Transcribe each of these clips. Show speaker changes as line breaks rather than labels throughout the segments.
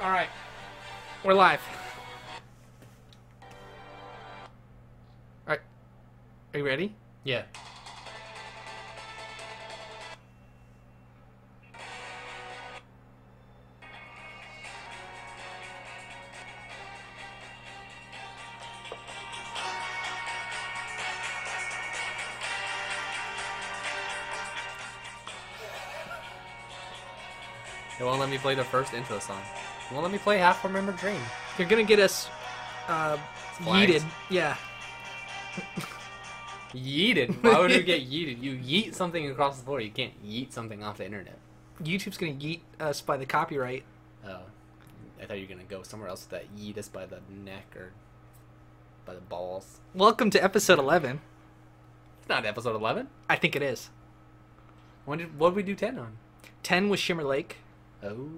All right, we're live. All right, are you ready?
Yeah.
It won't let me play the first intro song. It won't let me play Half Remembered Dream. You're gonna get us uh,
Flagged.
yeeted. Yeah.
Yeeted. Why would you get yeeted? You yeet something across the floor. You can't yeet something off the internet.
YouTube's gonna yeet us by the copyright.
Oh. I thought you were gonna go somewhere else with that yeet us by the neck or by the balls.
Welcome to episode 11.
It's not episode eleven.
I think it is.
When did what did we do ten on?
10 was Shimmer Lake.
Oh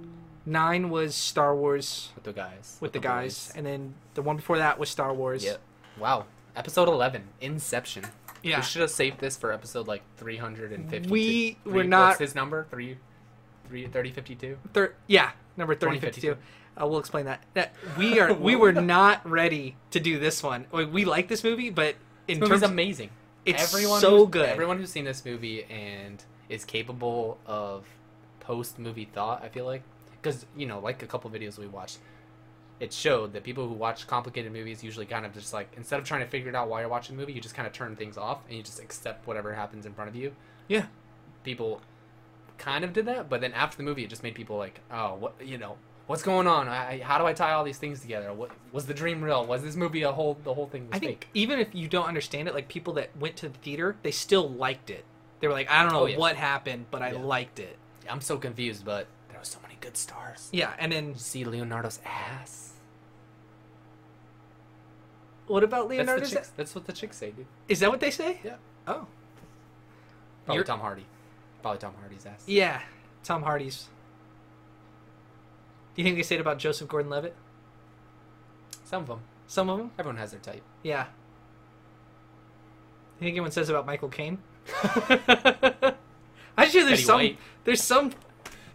9 was Star Wars
with the guys.
with the guys. And then the one before that was Star Wars.
Yep. Wow. Episode eleven. Inception.
Yeah.
We should have saved this for episode like three hundred and fifty.
We
three,
were not-
What's his number? Three, three, thirty, fifty-two.
Thir- yeah, number 3052.
2052.
Uh, we'll explain that. that we are we were not ready to do this one. We, we like this movie, but in
This
terms
movie's
of
amazing.
it's
everyone
so
who's-
good.
Everyone who's seen this movie and is capable of post movie thought, I feel like, because you know, like a couple videos we watched, it showed that people who watch complicated movies usually kind of just like instead of trying to figure it out while you're watching the movie, you just kind of turn things off and you just accept whatever happens in front of you.
yeah,
People kind of did that, but then after the movie, it just made people like, oh, what you know. What's going on? I, I- how do I tie all these things together? What was the dream real? Was this movie a whole? The whole thing was
I think
fake.
even if you don't understand it, like people that went to the theater, they still liked it. They were like, I don't know
Oh, yeah.
what happened, but I
Yeah.
liked it.
I'm so confused, but there were so many good stars.
Yeah, and then
Did you see Leonardo's ass?
what about
That's, the
Leonardo's?
chicks, that's what the chicks say, dude.
Is that what they say?
Yeah.
Oh.
Probably
You're-
Tom Hardy. Probably Tom Hardy's ass.
Yeah, Tom Hardy's. Do you think they say it about Joseph Gordon-Levitt?
Some of them.
Some of them.
Everyone has their type.
Yeah. You think anyone says about Michael Caine? I'm sure there's
Betty
some.
White.
There's some.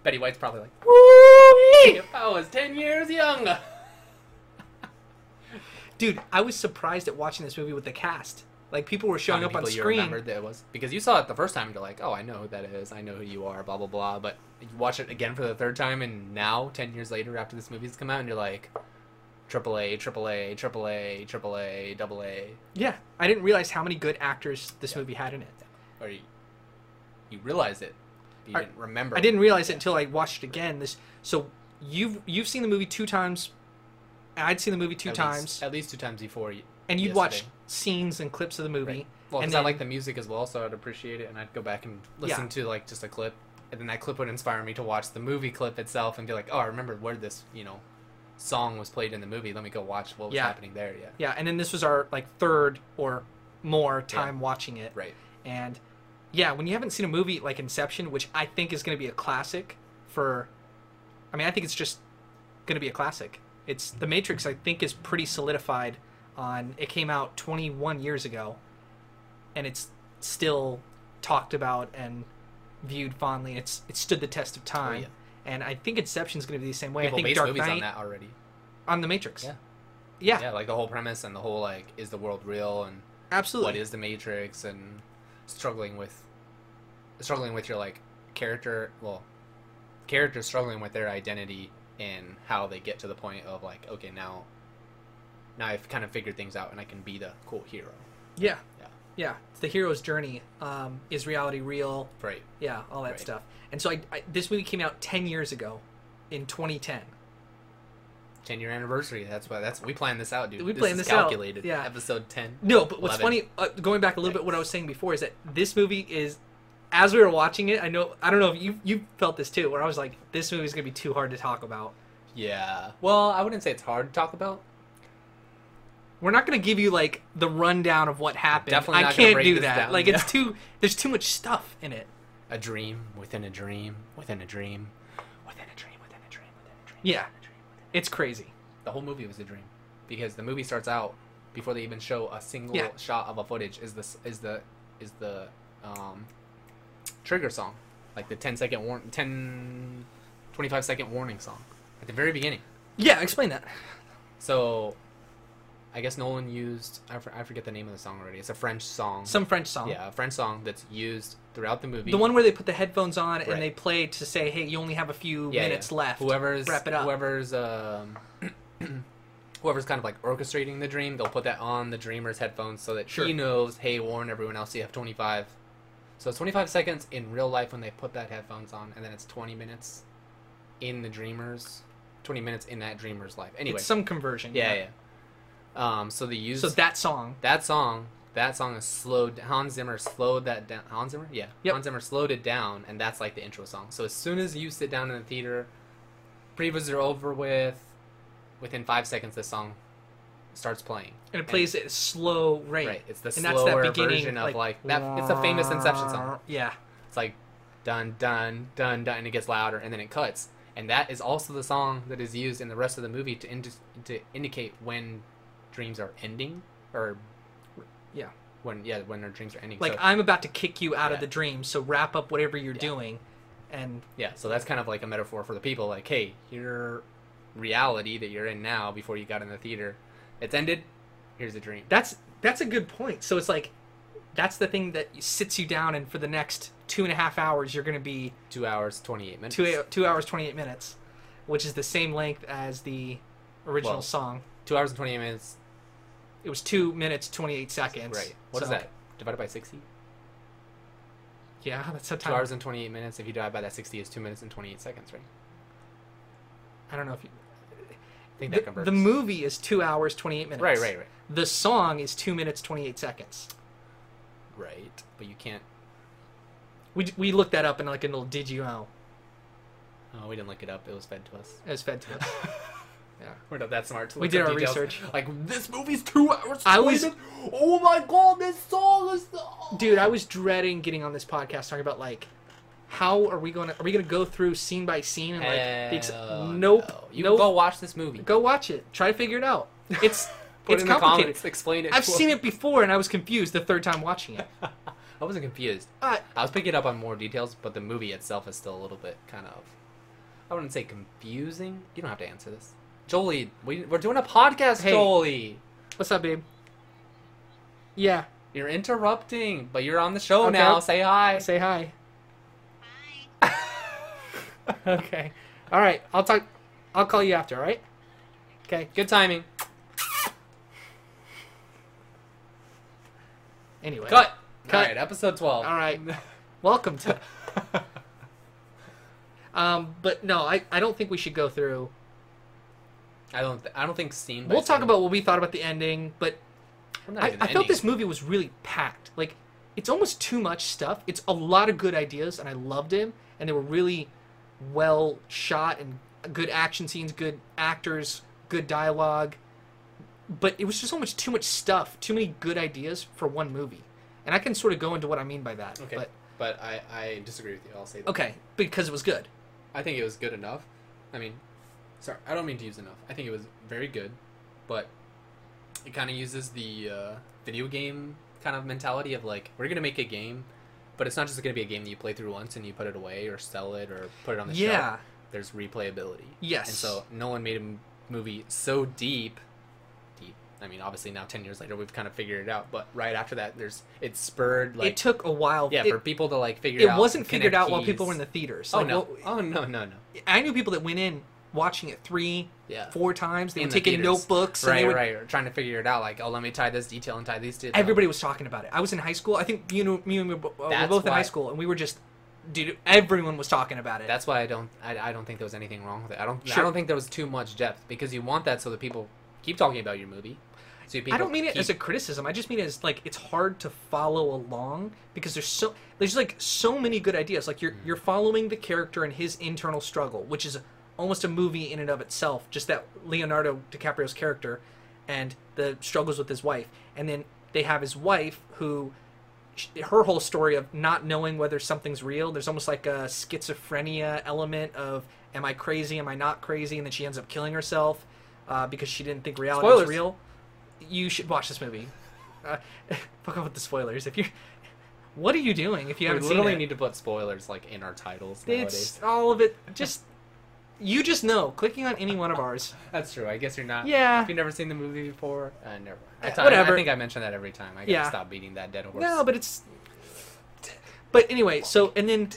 Betty White's probably like,
Woo-wee!
if I was 10 years younger.
Dude, I was surprised at watching this movie with the cast. Like people were showing
How many
up on
people you
screen.
remembered that it was? Because you saw it the first time, and you're like, oh, I know who that is. I know who you are, blah, blah, blah. But you watch it again for the third time, and now, 10 years later, after this movie's come out, and you're like, AAA, AAA, AAA, AAA, double A.
Yeah, I didn't realize how many good actors this
Yeah.
movie had in it.
or you, you realize it, but you
I-
didn't remember.
I didn't realize it until I watched it again. This so you've you've seen the movie two times. and I'd seen the movie two
At least-
times,
at least two times before. You,
and you'd
yesterday.
watched scenes and clips of the movie.
Right. Well,
and
because I
then-
like the music as well, so I'd appreciate it, and I'd go back and listen
Yeah.
to like just a clip, and then that clip would inspire me to watch the movie clip itself and be like, oh, I remember where this you know song was played in the movie. Let me go watch what was
Yeah.
happening there. Yeah,
Yeah, and then this was our like third or more time watching it.
right.
And yeah, when you haven't seen a movie like Inception, which I think is going to be a classic for I mean, I think it's just going to be a classic. It's The Matrix I think is pretty solidified on it came out 21 years ago and it's still talked about and viewed fondly. It's it stood the test of time.
Oh, yeah.
And I think Inception's going to be the same way. I
People
think
base
Dark
movies on
Knight on,
that already.
The Matrix.
Yeah.
Yeah,
Yeah, like the whole premise and the whole like, is the world real and
absolutely.
what is the matrix and struggling with struggling with your like character well characters struggling with their identity and how they get to the point of like okay now now i've kind of figured things out and i can be the cool hero
Yeah.
Yeah.
Yeah. It's the hero's journey. Um, is reality real?
right
Yeah, all that
Right.
stuff. And so I, I, this movie came out 10 years ago in 2010.
10 year anniversary that's why that's we planned this out dude
We
this
planned
is
this out,
calculated
yeah.
episode 10
No, but what's
11.
funny, uh, going back a little bit, what I was saying before is that this movie is, as we were watching it, I know, I don't know if you you felt this too, where I was like, this movie's gonna be too hard to talk about.
yeah well i wouldn't say it's hard to talk about
We're not gonna give you like the rundown of what happened.
Definitely
I
not gonna
can't
break
do
this
that.
down,
Like it's
yeah.
too, there's too much stuff in it.
a dream within a dream within a dream within a dream within a dream within a dream
Yeah.
within a dream, within a dream.
It's crazy.
the whole movie was a dream because the movie starts out before they even show a single
Yeah.
shot of a footage is this is the is the um, trigger song like the 10 second warn 10 25 second warning song at the very beginning
Yeah, explain that.
So, I guess Nolan used I, for, I forget the name of the song already. It's a French song.
Some French song.
yeah, a French song that's used throughout the movie.
The one where they put the headphones on
Right.
and they play to say, "Hey, you only have a few
yeah,
minutes
yeah.
left.
Whoever's
wrap it up."
whoever's um, whoever's kind of like orchestrating the dream, they'll put that on the dreamer's headphones so that
Sure.
he knows. Hey, warn everyone else, you have 25. So it's 25 seconds in real life when they put that headphones on, and then it's 20 minutes in the dreamer's 20 minutes in that dreamer's life. Anyway,
It's some conversion.
yeah, yeah. Um, so they use
So that song.
that song that song is slowed Hans Zimmer slowed that down Hans Zimmer yeah
Yep.
Hans Zimmer slowed it down and that's like the intro song so as soon as you sit down in the theater previews are over with within five seconds the song starts playing
and it plays at a slow rate.
right it's the
and that's
slower
that beginning
version of like, that it's a famous Inception song
Yeah,
it's like dun dun dun dun and it gets louder and then it cuts and that is also the song that is used in the rest of the movie to indi- to indicate when dreams are ending or
yeah.
when yeah when their dreams are ending
Like
So-
I'm about to kick you out of
Yeah.
the dream, so wrap up whatever you're doing, and
Yeah, so that's kind of like a metaphor for the people. Like, hey, your reality that you're in now before you got in the theater, it's ended. Here's a dream.
that's that's a good point. So it's like that's the thing that sits you down, and for the next two and a half hours, you're going to be
Two hours, 28 minutes.
two two hours twenty eight minutes, which is the same length as the original
Well,
song.
Two hours and 28 minutes.
It was two minutes twenty eight seconds.
Right. What is
So,
that? Divided by 60?
Yeah, that's a
Two
time.
hours and 28 minutes. If you divide by that 60, is two minutes and 28 seconds, right?
I don't know if you.
I think that
The,
converts.
the movie is two hours twenty eight minutes.
Right, right, right.
The song is two minutes twenty eight seconds.
Right. But you can't.
We, we looked that up in like an old did you know
Oh, we didn't look it up. It was fed to us.
as fed to us. yeah.
We're not that smart. to
We
look
did
up
our
details.
research.
Like, this movie's two hours.
I
20
was-
minutes. Oh my god, this song is.
Dude, I was dreading getting on this podcast talking about like how are we going to are we going to go through scene by scene and like the ex-
Hell
nope
no. You
nope
go watch this movie.
go watch it try to figure it out. It's
Put
it's
in the
complicated.
comments, explain it.
I've
to
seen
us.
it before and I was confused the third time watching it.
I wasn't confused.
Uh,
I was picking up on more details, but the movie itself is still a little bit kind of. I wouldn't say confusing. You don't have to answer this, Jolie. We, we're doing a podcast,
Hey.
Jolie.
what's up, babe? Yeah,
You're interrupting, but you're on the show
Okay.
now. Say hi.
say hi. okay. All right, I'll talk I'll call you after, all right? Okay.
Good timing.
Anyway.
Cut.
Cut.
All right, episode twelve.
All right. Welcome to. um, but no, I, I don't think we should go through.
I don't. Th- I don't think scene. by
We'll talk
scene-
about what we thought about the ending, but
We're not
I,
even
I felt
ending.
this movie was really packed. Like, it's almost too much stuff. It's a lot of good ideas, and I loved him, and they were really well shot and good action scenes, good actors, good dialogue. But it was just so much too much stuff, too many good ideas for one movie, and I can sort of go into what I mean by that.
Okay,
But
but I, I disagree with you. I'll say that.
okay, because it was good.
I think it was good enough. I mean, sorry, I don't mean to use enough. I think it was very good, but it kind of uses the uh, video game kind of mentality of like we're gonna make a game, but it's not just gonna be a game that you play through once and you put it away or sell it or put it on the
Yeah.
shelf. There's replayability.
Yes.
And so no one made a m- movie so deep. Deep. I mean, obviously now ten years later we've kind of figured it out, but right after that there's it spurred like
it took a while.
yeah
it,
for people to like figure
it
out.
wasn't
and
figured
connect
out while people
keys.
were in the theaters.
Oh
Like,
no!
well,
oh no! No no!
I knew people that went in watching it three,
Yeah.
four times. They
In
were
the
taking
theaters.
notebooks. and
right,
they were,
right. Or trying to figure it out. Like, oh, let me tie this detail and tie these details.
Everybody was talking about it. I was in high school. I think you know, me and we were, bo- uh, we were
That's
both in high
why-
school, and we were just, dude. Everyone was talking about it.
That's why I don't. I, I don't think there was anything wrong with it. I don't. I
Sure.
don't think there was too much depth because you want that so that people keep talking about your movie. So people
I don't mean it
keep-
as a criticism. I just mean it as like it's hard to follow along because there's so there's like so many good ideas. Like you're you're following the character and his internal struggle, which is almost a movie in and of itself. Just that Leonardo DiCaprio's character and the struggles with his wife, and then they have his wife who sh- her whole story of not knowing whether something's real. There's almost like a schizophrenia element of am I crazy? Am I not crazy? And then she ends up killing herself uh, because she didn't think reality
Spoilers.
was real. You should watch this movie. Uh, fuck off with the spoilers. If you, what are you doing? If you
We
haven't seen
literally
it,
need to put spoilers like in our titles
it's
nowadays.
all of it. Just you just know clicking on any one of ours.
That's true. I guess you're not.
Yeah.
If you've never seen the movie before, uh, never. I,
Uh,
t-
whatever.
I think I mention that every time. I gotta
Yeah.
stop beating that dead horse.
No, but it's. But anyway, so and then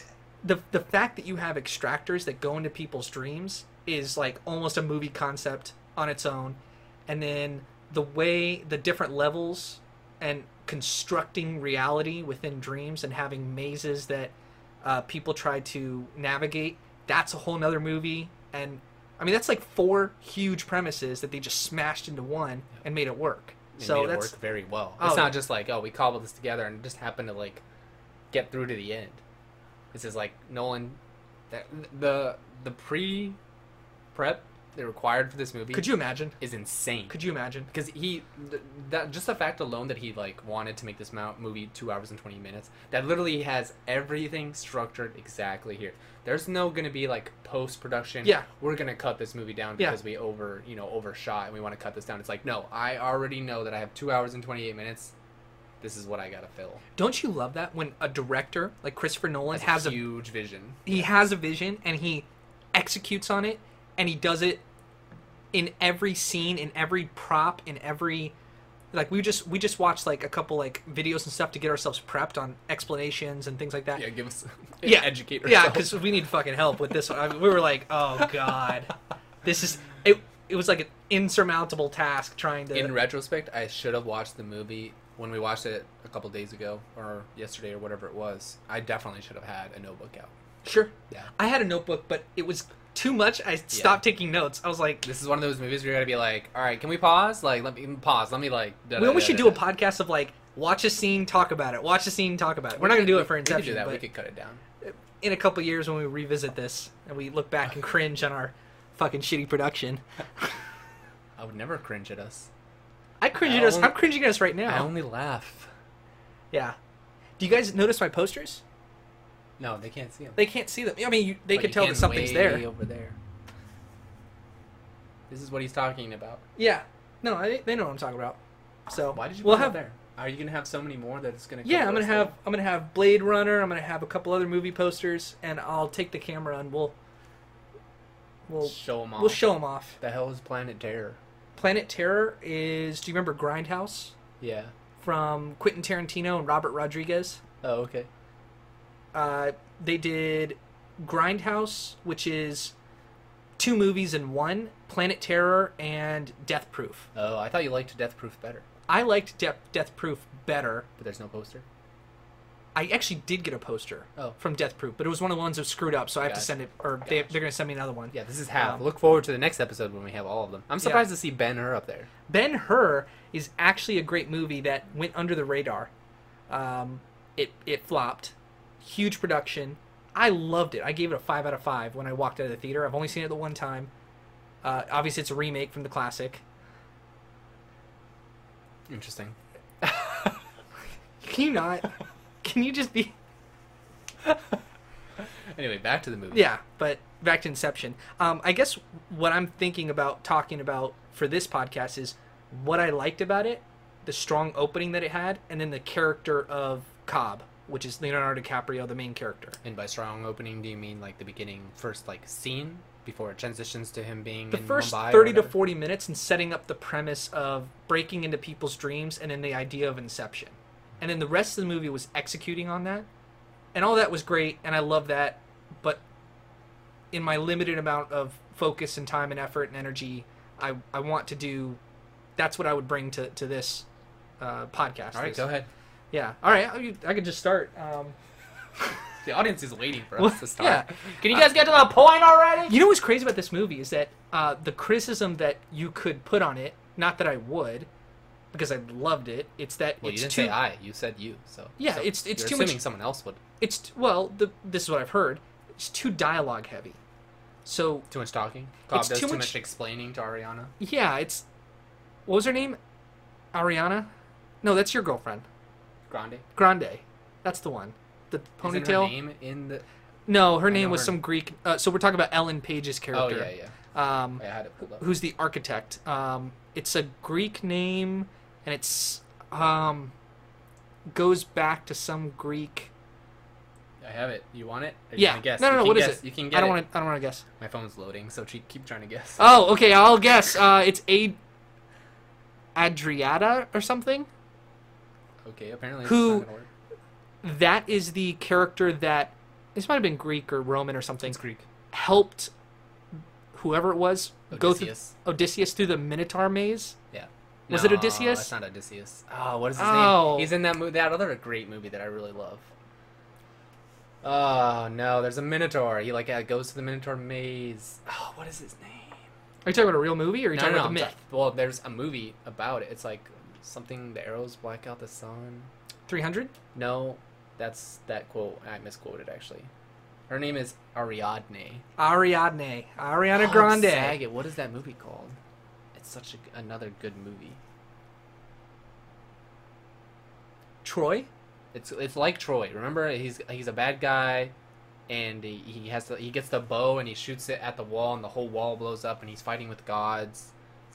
the the fact that you have extractors that go into people's dreams is like almost a movie concept on its own, and then the way the different levels and constructing reality within dreams and having mazes that uh, people try to navigate that's a whole nother movie and i mean that's like four huge premises that they just smashed into one and made it work
They
so
made it
that's
work very well.
Oh,
it's
yeah.
not just like oh we cobbled this together and just happened to like get through to the end. This is like Nolan, that, the the pre prep they required for this movie
could you imagine
is insane.
could you imagine
because he th- that just the fact alone that he like wanted to make this mou- movie two hours and 20 minutes that literally has everything structured exactly here there's no gonna be like post-production
Yeah.
we're gonna cut this movie down
Yeah.
because we over you know overshot and we want to cut this down it's like no i already know that i have two hours and 28 minutes this is what i gotta fill
Don't you love that when a director like Christopher Nolan
That's
has
a
a,
huge vision
he has a vision and he executes on it and he does it in every scene, in every prop, in every like we just we just watched like a couple like videos and stuff to get ourselves prepped on explanations and things like that.
yeah give us
Yeah.
educate
Yeah,
ourselves.
because we need fucking help with this one. I mean, we were like, oh god, this is it. It was like an insurmountable task trying to.
in retrospect, I should have watched the movie when we watched it a couple days ago or yesterday or whatever it was. I definitely should have had a notebook out.
sure.
Yeah.
I had a notebook, but it was too much. I stopped taking notes. I was like,
This is one of those movies where you gotta be like, all right, can we pause? Like, let me pause. Let me like. da-
we
da-
almost
da-
should do
da-
a
da.
podcast of like watch a scene, talk about it. Watch a scene, talk about it. We're not gonna do it for
We could do
Inception,
that. We
but
could cut it down.
in a couple years when we revisit this and we look back and cringe on our fucking shitty production,
I would never cringe at us.
I cringe
I
at us.
only-
I'm cringing at us right
I
now.
only laugh.
Yeah. Do you guys notice my posters?
No, they can't see them.
They can't see them. I mean, you, they could tell that something's there.
over there. This is what he's talking about.
Yeah. No, I, they know what I'm talking about. So
Why did you?
We'll
put it
have.
there. Are you gonna have so many more that it's gonna?
Yeah,
cover
I'm gonna
us all?
have I'm gonna have Blade Runner. I'm gonna have a couple other movie posters, and I'll take the camera and we'll we'll
show them all.
we'll show them off.
The hell is Planet Terror?
Planet Terror is. Do you remember Grindhouse
Yeah.
from Quentin Tarantino and Robert Rodriguez?
Oh, okay.
Uh, they did Grindhouse, which is two movies in one Planet Terror and Death Proof.
Oh, I thought you liked Death Proof better,
I liked De- Death Proof better.
but there's no poster.
I actually did get a poster
Oh.
from Death Proof, but it was one of the ones that screwed up, so I have
Gotcha.
to send it, or they,
Gotcha.
they're going to send me another one.
Yeah, this is half.
Um,
Look forward to the next episode when we have all of them. I'm surprised to see Ben Hur up there.
Ben Hur is actually a great movie that went under the radar. Um, it it flopped, huge production. I loved it. I gave it a five out of five when I walked out of the theater. I've only seen it the one time. Uh, obviously, it's a remake from the classic.
Interesting.
Can you not? Can you just be?
Anyway, back to the movie.
Yeah, but back to Inception. Um, I guess what I'm thinking about talking about for this podcast is what I liked about it, the strong opening that it had, and then the character of Cobb, which is Leonardo DiCaprio, the main character.
And by strong opening, do you mean like the beginning, first like scene before it transitions to him being
the
in
first
Mumbai or
30 to
whatever?
40 minutes and setting up the premise of breaking into people's dreams and then the idea of inception and then the rest of the movie was executing on that and all that was great and i love that but in my limited amount of focus and time and effort and energy i, I want to do that's what i would bring to, to this uh, podcast
All right,
This-
go ahead.
yeah all right I, I could just start um,
The audience is waiting for
Well,
us to start.
yeah.
Can you guys get to the point already?
You know what's crazy about this movie is that uh, the criticism that you could put on it, not that I would, because I loved it. It's that
Well, you
it's
didn't
too
say I. You said you. So
yeah,
so
it's it's
you're
too
assuming
much.
someone else would.
It's t- well, the, this is what I've heard. It's too dialogue heavy. So
Too much talking. Cobb
It's
does
too
too,
much-
much explaining to Ariana.
yeah, it's what was her name? Ariana? No, that's your girlfriend,
Grande.
Grande. That's the one. The ponytail.
Isn't her name in the?
No, her name
know
was
her.
some Greek. Uh, so we're talking about Ellen Page's
Oh
character.
yeah, yeah.
yeah. Um,
I had it pulled up.
who's the architect. Um, it's a Greek name, and it's um, goes back to some Greek
I have it. You want it? Are you
Yeah.
gonna guess?
No, no,
You
no.
can
What is
guess.
it?
You can get
I don't
it.
want to. I don't want to guess.
My phone's loading, so keep keep trying to guess.
Oh, okay. I'll guess. Uh, it's a Adriata or something.
Okay, apparently
Who-
it's not gonna work.
That is the character that this might have been Greek or Roman or something.
It's Greek.
Helped whoever it was go through
Odysseus.
Odysseus through the Minotaur maze.
Yeah.
Was
No,
it Odysseus?
That's not Odysseus. Oh, what is his
Oh.
name? He's in that movie. That other great movie that I really love. Oh no, there's a Minotaur. He like uh, goes to the Minotaur maze. Oh, what is his name?
Are you talking about a real movie or are you
No,
talking
no, no,
about
I'm
the myth?
talking- well, there's a movie about it. It's like something. The arrows black out the sun.
Three hundred.
No, that's that quote. I misquoted actually. Her name is Ariadne.
Ariadne. Ariana
Bob
Grande.
Saget. What is that movie called? It's such a, another good movie.
Troy.
It's it's like Troy. Remember, he's he's a bad guy, and he, he has the, he gets the bow and he shoots it at the wall, and the whole wall blows up, and he's fighting with gods.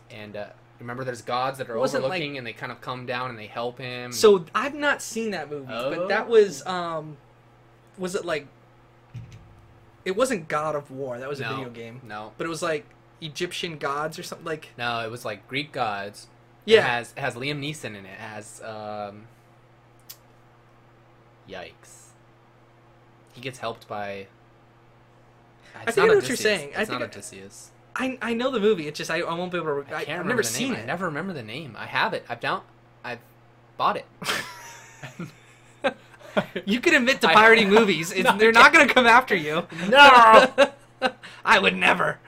And uh, remember, there's gods that are
Wasn't, like-
overlooking, and they kind of come down and they help him.
So I've not seen that movie, but
Oh.
that was um, was it like? It wasn't God of War. That was a
No.
video game,
no,
but it was like Egyptian gods or something. Like
no, it was like Greek gods. It
yeah,
has it has Liam Neeson in it. It has um Yikes. He gets helped by
think I know what you're saying.
It's
I think
not
I-
Odysseus.
I I know the movie. It's just I, I won't be able to. Re-
I
I, have
can't remember
never
the
seen
name. I never remember the name. I have it. I've down I've bought it.
it. You can admit to
I-
pirating movies. It's,
No, I
they're not going to come after you.
No!
I would never.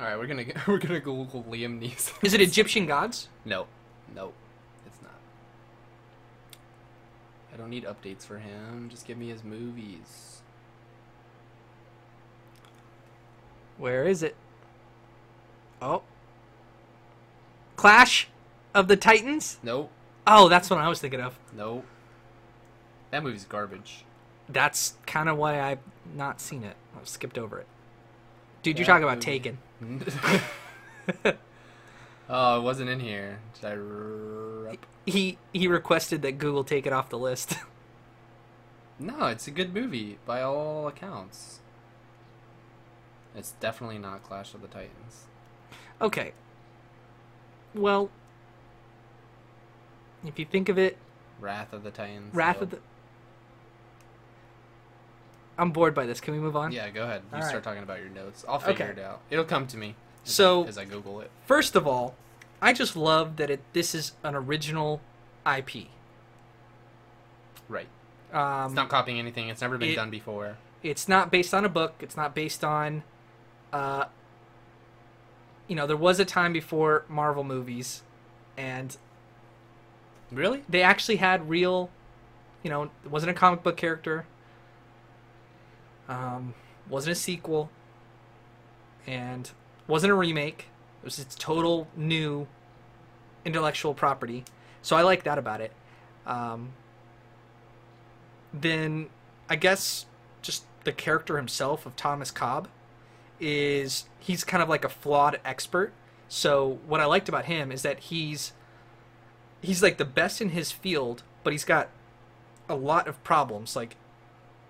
Alright, we're gonna go- we're gonna Google Liam Neeson.
Is it Egyptian gods?
No. No. It's not. I don't need updates for him. Just give me his movies.
Where is it? Oh, Clash of the Titans.
Nope.
Oh, that's what I was thinking of.
Nope. That movie's garbage.
That's kind of why I've not seen it. I've skipped over it. Dude, you're
Yeah,
talking about
dude.
Taken.
oh, it wasn't in here. Did I? r-
He he requested that Google take it off the list.
No, it's a good movie by all accounts. It's definitely not Clash of the Titans.
okay. Well, if you think of it,
Wrath of the Titans.
Wrath
nope.
of the. I'm bored by this. Can we move on?
Yeah, go ahead. You
All right.
start talking about your notes. I'll figure
Okay.
it out. It'll come to me. as I-
So-
as I Google it,
First of all, I just love that it this is an original IP.
right?
Um,
It's not copying anything. It's never been
it-
done before.
it's not based on a book it's not based on uh you know there was a time before marvel movies and
Really?
they actually had real you know it wasn't a comic book character um wasn't a sequel and wasn't a remake it was its total new intellectual property so i like that about it um then I guess just the character himself of Thomas Cobb is he's kind of like a flawed expert. So what I liked about him is that he's he's like the best in his field, but he's got a lot of problems, like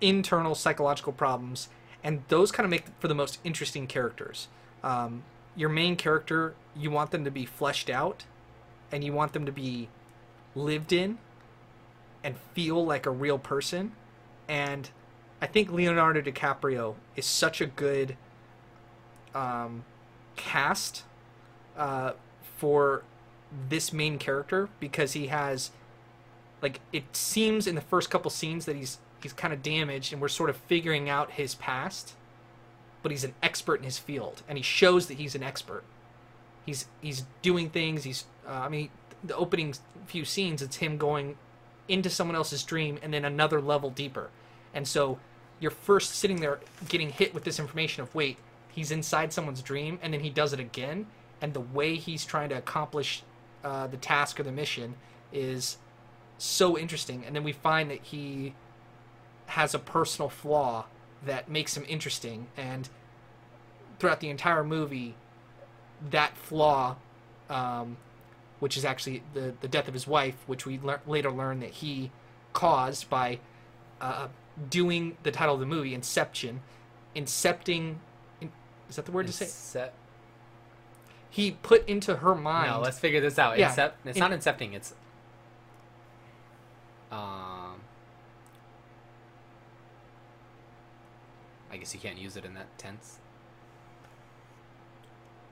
internal psychological problems, and those kind of make for the most interesting characters. Um, your main character, you want them to be fleshed out, and you want them to be lived in, and feel like a real person. And I think Leonardo DiCaprio is such a good um, cast uh, for this main character because he has, like, it seems in the first couple scenes that he's he's kind of damaged, and we're sort of figuring out his past. But he's an expert in his field, and he shows that he's an expert. He's he's doing things. He's uh, I mean, the opening few scenes, it's him going into someone else's dream and then another level deeper. And so you're first sitting there getting hit with this information of wait, he's inside someone's dream and then he does it again. And the way he's trying to accomplish uh, the task or the mission is so interesting. And then we find that he has a personal flaw that makes him interesting. And throughout the entire movie, that flaw um, which is actually the, the death of his wife, which we lear- later learn that he caused by uh, doing the title of the movie, Inception, incepting. In, is that the word to say?
Incep-
He put into her mind.
no, let's figure this out.
Yeah.
Incept, it's
In-
not incepting. It's um. I guess you can't use it in that tense.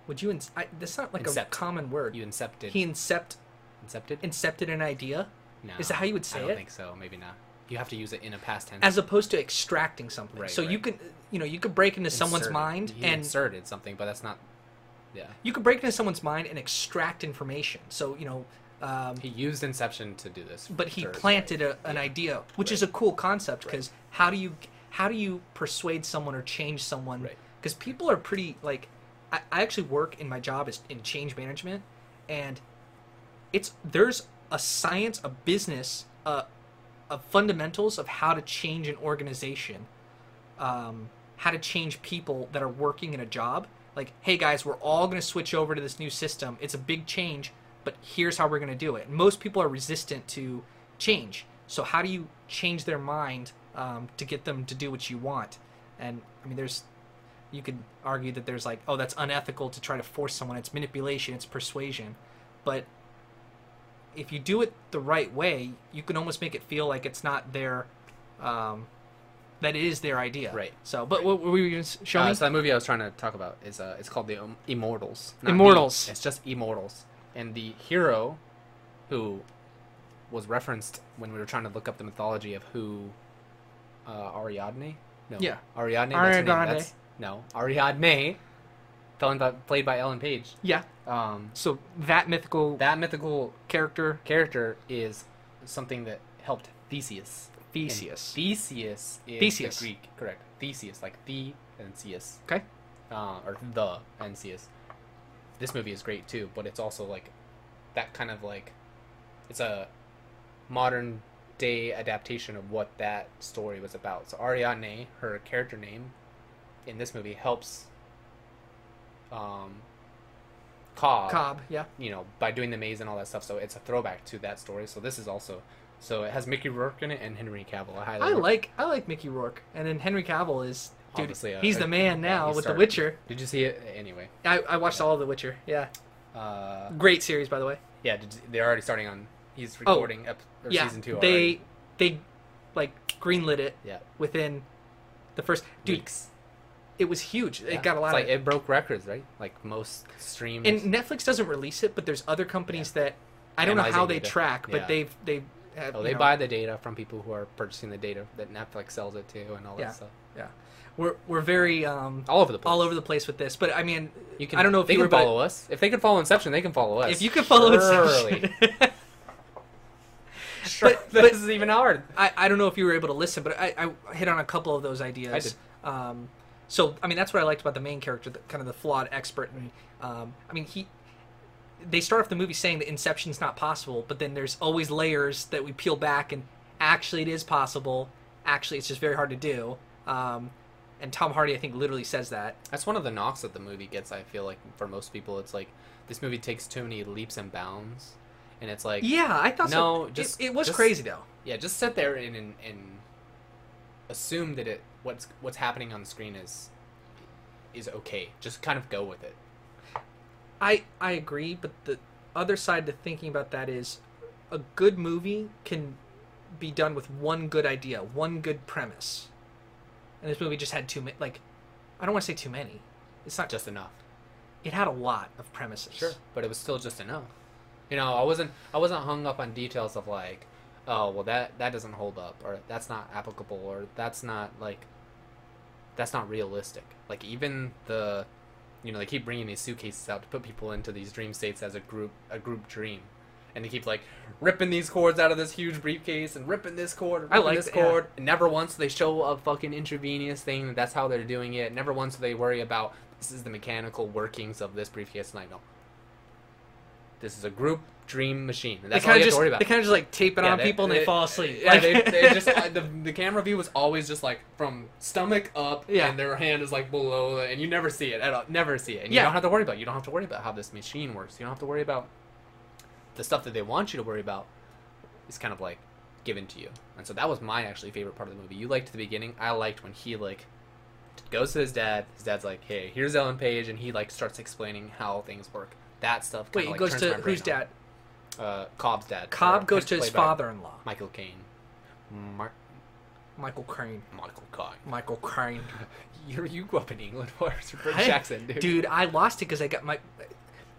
would you? In, I, that's not like a
Incept.
common word.
You incepted.
he incept
incepted.
incepted an idea
no,
is that how you would say
I don't
it?
think so. Maybe not. You have to use it in a past tense.
as opposed to extracting something.
Right,
so you
right.
can you know you could break into someone's
Inserted.
mind
He
and
inserted something, but that's not. Yeah,
you could break into someone's mind and extract information. So you know. Um,
he used inception to do this.
but he
sure is
planted
right.
a, an
Yeah.
idea, which
Right.
is a cool concept
Right.
because how do you how do you persuade someone or change someone?
Right.
Because people are pretty like I, I actually work in my job is in change management, and it's there's a science, a business, uh, of fundamentals of how to change an organization, um, how to change people that are working in a job. Like, hey guys, we're all going to switch over to this new system. It's a big change, but here's how we're going to do it. And most people are resistant to change. So how do you change their mind um, to get them to do what you want? And I mean, there's you could argue that there's like, oh, that's unethical to try to force someone. It's manipulation. It's persuasion. But if you do it the right way, you can almost make it feel like it's not their, um, that it is their idea.
Right.
So, but
Right.
what were we going to show
Uh,
me?
so that movie I was trying to talk about is uh, it's called The um, Immortals. not
Immortals.
The- it's just Immortals, and the hero, who was referenced when we were trying to look up the mythology of who, uh, Ariadne. No.
Yeah.
Ariadne. That's her name.
Ariadne.
That's, no, Ariadne, played by, played by Ellen Page.
yeah.
Um,
So that mythical
that mythical
character,
character is something that helped Theseus. And
Theseus.
Theseus is
Theseus.
the Greek, correct? Theseus, like the and Theus.
okay.
uh, or the NCS. This movie is great too, but it's also like that kind of like it's a modern day adaptation of what that story was about. So Ariadne, her character name in this movie helps um Cobb,
Cobb. Yeah.
you know, by doing the maze and all that stuff. So it's a throwback to that story. So this is also so it has Mickey Rourke in it and Henry Cavill. I highly
I like I like Mickey Rourke, and then Henry Cavill is dude.
Obviously, uh,
he's the man
yeah,
now
he
with
started-
The Witcher.
Did you see it anyway?
I, I watched all of The Witcher. Yeah.
Uh
Great series, by the way.
Yeah, did, they're already starting on. He's recording ep-
Oh,
or
yeah.
season two
they
already.
they like greenlit it
Yeah,
within the first dude.
weeks.
It was huge.
Yeah.
It got a lot
It's
of
like it broke records, right? Like most streams.
and Netflix doesn't release it, but there's other companies that I don't know
Analyzing
how they
data.
track, but
Yeah.
they've they have,
oh,
you
they
know,
buy the data from people who are purchasing the data that Netflix sells it to, and all
Yeah.
that stuff.
yeah. We're we're very um
All over the place.
all over the place with this, but I mean,
You can.
I don't know if
they
you
can
were, but-
follow us. If they can follow Inception, they can follow us.
if you could follow
surely.
Inception.
Sure,
But-
this
but-
is even hard.
I, I don't know if you were able to listen, but I, I hit on a couple of those ideas.
I did.
Um, so I mean, that's what I liked about the main character, the, kind of the flawed expert. And um, I mean, he they start off the movie saying that inception's not possible, but then there's always layers that we peel back, and actually it is possible. Actually, it's just very hard to do. Um, and Tom Hardy, I think, literally says that.
That's one of the knocks that the movie gets. I feel like for most people, it's like this movie takes too many leaps and bounds, and it's like
Yeah, I thought so.
No,
It-
just-
it, was
just-
crazy though.
yeah just sit there and, and and assume that it what's what's happening on the screen is is okay just kind of go with it
I I agree, but the other side to thinking about that is a good movie can be done with one good idea, one good premise. And this movie just had too many like I don't want to say too many. It's not just
just enough
it had a lot of premises.
but it was still just enough you know i wasn't i wasn't hung up on details of like oh well that that doesn't hold up or that's not applicable or that's not like that's not realistic like even the you know they keep bringing these suitcases out to put people into these dream states as a group a group dream and they keep like ripping these cords out of this huge briefcase and ripping this cord and
I
ripping
like
this
that, yeah.
cord and never once do they show a fucking intravenous thing that that's how they're doing it never once do they worry about this is the mechanical workings of this briefcase and i know this is a group dream machine and
They
that's all
kind of
you have to
just
worry about
they kind of just like tape it
Yeah,
on
they-
people and they,
they-
fall asleep.
yeah,
Like-
they, they just uh, the, the camera view was always just like from stomach up,
Yeah.
and their hand is like below, and you never see it at all. Never see it, and you
Yeah.
don't have to worry about. it. You don't have to worry about how this machine works. You don't have to worry about the stuff that they want you to worry about is kind of like given to you. And so that was my actually favorite part of the movie. You liked the beginning. I liked when he like goes to his dad. His dad's like, "Hey, here's Ellen Page," and he like starts explaining how things work. That stuff.
Wait,
kinda, like,
he goes
turns
to
my brain
whose
on.
dad?
Uh, Cobb's dad.
Cobb
Or-
goes to his
played by
father-in-law,
Michael Caine. Mark.
Michael Crane.
Michael Caine.
Michael Crane.
You're you grew up in England. Where's your British
I-
accent, dude?
Dude, I lost it because I got my.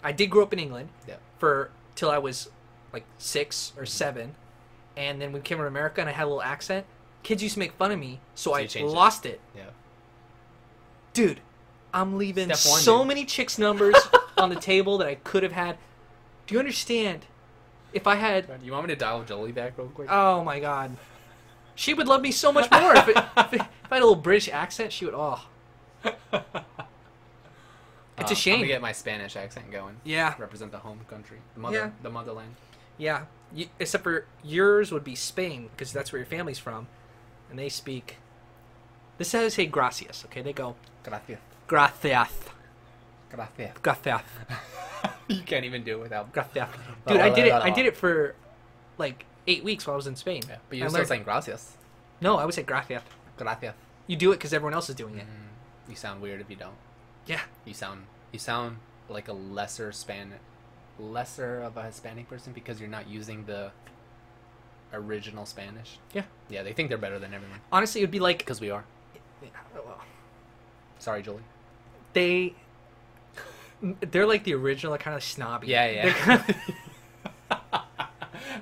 I did grow up in England
Yeah.
for till I was like six or seven, and then we came to America and I had a little accent. Kids used to make fun of me, so,
So you
I
changed it.
lost it.
Yeah.
Dude, I'm leaving
Step one,
so
dude.
many chicks' numbers on the table that I could have had. Do you understand? If I had
You want me to dial Jolie back real quick?
Oh my god. She would love me so much more if, it, if, it- if I had a little British accent. She would. Oh, it's
Uh,
a
I'm
shame.
gonna get my Spanish accent going.
yeah,
Represent the home country, the mother,
Yeah.
the motherland.
yeah. You, except for yours would be Spain because that's where your family's from, and they speak. This says "Hey, gracias." Okay, they go
Gracias,
gracias,
gracias.
gracias,
you can't even do it without.
gracias. Dude, I did it. I did it for like eight weeks while I was in Spain.
Yeah, but you're
I
still
learned-
saying gracias.
no. I would say gracias.
Gracias.
You do it because everyone else is doing it.
You sound weird if you don't.
Yeah.
You sound you sound like a lesser span, lesser of a Hispanic person because you're not using the original Spanish.
Yeah.
Yeah, they think they're better than everyone
Honestly, it would be like.
because we are.
Yeah, well,
Sorry, Julie.
they they're like the original like, kind of snobby
Yeah,
They're
yeah.
kind of-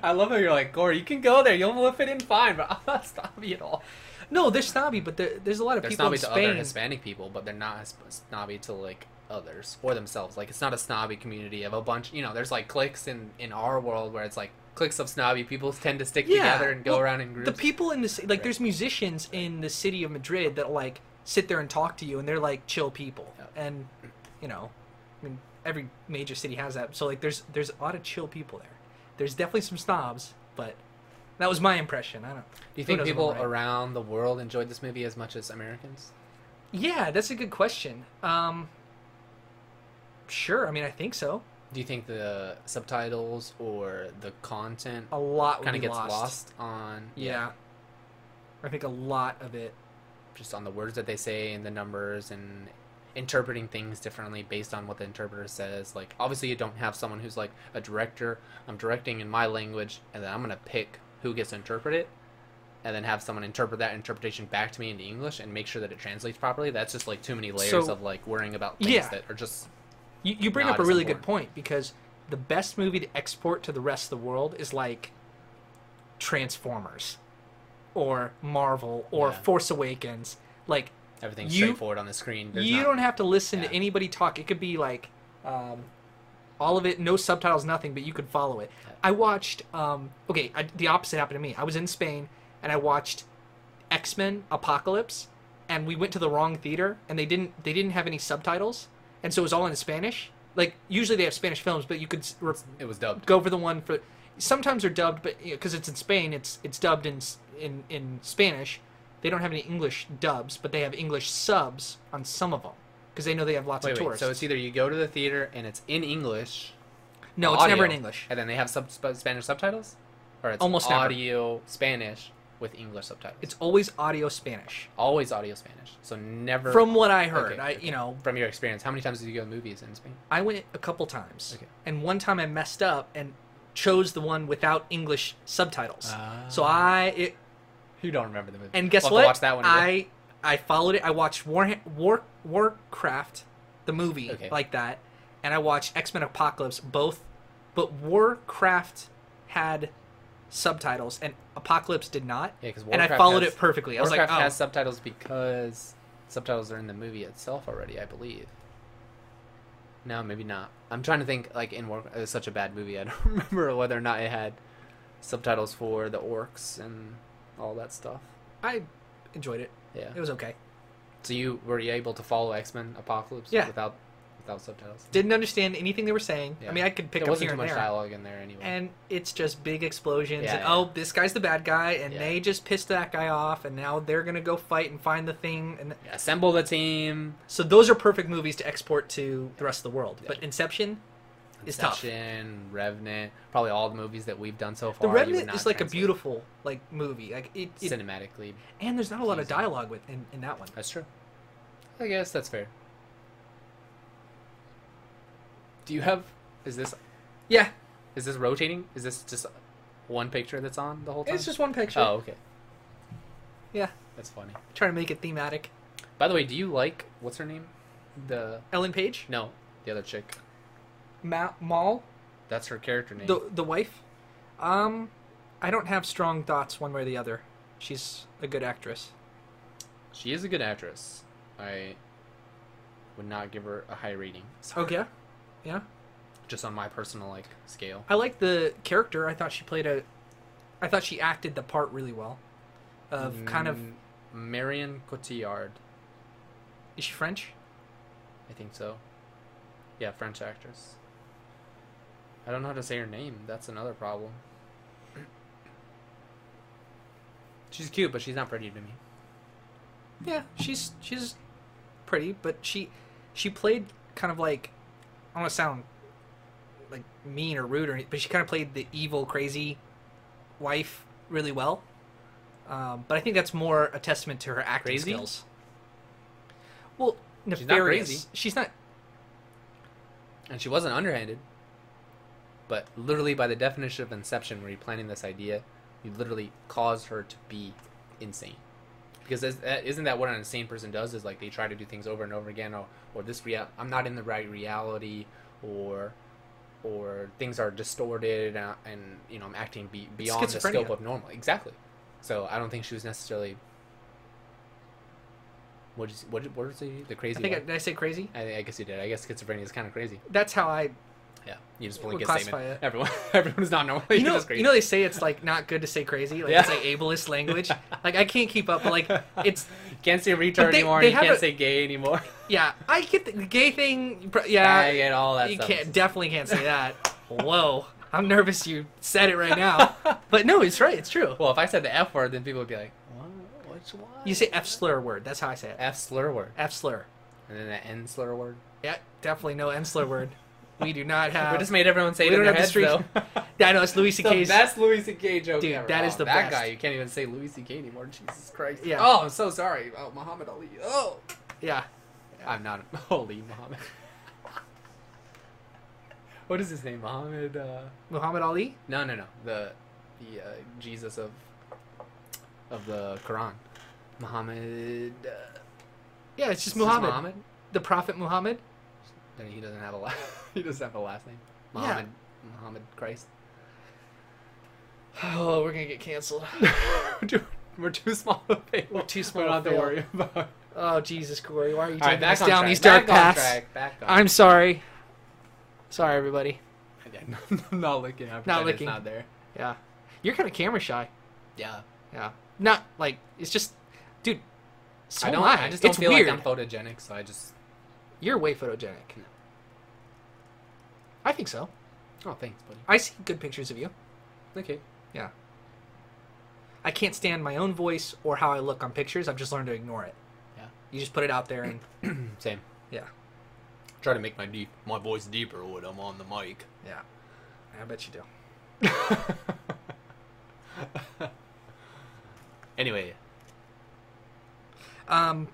I love how you're like, Gore, you can go there. You'll fit in fine, but I'm not snobby at all.
no they're snobby but there- there's a lot of
They're
people
snobby
in
to other
spain
Hispanic people, but they're not as snobby to like others or themselves. Like it's not a snobby community of a bunch. You know, there's like cliques in in our world where it's like cliques of snobby people tend to stick
Yeah,
together and go
well,
around in groups.
the people in this like there's musicians in the city of madrid that like sit there and talk to you and they're like chill people
Yeah.
and you know i mean every major city has that so like there's there's a lot of chill people there there's definitely some snobs but that was my impression i don't
Do
who
you think
knows if I'm
people
right.
around the world enjoyed this movie as much as Americans?
yeah that's a good question um sure i mean i think so
Do you think the subtitles or the content
a lot would
kind
be
of gets lost.
Oh, lost.
on
Yeah. I think a lot of it.
just on the words that they say and the numbers and interpreting things differently based on what the interpreter says. Like obviously you don't have someone who's like a director, I'm directing in my language and then I'm going to pick who gets to interpret it and then have someone interpret that interpretation back to me into English and make sure that it translates properly. That's just like too many layers
So-
of like worrying about things
Yeah.
that are just
You, you bring
Not
up a
as
really good
important.
point because the best movie to export to the rest of the world is like Transformers or Marvel or
Yeah.
Force Awakens. Like,
everything's
You-
straightforward on the screen. There's
you
not-
don't have to listen
yeah.
to anybody talk. It could be like um, all of it, no subtitles, nothing, but you could follow it. I watched. Um, okay, I, the opposite happened to me. I was in Spain and I watched X Men Apocalypse, and we went to the wrong theater, and they didn't they didn't have any subtitles, and so it was all in Spanish. Like usually they have Spanish films, but you could s- re-
it was dubbed.
go for the one for. Sometimes they're dubbed, but because it's in Spain, it's it's dubbed in s- in in Spanish. They don't have any English dubs, but they have English subs on some of them because they know they have lots
Wait,
of
wait.
tourists.
So it's either you go to the theater and it's in English.
no, Oh, it's never in
audio,
English.
And then they have sub- sp- Spanish subtitles, or it's
Almost never.
audio Spanish with English subtitles.
It's always audio Spanish,
always audio Spanish. So never
from what I heard.
Okay,
I
okay.
you know
from your experience. How many times did you go to movies in Spain?
I went a couple times,
Okay.
and one time I messed up and chose the one without English subtitles.
Ah.
So I it,
You don't remember the movie.
and guess
We'll have to
what?
Watch that one. again.
I I followed it. I watched War War Warcraft, the movie,
Okay.
like that, and I watched X Men Apocalypse both, but Warcraft had subtitles and Apocalypse did not.
Yeah, 'cause
and I
Warcraft
followed
has-
it perfectly. I was
Warcraft
like, oh,
has subtitles because subtitles are in the movie itself already, I believe. No, maybe not. I'm trying to think. Like in Warcraft, it was such a bad movie. I don't remember whether or not it had subtitles for the orcs and all that stuff.
I enjoyed it.
Yeah.
It was okay.
So you were you able to follow X Men Apocalypse
Yeah.
without without subtitles?
Didn't understand anything they were saying.
Yeah.
I mean, I could pick
there
up
wasn't
here
too
and
much
there.
dialogue in there anyway.
and it's just big explosions
Yeah,
and
yeah.
oh this guy's the bad guy and
Yeah.
they just pissed that guy off and now they're gonna go fight and find the thing and
Assemble the team.
so those are perfect movies to export to the rest of the world but inception is tough.
Inception, Revenant, probably all the movies that we've done so far.
The
you would
Revenant
not
is like a
translate
beautiful like movie. Like it, it
cinematically.
and there's not a lot of
amazing.
dialogue with in, in that one.
That's true. I guess that's fair. Do you have? Is this
Yeah,
is this rotating? Is this just one picture that's on the whole time?
it's just one picture.
Oh, okay.
Yeah,
That's funny.
trying to make it thematic.
By the way, do you like what's her name? The
Ellen Page,
no, the other chick.
Ma- Mall,
That's her character name.
the the wife. Um, I don't have strong thoughts one way or the other. She's a good actress.
She is a good actress. I would not give her a high rating. So
Okay, Oh, yeah.
just on my personal like scale.
I like the character. I thought she played a. I thought she acted the part really well. Of kind of
Mm, Marion Cotillard,
is she French?
I think so. Yeah, French actress. I don't know how to say her name. That's another problem. She's cute, but she's not pretty to me.
Yeah, she's she's pretty, but she she played kind of like I don't want to sound like mean or rude or anything, but she kind of played the evil, crazy wife really well. Um, but I think that's more a testament to her acting
Crazy?
skills. Well, nefarious.
She's not crazy.
She's not.
and she wasn't underhanded. But literally, by the definition of inception, where you're planning this idea, you literally cause her to be insane. Because is- that, isn't that what an insane person does? Is like they try to do things over and over again, or or this real I'm not in the right reality, or or things are distorted, and, I- and you know I'm acting be, beyond the
schizophrenia.
scope of normal. Exactly. So I don't think she was necessarily. What is what? What is the
I
the crazy?
think I,
one?
did I say crazy?
I, I guess you did. I guess schizophrenia is kind of crazy.
That's how I.
Yeah, you just
We'll
blink a
classify
statement. Everyone, everyone's not normal.
You know, you know they say it's like not good to say crazy. Like it's
Yeah.
like ableist language. like I can't keep up. But like it's
can't say
they-
retard anymore.
they
you
have
can't
a-
say gay anymore.
yeah. I get the, the gay thing. you pro- Yeah.
I get all that
you
stuff.
can't definitely can't say that. Whoa, I'm nervous. You said it right now, but no, it's right. It's true.
Well, if I said the F word, then people would be like, "What? Which one?"
You say F slur word. That's how I say it.
F slur word,
F slur.
and then the N slur word.
Yeah, definitely no N slur word. We do not
we
have.
just made everyone say it
we
in
don't
their
have
heads,
the
though.
Yeah, I know it's Louis
the
C.K.'s.
best Louis C.K. joke
Dude,
ever.
that is
Oh,
the
that
best.
guy. You can't even say Louis C.K. anymore. Jesus Christ.
Yeah.
Oh, I'm so sorry. Oh, Muhammad Ali. Oh.
Yeah,
I'm not holy Muhammad. what is his name? Muhammad. Uh...
Muhammad Ali.
No, no, no. The the uh, Jesus of of the Quran, Muhammad. Uh,
Yeah, it's just
is this
Muhammad, the Prophet Muhammad.
No, he doesn't have a last. he doesn't have a last name. Muhammad. Muhammad Christ.
Oh, we're gonna get canceled.
Dude, we're too small to fail.
We're too small
We
to
don't have to
fail.
worry about. All
Oh Jesus, Corey, why are you
right,
taking
back
us
on
down
track,
these dark
back on
paths?
track, back on.
I'm sorry. Sorry, everybody.
Yeah, I'm not looking. I pretend
looking.
It's not there.
Yeah, you're kind of camera shy.
Yeah.
Yeah, not like it's just, dude. So
I don't.
am I.
I just don't
it's
feel
weird.
like I'm photogenic, so I just.
You're way photogenic. I think so.
Oh, thanks, buddy.
I see good pictures of you.
Okay.
Yeah. I can't stand my own voice or how I look on pictures. I've just learned to ignore it.
Yeah.
You just put it out there and
Same.
yeah,
Try to make my deep my voice deeper when I'm on the mic.
yeah. I bet you do.
Anyway,
Um,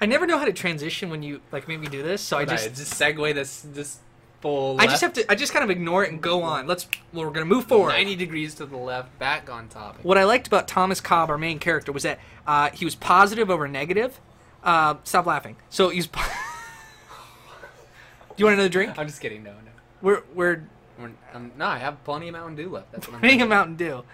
I never know how to transition when you like make me do this, so I
I
just
just, segue this this full.
I just have to I just kind of ignore it and go on. Let's well, we're gonna move forward.
ninety degrees to the left, back on topic.
what I liked about Thomas Cobb, our main character, was that uh, he was positive over negative. Uh, stop laughing. So he's. Po- Do you want another drink?
I'm just kidding. No, no.
We're we're
We're, um, no, I have plenty of Mountain Dew left. That's what I'm
drinking a
drinking.
Mountain Dew.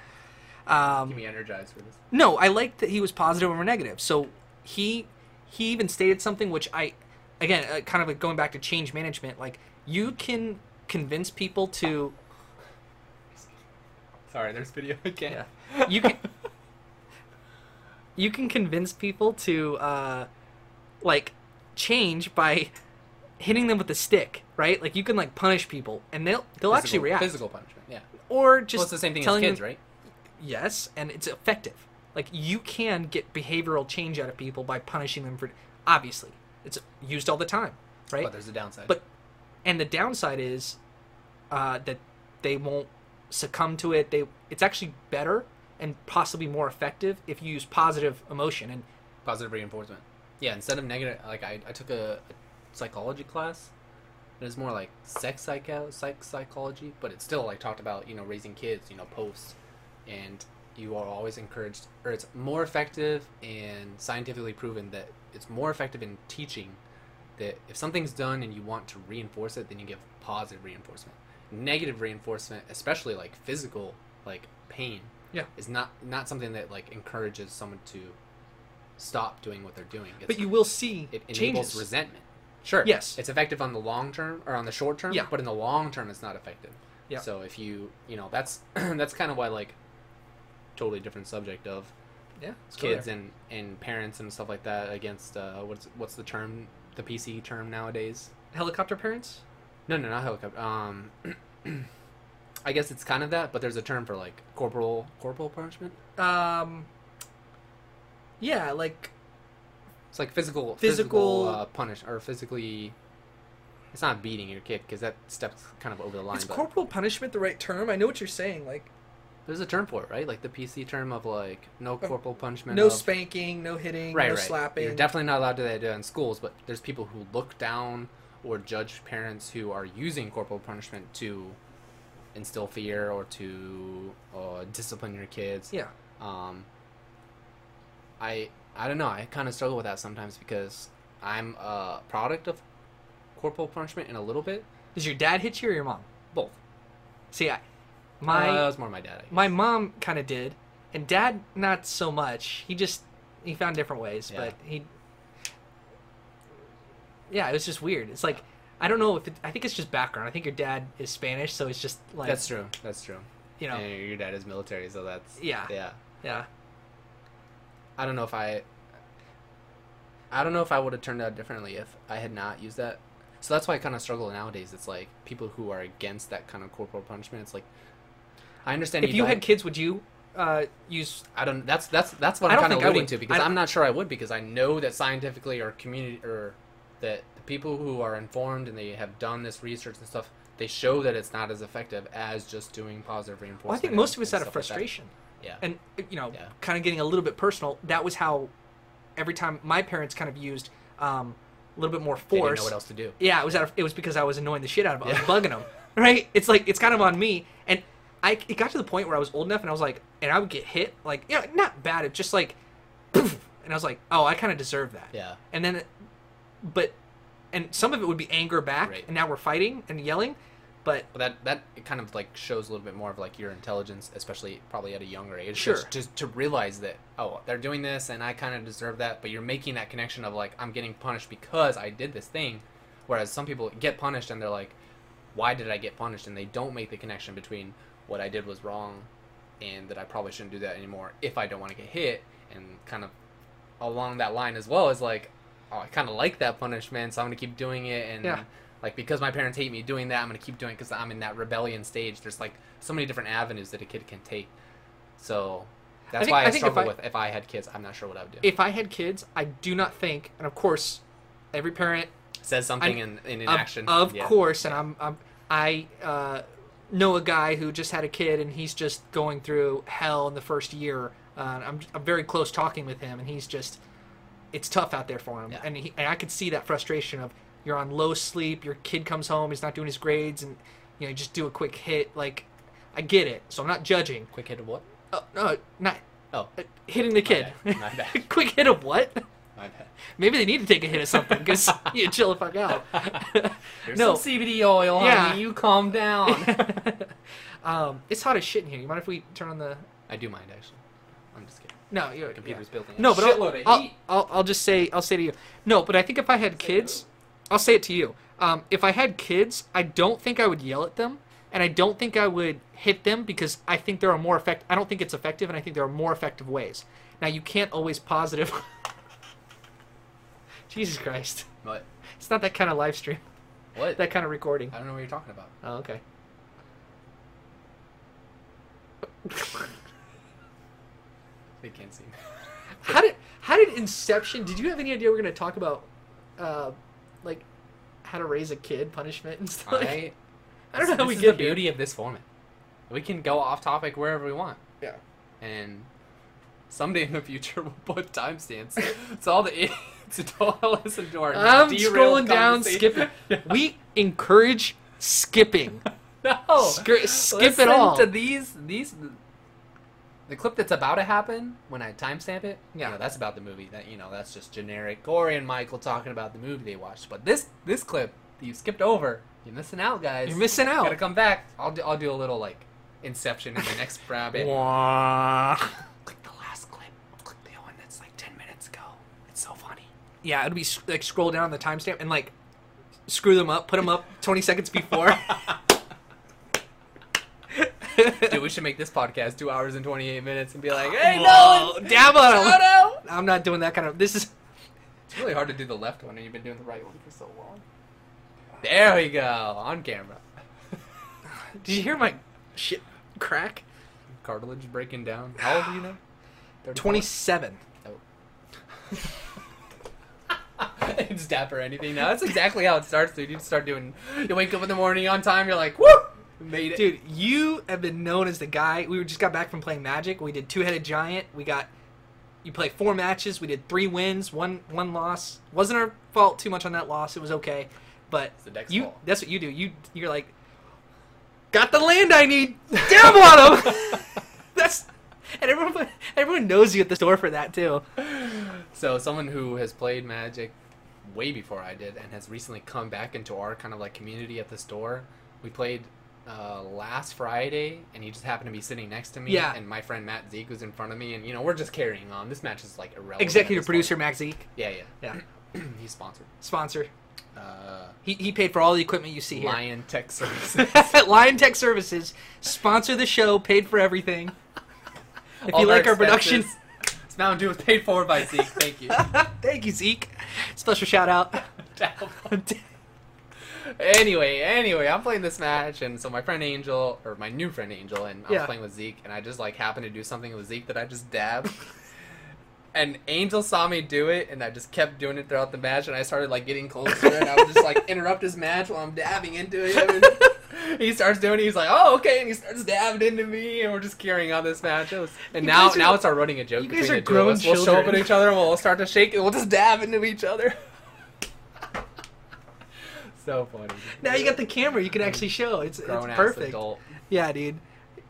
Keep me energized for this.
Um, No, I liked that he was positive over negative. So he he even stated something which I again uh, kind of like going back to change management. Like you can convince people to
Sorry, there's video again.
Yeah. You can- you can convince people to uh, like change by hitting them with a stick, right? Like you can like punish people, and they'll they'll
Physical-
actually react,
Physical punishment. Yeah.
or just
Well, it's the same thing as
telling
kids,
them-
right?
Yes, and it's effective. Like you can get behavioral change out of people by punishing them for obviously it's used all the time, right?
But there's a downside.
But and the downside is uh, that they won't succumb to it. They it's actually better and possibly more effective if you use positive emotion. And
positive reinforcement. Yeah, instead of negative, like I, I took a, a psychology class. It was more like sex psycho psych psychology, but it still like talked about you know raising kids, you know posts, and you are always encouraged, or it's more effective and scientifically proven that it's more effective in teaching that if something's done and you want to reinforce it, then you give positive reinforcement. Negative reinforcement, especially like physical like pain,
Yeah.
is not not something that like encourages someone to stop doing what they're doing. It's
but you will see
it enables
changes.
resentment. Sure.
Yes.
It's effective on the long term or on the short term.
Yeah.
But in the long term, it's not effective.
Yeah.
So if you, you know, that's that's kind of why like, totally different subject of
yeah, let's go
kids
there.
and and parents and stuff like that against uh what's what's the term the PC term nowadays?
helicopter parents.
No, no, not helicopter. Um, I guess it's kind of that, but there's a term for like corporal corporal punishment.
Um, yeah, like
It's like physical
Physical-
physical, uh, punish or physically. It's not beating your kid because that steps kind of over the line.
is
but-
corporal punishment the right term? I know what you're saying. Like
There's a term for it, right? Like the PC term of like no corporal punishment.
no
of-
spanking, no hitting,
right,
no
right.
slapping.
You're definitely not allowed to do that in schools, but there's people who look down or judge parents who are using corporal punishment to instill fear or to uh, discipline your kids.
yeah,
Um, I I don't know. I kind of struggle with that sometimes because I'm a product of corporal punishment in a little bit.
does your dad hit you or your mom?
Both.
See, I, my
uh, it was more my dad. I guess.
my mom kind of did, and dad not so much. He just he found different ways,
Yeah.
but he yeah, it was just weird. It's like I don't know if it, I think it's just background. I think your dad is Spanish, so it's just like
That's true. That's true.
you know
And your dad is military, so that's
Yeah.
yeah.
yeah
I don't know if I. I don't know if I would have turned out differently if I had not used that. So that's why I kind of struggle nowadays. It's like people who are against that kind of corporal punishment. It's like, I understand
if you
don't-
had kids, would you uh, use?
I don't. That's that's that's what
I
I'm
don't
kind of
think I
alluding
would.
to because
I-
I'm not sure I would because I know that scientifically or community or that the people who are informed and they have done this research and stuff, they show that it's not as effective as just doing positive reinforcement.
Well, I think
and-
most of it's
and
out of
stuff like that.
frustration,
yeah.
and you know,
Yeah.
kind of getting a little bit personal. That was how every time my parents kind of used um, a little bit more
They
force.
didn't know what else to do.
Yeah, it was out of, it was because I was annoying the shit out of him. I
Yeah.
was bugging him, right? It's like it's kind of on me, and I it got to the point where I was old enough, and I was like, and I would get hit, like you know, not bad, it just like, poof, and I was like, oh, I kind of deserve that.
Yeah.
And then, but, and some of it would be anger back,
Right.
and now we're fighting and yelling, but
But that that it kind of like shows a little bit more of like your intelligence, especially probably at a younger age.
Sure.
Just, just to realize that oh, they're doing this, and I kind of deserve that. But you're making that connection of like I'm getting punished because I did this thing, whereas some people get punished and they're like, why did I get punished? And they don't make the connection between what I did was wrong, and that I probably shouldn't do that anymore if I don't want to get hit. And kind of along that line as well is like, oh, I kind of like that punishment, so I'm gonna keep doing it. And
Yeah.
like because my parents hate me doing that, I'm gonna keep doing it because I'm in that rebellion stage. There's like so many different avenues that a kid can take. So that's
think-
why I,
I think if
struggle
I-
with if I had kids, I'm not sure what I would do.
if I had kids, I do not think, and of course, every parent
says something in, in
of,
inaction.
of
Yeah.
course, and I'm, I'm I uh, know a guy who just had a kid, and he's just going through hell in the first year. Uh, I'm I'm very close talking with him, and he's just it's tough out there for him,
Yeah.
and he, and I could see that frustration of you're on low sleep, your kid comes home, he's not doing his grades, and you know you just do a quick hit. Like I get it, so I'm not judging.
Quick hit of what?
Uh, no, not
Oh,
uh, hitting the kid.
bad. My bad.
quick hit of what?
my bad.
Maybe they need to take a hit of something because you chill the fuck out.
Here's
no,
some CBD oil,
Yeah.
honey. You calm down.
um, it's hot as shit in here. You mind if we turn on the?
I do mind actually. I'm just kidding.
No, you're
Computer's building.
yeah.
a
No, but
shitload of
I'll, I'll,
heat.
I'll I'll just say I'll say to you. No, but I think if I had kids, I'll say it to you. Um, if I had kids, I don't think I would yell at them, and I don't think I would hit them because I think there are more effect. I don't think it's effective, and I think there are more effective ways. Now you can't always positive. Jesus Christ,
What?
it's not that kind of live stream,
What?
that kind of recording.
I don't know what you're talking about.
Oh, okay.
They can't see. me.
How did how did Inception? Did you have any idea we are going to talk about, uh, like, how to raise a kid punishment and stuff.
I,
I don't know how we
this is
get
the
here.
beauty of this format. We can go off topic wherever we want,
Yeah.
and someday in the future we'll put timestamps. it's all the idiots who don't listen to our.
I'm
derailed
scrolling down,
conversation.
skipping. We encourage skipping.
no,
Skr- skip
Listen
it all.
To these, these, the clip that's about to happen when I timestamp it. you
Yeah.
know, that's about the movie. That you know, that's just generic Corey and Michael talking about the movie they watched. But this, this clip that you skipped over, you're missing out, guys.
You're missing
Gotta
out.
come back. I'll do, I'll do a little like Inception in the next rabbit.
Wah.
Click the last clip. Click the one that's like ten minutes ago. It's so funny.
Yeah, it'd be s- like scroll down the timestamp and like screw them up, put them up 20 seconds before.
Dude, we should make this podcast two hours and twenty eight minutes and be like, hey,
Whoa,
no,
damn
no,
it.
no.
I'm not doing that kind of. This is.
It's really hard to do the left one, and you've been doing the right one for so long. There we go, on camera.
Did you hear my shit crack?
Cartilage breaking down. How old are you now? Oh.
27.
it's dapper or anything. No, that's exactly how it starts, dude. You just start doing. You wake up in the morning on time. You're like, woo, made it.
Dude, you have been known as the guy. We just got back from playing Magic. We did Two Headed Giant. We got. You play four matches. We did three wins, one one loss. Wasn't our fault too much on that loss. It was okay, but
the deck's
you
fault.
that's what you do. You you're like, got the land I need. Damn on him. that's and everyone everyone knows you at the store for that
Oh,
too.
So someone who has played Magic way before I did, and has recently come back into our kind of like community at the store. We played uh, last Friday, and he just happened to be sitting next to me.
Yeah.
And my friend Matt Zeke was in front of me, and you know we're just carrying on. This match is like irrelevant. at
Executive
this
producer
point.
Max Zeke,
Yeah, yeah.
yeah,
He's sponsored.
sponsor.
Uh,
He he paid for all the equipment you see here.
Lion Tech Services.
Lion Tech Services sponsor the show, paid for everything. If you like our production,
This Mountain Dew was paid for by Zeke. Thank you.
thank you, Zeke. Special shout out.
anyway, anyway, I'm playing this match, and so my friend Angel, or my new friend Angel, and I was
Yeah.
playing with Zeke, and I just like happened to do something with Zeke that I just dabbed. And Angel saw me do it, and I just kept doing it throughout the match, and I started like getting closer, and I would just like interrupt his match while I'm dabbing into him. And he starts doing it. He's like, "Oh, okay," and he starts dabbing into me, and we're just carrying on this match. It was- and
You
now,
guys are-
now it's our running a joke
you
between
guys
the
are
two of
grown
us. We'll show up at
children.
each other, and we'll start to shake, and we'll just dab into each other. so funny.
Now you got the camera, you can actually show. It's, it's
grown ass
perfect.
adult.
Yeah, dude.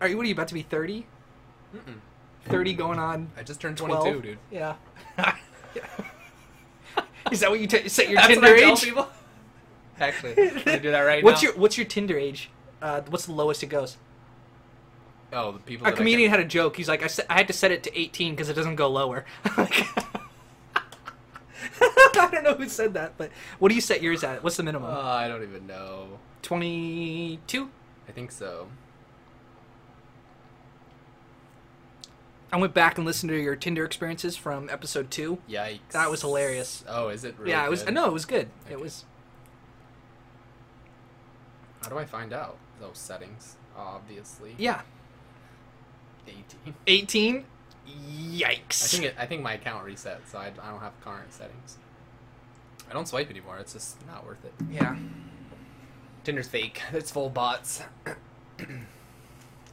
Are you? What are you about to be thirty?
Mm-mm.
Thirty going on
I just turned
12?
22, dude.
Yeah. Is that what you t- set your
That's what
Tinder
I tell
age?
people. Actually, I'm gonna do that right
What's
now.
your What's your Tinder age? Uh, what's the lowest it goes?
your? Oh, the people.
A
that I can-
comedian had a joke. He's like, I, se- I had to set it to 18 because it doesn't go lower. I don't know who said that, but what do you set yours at? What's the minimum?
Uh, I don't even know.
22?
I think so.
I went back and listened to your Tinder experiences from episode two.
Yikes.
That was hilarious.
Oh, is it really?
yeah, it was.
good?
No, it was good. It
Okay.
was.
How do I find out those settings? Obviously.
Yeah,
18.
18.
I
Yikes.
think it, I think my account reset, so I, I don't have current settings. I don't swipe anymore. It's just not worth it.
yeah.
Tinder's fake. It's full of bots.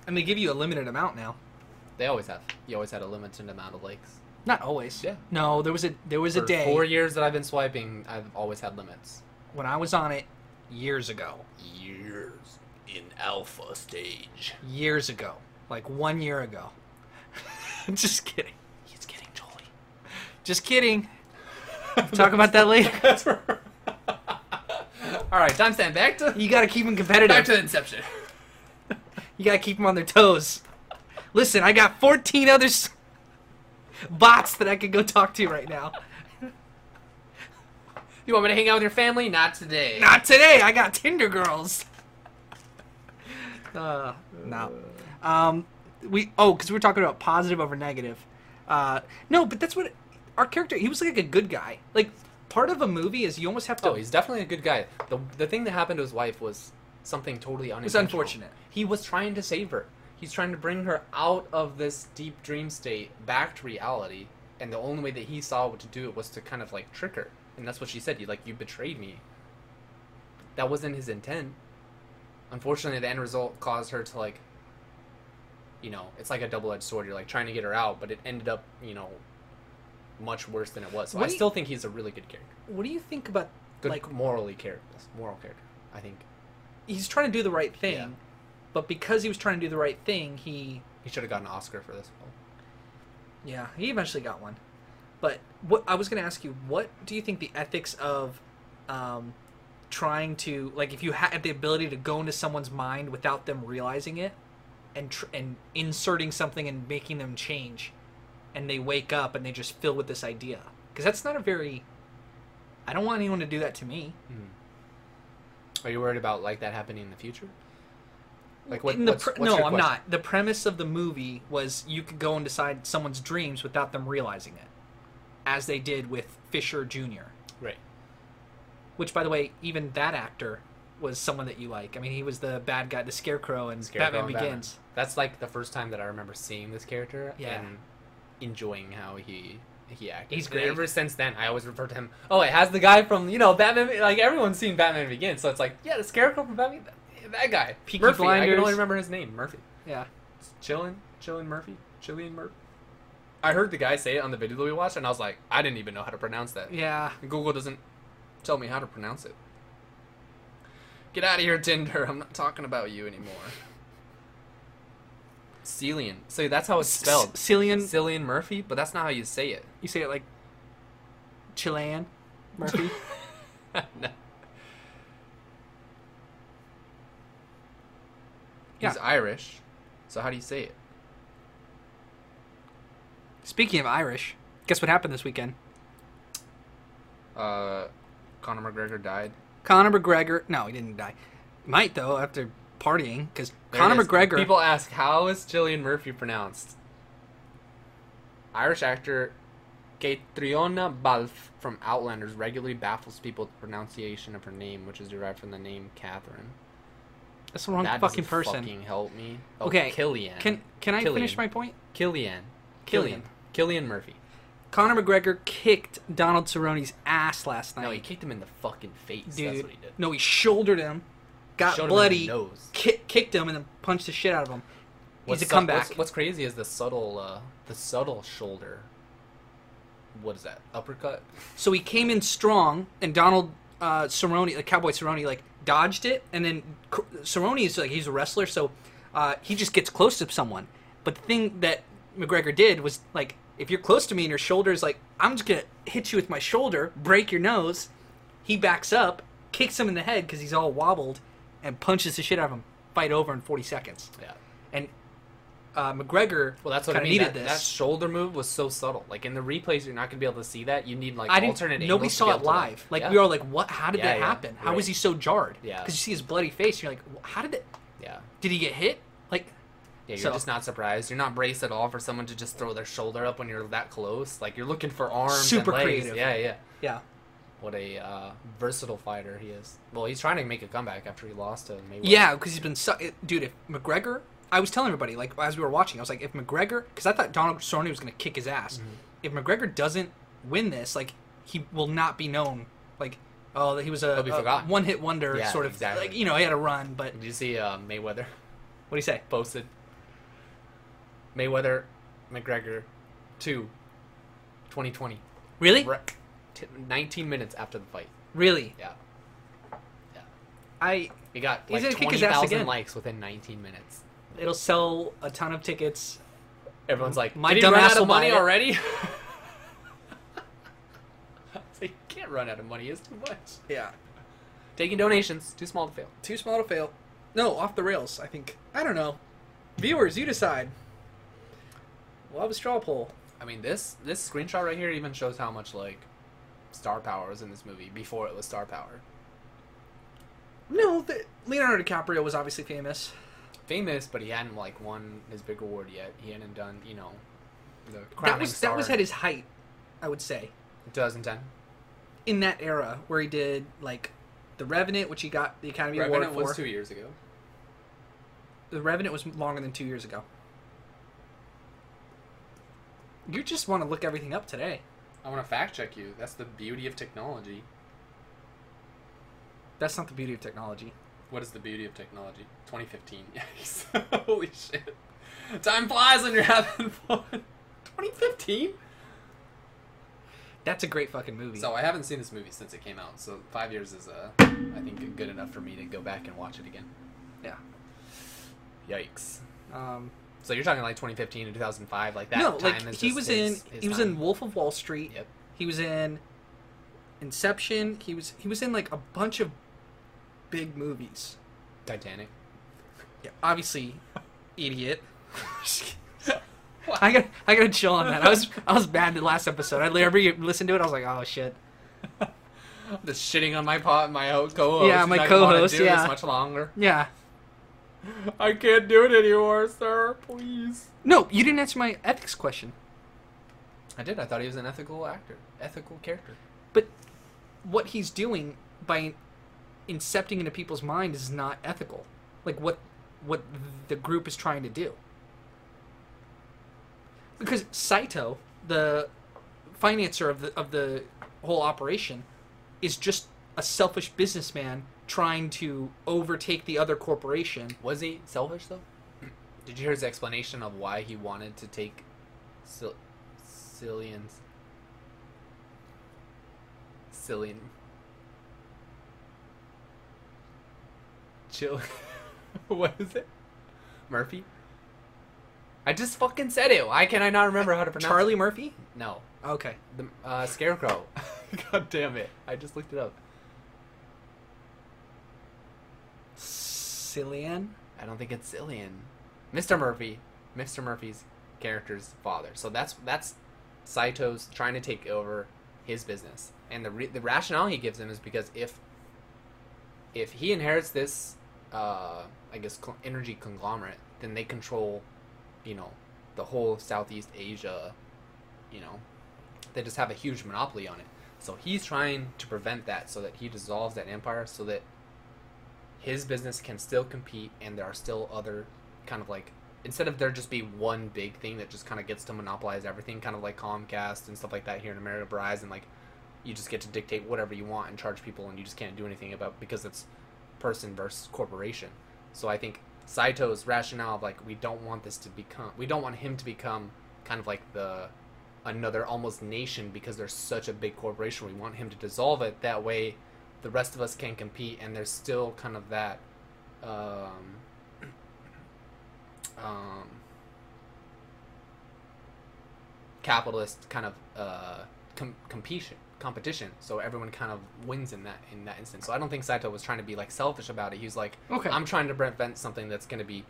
And they give you a limited amount now.
They always have. You always had a limited amount of likes.
Not always.
Yeah.
No, there was a there was a
For
day
Four years that I've been swiping, I've always had limits.
when I was on it years ago.
Years in alpha stage.
years ago, like one year ago. Just kidding.
He's getting jolly.
Just kidding. Talk about that later.
That's for. All right, timestamp back to
You got to keep them
back to
competitive.
Inception.
You got to keep them on their toes. Listen, I got 14 other s- bots that I could go talk to right now.
You want me to hang out with your family? Not today.
Not today. I got Tinder girls. Uh, no. Um, we oh, because we were talking about positive over negative. Uh, no, but that's what our character. He was like a good guy. Like part of a movie is you almost have to
Oh, he's definitely a good guy. The, the thing that happened to his wife was something totally unintentional.
unfortunate.
He was trying to save her. He's trying to bring her out of this deep dream state back to reality, and the only way that he saw what to do it was to kind of like trick her. And that's what she said. You like you betrayed me. that wasn't his intent. Unfortunately, the end result caused her to like, you know, it's like a double edged sword. You're like trying to get her out, but it ended up, you know, much worse than it was. So
What
I
do you-
still think he's a really good character,
What do you think about
good
like
morally character, moral character. I think
he's trying to do the right thing,
Yeah.
but because he was trying to do the right thing, he
he should have gotten an Oscar for this. Role.
yeah he eventually got one. But what I was going to ask you, what do you think the ethics of um, trying to like if you ha- have the ability to go into someone's mind without them realizing it, and tr- and inserting something and making them change, and they wake up and they just fill with this idea because that's not a very I don't want anyone to do that to me.
Are you worried about like that happening in the future? Like what?
In the
what's,
pre-
what's
no,
your
I'm
question?
not. The premise of the movie was you could go and decide someone's dreams without them realizing it, as they did with Fisher Jr.
Right.
Which, by the way, even that actor was someone that you like. I mean, he was the bad guy, the Scarecrow, and
Scarecrow
Batman
and Batman.
Begins.
That's like the first time that I remember seeing this character
Yeah.
and enjoying how he he acted.
He's
And
great.
ever since then, I always refer to him. Oh, it has the guy from you know Batman. Like everyone's seen Batman Begins, so it's like yeah, the Scarecrow from Batman. That, that guy,
Peaky
Murphy. I
Blinders.
can only remember his name, Murphy.
Yeah,
Chillin, Chillin Murphy, Chillian Murphy. I heard the guy say it on the video that we watched, and I was like, I didn't even know how to pronounce that.
yeah.
Google doesn't tell me how to pronounce it. Get out of here, Tinder. I'm not talking about you anymore. Cillian. So that's how it's spelled.
S- Cillian.
Cillian Murphy, but that's not how you say it.
you say it like Chilean Murphy.
no.
Yeah.
He's Irish. So how do you say it?
Speaking of Irish, guess what happened this weekend?
Uh, Conor McGregor died.
Conor McGregor. No, he didn't die. Might though after partying because
There it
Conor
is.
McGregor.
People ask how is Cillian Murphy pronounced? Irish actor Catriona Balfe from Outlanders regularly baffles people with the pronunciation of her name, which is derived from the name Catherine.
that's the wrong
that
fucking
doesn't
person.
Fucking help me. Oh,
Okay,
Killian.
Can can I
Killian.
finish my point?
Killian?
Killian.
Killian. Killian Murphy.
Conor McGregor kicked Donald Cerrone's ass last night.
No, he kicked him in the fucking face.
Dude,
That's what he did.
no, he shouldered him, got
Showed him in the
bloody,
nose.
ki- kicked him, and then punched the shit out of him.
What's
He's a
su-
comeback.
What's, what's crazy is the subtle, uh, the subtle shoulder. What is that? Uppercut.
So he came in strong, and Donald uh, Cerrone, like Cowboy Cerrone, like dodged it, and then C- Cerrone is like he's a wrestler, so uh, he just gets close to someone. But the thing that McGregor did was like, if you're close to me and your shoulder is like, I'm just gonna hit you with my shoulder, break your nose. He backs up, kicks him in the head because he's all wobbled, and punches the shit out of him. Fight over in 40 seconds,
Yeah.
and uh, McGregor
Well, that's what
kind of
I mean.
needed
that,
this.
that shoulder move was so subtle. Like in the replays, you're not gonna be able to see that. You need like
I didn't.
alternate.
nobody
angles to be
saw it
able to,
live. Like
yeah.
we were all like, "What? How did
Yeah,
that
yeah,
happen? How
right.
was he so jarred?"
Yeah.
Because you see his bloody face, and you're like, "Wh- "How did it?
Yeah,
Did he get hit? Like,
yeah. You're
So-
just not surprised. You're not braced at all for someone to just throw their shoulder up when you're that close. Like you're looking for arms.
Super
and legs.
creative.
Yeah, yeah.
yeah."
What a uh, versatile fighter he is. Well, he's trying to make a comeback after he lost to Mayweather.
Yeah, because he's been su- it- dude. If McGregor, I was telling everybody like as we were watching, I was like, if McGregor, because I thought Donald Cerrone was gonna kick his ass.
Mm-hmm.
If McGregor doesn't win this, like he will not be known. Like, oh, that he was a,
He'll be forgotten.
one hit wonder
Yeah,
sort of
exactly.
like you know he had a run, but what
Did you see uh, Mayweather
do you say?
posted Mayweather McGregor two 2020
Really,
Re- t- 19 minutes after the fight.
really,
Yeah. Yeah.
I
He got
He's
like
gonna kick his ass
20,000
again.
likes within 19 minutes.
it'll sell a ton of tickets.
Everyone's like,
My
"Did he
dumb
run
ass
out
will
of money
buy it."
already?" so you can't run out of money. It's too much.
Yeah.
Taking donations, too small to fail.
Too small to fail. No, off the rails, I think. I don't know. Viewers, you decide. We'll have a straw poll.
I mean, this this screenshot right here even shows how much like star power was in this movie before it was star power.
No, the, Leonardo DiCaprio was obviously famous.
Famous, but he hadn't like won his big award yet. He hadn't done, you know, the crowning
That was
star
that was at his height, I would say,
2010.
in that era where he did like The Revenant, which he got the Academy
Revenant
Award
was
for.
two years ago.
The Revenant was longer than two years ago. You just want to look everything up today.
I want to fact check you. That's the beauty of technology.
That's not the beauty of technology.
What is the beauty of technology? 2015. Yikes. Holy shit. Time flies when you're having fun. 2015?
That's a great fucking movie.
So I haven't seen this movie since it came out. So five years is, uh, I think, good enough for me to go back and watch it again.
yeah.
Yikes.
Um,
So you're talking like 2015 and 2005, like that
no,
time
like
is
he
just
was
his-
in
his
he was
time.
in Wolf of Wall Street.
Yep.
He was in Inception. He was he was in like a bunch of big movies.
Titanic.
Yeah, obviously, idiot. I got I got to chill on that. I was I was bad the last episode. I every listened to it, I was like, oh shit.
the shitting on my pot, my ho- co-host.
Yeah,
He's
my
not gonna wanna
co-host,
do this
yeah.
much longer.
Yeah.
I can't do it anymore, sir. Please.
No, you didn't answer my ethics question.
I did. I thought he was an ethical actor, ethical character.
But what he's doing by incepting into people's mind is not ethical. Like what what the group is trying to do. Because Saito, the financier of the of the whole operation, is just a selfish businessman trying to overtake the other corporation.
Was he selfish though? Did you hear his explanation of why he wanted to take Sil- Cillian's Cillian Chill? what is it? Murphy? I just fucking said it. Why can I not remember how to pronounce
Charlie Murphy?
it? No.
Okay.
The uh, Scarecrow. God damn it. I just looked it up.
Cillian?
I don't think it's Cillian. Mr. Murphy, Mr. Murphy's character's father. So that's that's Saito's trying to take over his business, and the re- the rationale he gives him is because if if he inherits this, uh, I guess cl- energy conglomerate, then they control, you know, the whole Southeast Asia, you know, they just have a huge monopoly on it. So he's trying to prevent that, so that he dissolves that empire, so that his business can still compete and there are still other kind of like instead of there just be one big thing that just kind of gets to monopolize everything kind of like comcast and stuff like that here in america Verizon, and like you just get to dictate whatever you want and charge people and you just can't do anything about because it's person versus corporation so i think saito's rationale of like we don't want this to become we don't want him to become kind of like the another almost nation because there's such a big corporation we want him to dissolve it that way the rest of us can compete and there's still kind of that um, um, capitalist kind of uh, com- competition competition so everyone kind of wins in that in that instance so i don't think saito was trying to be like selfish about it he was like
Okay.
i'm trying to prevent something that's going to be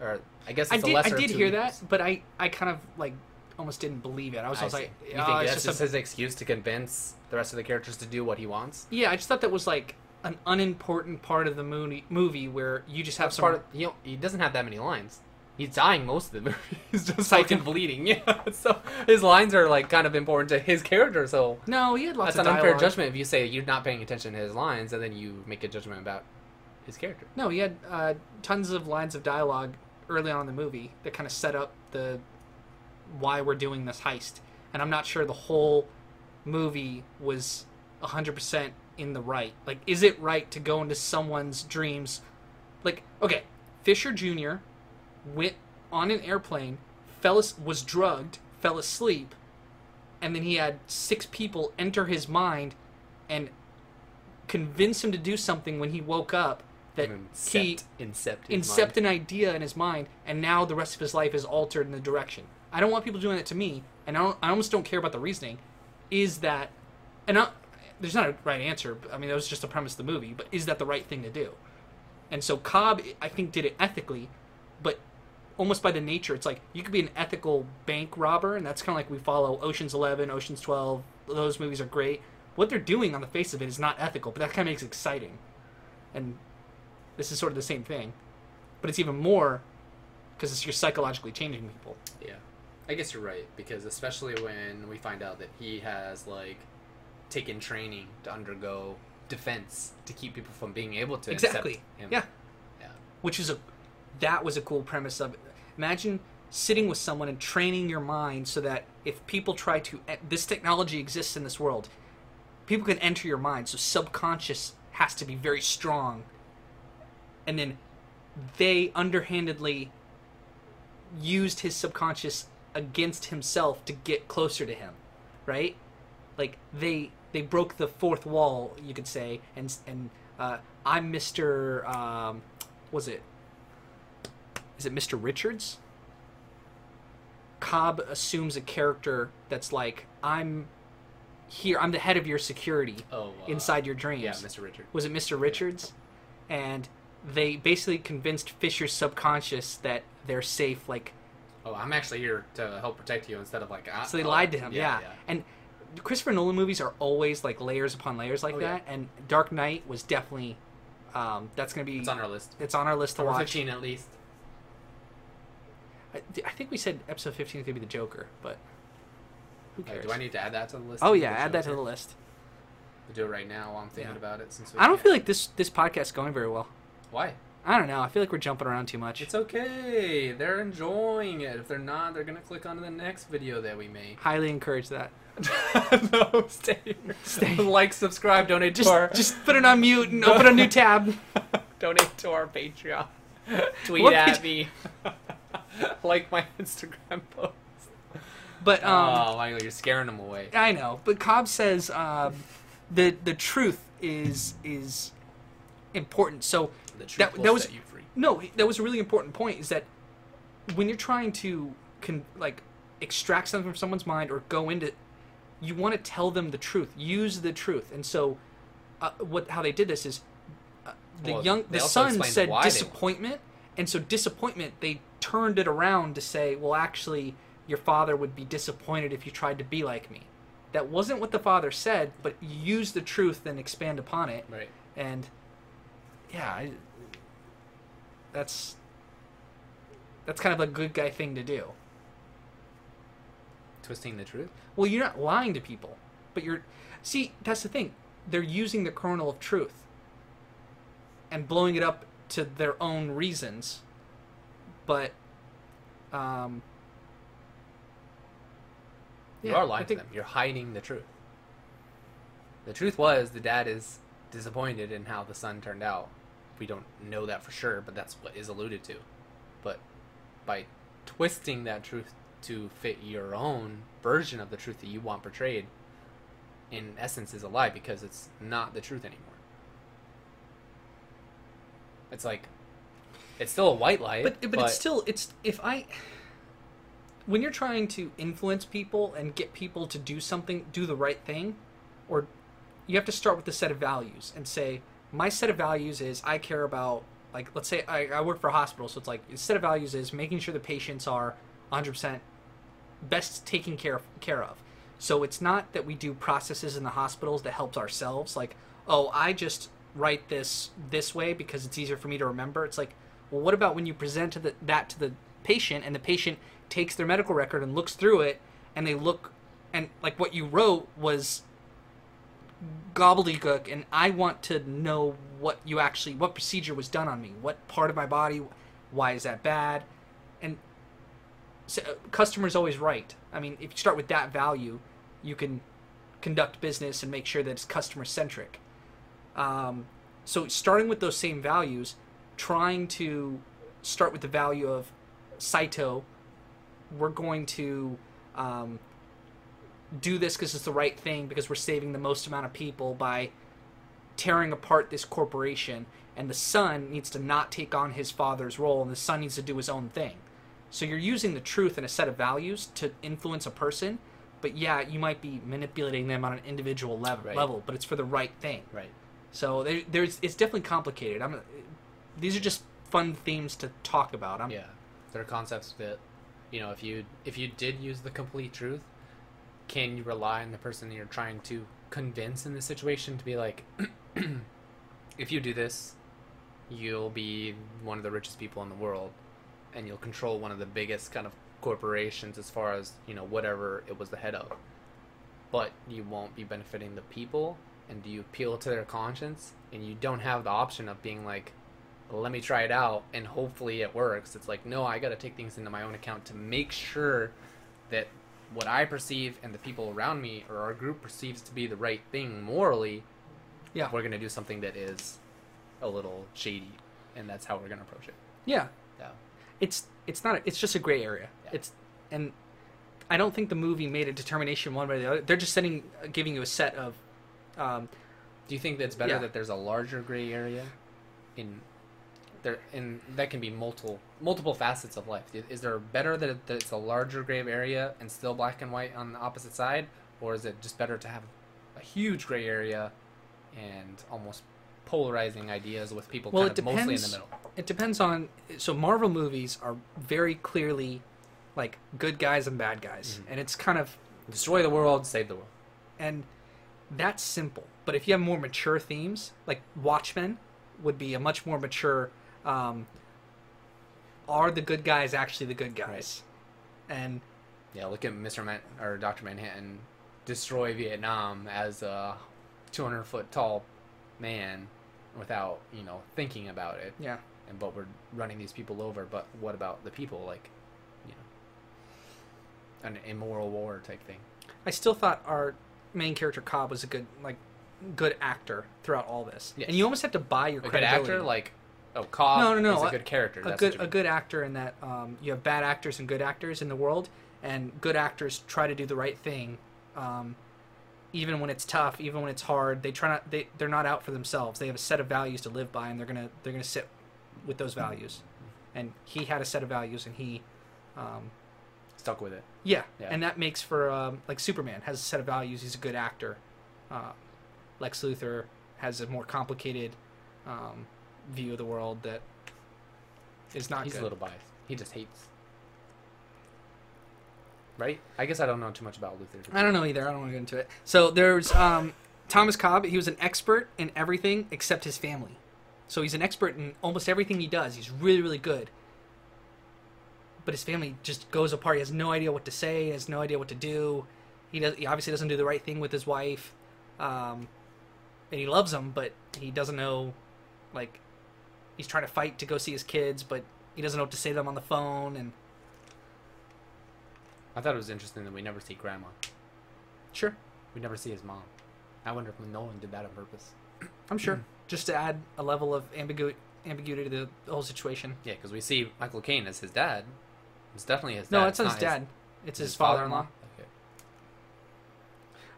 or i guess it's
I
a
did I
lesser of
did
two
hear
evils.
that, but I I kind of like almost didn't believe it. I was
I
just
see.
like
you
"Oh,
think that's
it's
just,
just a
his excuse to convince the rest of the characters to do what he wants?
Yeah, I just thought that was like an unimportant part of the movie, movie where you just have
That's
some.
part of, he, don't- he doesn't have that many lines. He's dying most of the movie. He's just fucking bleeding. Yeah, so his lines are like kind of important to his character. So
no, he had lots
that's
of
an
dialogue.
unfair judgment if you say you're not paying attention to his lines and then you make a judgment about his character.
No, he had uh, tons of lines of dialogue early on in the movie that kind of set up the why we're doing this heist, and I'm not sure the whole movie was 100% in the right. Like, is it right to go into someone's dreams? Like, okay, Fisher Jr. went on an airplane, fell as- was drugged, fell asleep, and then he had six people enter his mind and convince him to do something when he woke up that
And
he
incept, incept, his mind.
incept an idea in his mind, and now the rest of his life is altered in the direction. I don't want people doing that to me, and I, don't, I almost don't care about the reasoning. Is that, and I, there's not a right answer. But, I mean, that was just the premise of the movie. But is that the right thing to do? And so Cobb, I think, did it ethically, but almost by the nature, it's like you could be an ethical bank robber, and that's kind of like we follow Ocean's Eleven, Ocean's Twelve. Those movies are great. What they're doing on the face of it is not ethical, but that kind of makes it exciting. And this is sort of the same thing, but it's even more because it's you're psychologically changing people.
Yeah. I guess you're right, because especially when we find out that he has, like, taken training to undergo defense to keep people from being able to incept
Exactly.
him.
Yeah.
Yeah.
which is a that was a cool premise of imagine sitting with someone and training your mind so that if people try eh, to this technology exists in this world people can enter your mind so subconscious has to be very strong. And then they underhandedly used his subconscious against himself to get closer to him, right? Like they they broke the fourth wall, you could say, and and uh, I'm Mr. Um, was it? Is it Mr. Richards? Cobb assumes a character that's like I'm here. I'm the head of your security
Oh, uh,
inside your dreams.
Yeah, Mr. Richard.
was it Mr. Richards? And they basically convinced Fisher's subconscious that they're safe. Like
Oh, I'm actually here to help protect you instead of like. I,
so they
oh,
lied to him. Yeah, And Christopher Nolan movies are always like layers upon layers like
Oh, yeah.
that. And Dark Knight was definitely um, that's gonna be
It's on our list.
it's on our list to
Number
watch.
15 at least. Uh,
I, I think we said episode fifteen could be the Joker, but who
Like,
cares?
do I need to add that to the list?
oh yeah, add that to the list.
We'll do it right now while I'm thinking
Yeah.
about it. Since we
I don't
can't-
feel like this this podcast's going very well.
Why?
I don't know. I feel like we're jumping around too much.
It's okay. They're enjoying it. If they're not, they're gonna click on to the next video that we make.
Highly encourage that.
no, stay here.
Stay.
Like, subscribe, donate
Just
to our
just put it on mute and open a new tab.
donate to our Patreon. Tweet
What
at
Patreon?
me. like my Instagram post.
But um,
oh, Michael, you're scaring them away.
I know, but Cobb says um, the the truth is is important. So
The truth
that-
will
that was-
set you free.
no, that was a really important point. Is that when you're trying to con- like extract something from someone's mind or go into, you want to tell them the truth. Use the truth, and so uh, what how they did this is uh, the
Well,
young
they
the
also
son
explained
said
why they went.
disappointment, and so disappointment they turned it around to say, well, actually, your father would be disappointed if you tried to be like me. That wasn't what the father said, but use the truth and expand upon it
Right.
and yeah, I, that's that's kind of a good guy thing to do.
Twisting the truth.
Well, you're not lying to people, but you're see that's the thing. They're using the kernel of truth and blowing it up to their own reasons, but um,
you
yeah,
are
I
lying
think-
to them. You're hiding the truth. The truth was the dad is disappointed in how the son turned out. We don't know that for sure, but that's what is alluded to. But by twisting that truth to fit your own version of the truth that you want portrayed, in essence, is a lie because it's not the truth anymore. It's like it's still a white lie,
but but, it's still it's if I when you're trying to influence people and get people to do something, do the right thing, or you have to start with a set of values and say my set of values is I care about like let's say I, I work for a hospital, so it's like the set of values is making sure the patients are 100 percent best taken care care of. So it's not that we do processes in the hospitals that helps ourselves. Like, oh, I just write this this way because it's easier for me to remember. It's like, well, what about when you present to the, that to the patient and the patient takes their medical record and looks through it and they look and like what you wrote was gobbledygook and I want to know what you actually what procedure was done on me, what part of my body, why is that bad, and so, uh, customer's always right. I mean, if you start with that value, you can conduct business and make sure that it's customer centric. Um, so, starting with those same values, trying to start with the value of Saito, we're going to um, do this because it's the right thing because we're saving the most amount of people by tearing apart this corporation and the son needs to not take on his father's role and the son needs to do his own thing so you're using the truth and a set of values to influence a person but yeah you might be manipulating them on an individual level,
Right.
level but it's for the right thing
right.
so there, there's it's definitely complicated i'm these are just fun themes to talk about i'm
yeah there are concepts that you know if you if you did use the complete truth can you rely on the person you're trying to convince in this situation to be like if you do this you'll be one of the richest people in the world and you'll control one of the biggest kind of corporations as far as you know whatever it was the head of but you won't be benefiting the people and do you appeal to their conscience and you don't have the option of being like let me try it out and hopefully it works it's like no i got to take things into my own account to make sure that what i perceive and the people around me or our group perceives to be the right thing morally
Yeah.
We're gonna do something that is a little shady, and that's how we're gonna approach it.
Yeah.
Yeah.
It's it's not. A, it's just a gray area.
Yeah.
It's and I don't think the movie made a determination one way or the other. They're just setting, giving you a set of. Um,
Do you think that's better
Yeah.
that there's a larger gray area, in there, and that can be multiple multiple facets of life? I- Is there better that, it- that it's a larger gray area and still black and white on the opposite side, or is it just better to have a huge gray area and almost polarizing ideas with people
Well,
kind
it
of mostly in the
depends.
middle?
it depends on. So Marvel movies are very clearly, like good guys and bad guys, and it's kind of
Destroy the world, save the world.
and that's simple. But if you have more mature themes, like Watchmen, would be a much more mature. Um, are the good guys actually the good guys? And
Yeah, look at Mr. Man or Doctor Manhattan destroy Vietnam as a 200 foot tall man without you know thinking about it.
yeah,
and but we're running these people over but what about the people like you know an immoral war type thing
I still thought our main character Cobb was a good like good actor throughout all this.
Yes.
And you almost have to buy your
a good
credibility.
actor like oh Cobb
No, no, no,
is a
a-
good character
a
that's
good
what
a
you
good actor in that um, you have bad actors and good actors in the world, and good actors try to do the right thing, um, even when it's tough, even when it's hard. They try not they they're not out for themselves. They have a set of values to live by, and they're gonna they're gonna sit with those values. And he had a set of values, and he, um,
mean. stuck with it
yeah,
Yeah.
and that makes for um, like Superman has a set of values. He's a good actor. Uh, Lex Luthor has a more complicated um, view of the world that is not
he's
good.
a little biased he just hates right I guess I don't know too much about Luther
I don't know either. I don't want to get into it. So there's um, Thomas Cobb. He was an expert in everything except his family. So he's an expert in almost everything he does. He's really, really good. But his family just goes apart. He has no idea what to say. He has no idea what to do. He does. He obviously doesn't do the right thing with his wife, um, and he loves him, but he doesn't know. Like, he's trying to fight to go see his kids, but he doesn't know what to say to them on the phone. And
I thought it was interesting that we never see grandma
sure,
we never see his mom I wonder if Nolan did that on purpose
I'm sure. Just to add a level of ambigu- ambiguity to the, the whole situation.
yeah because we see Michael Caine as his dad it's definitely his dad
No, it's not his
his-
dad. It's his, father-in-law.
okay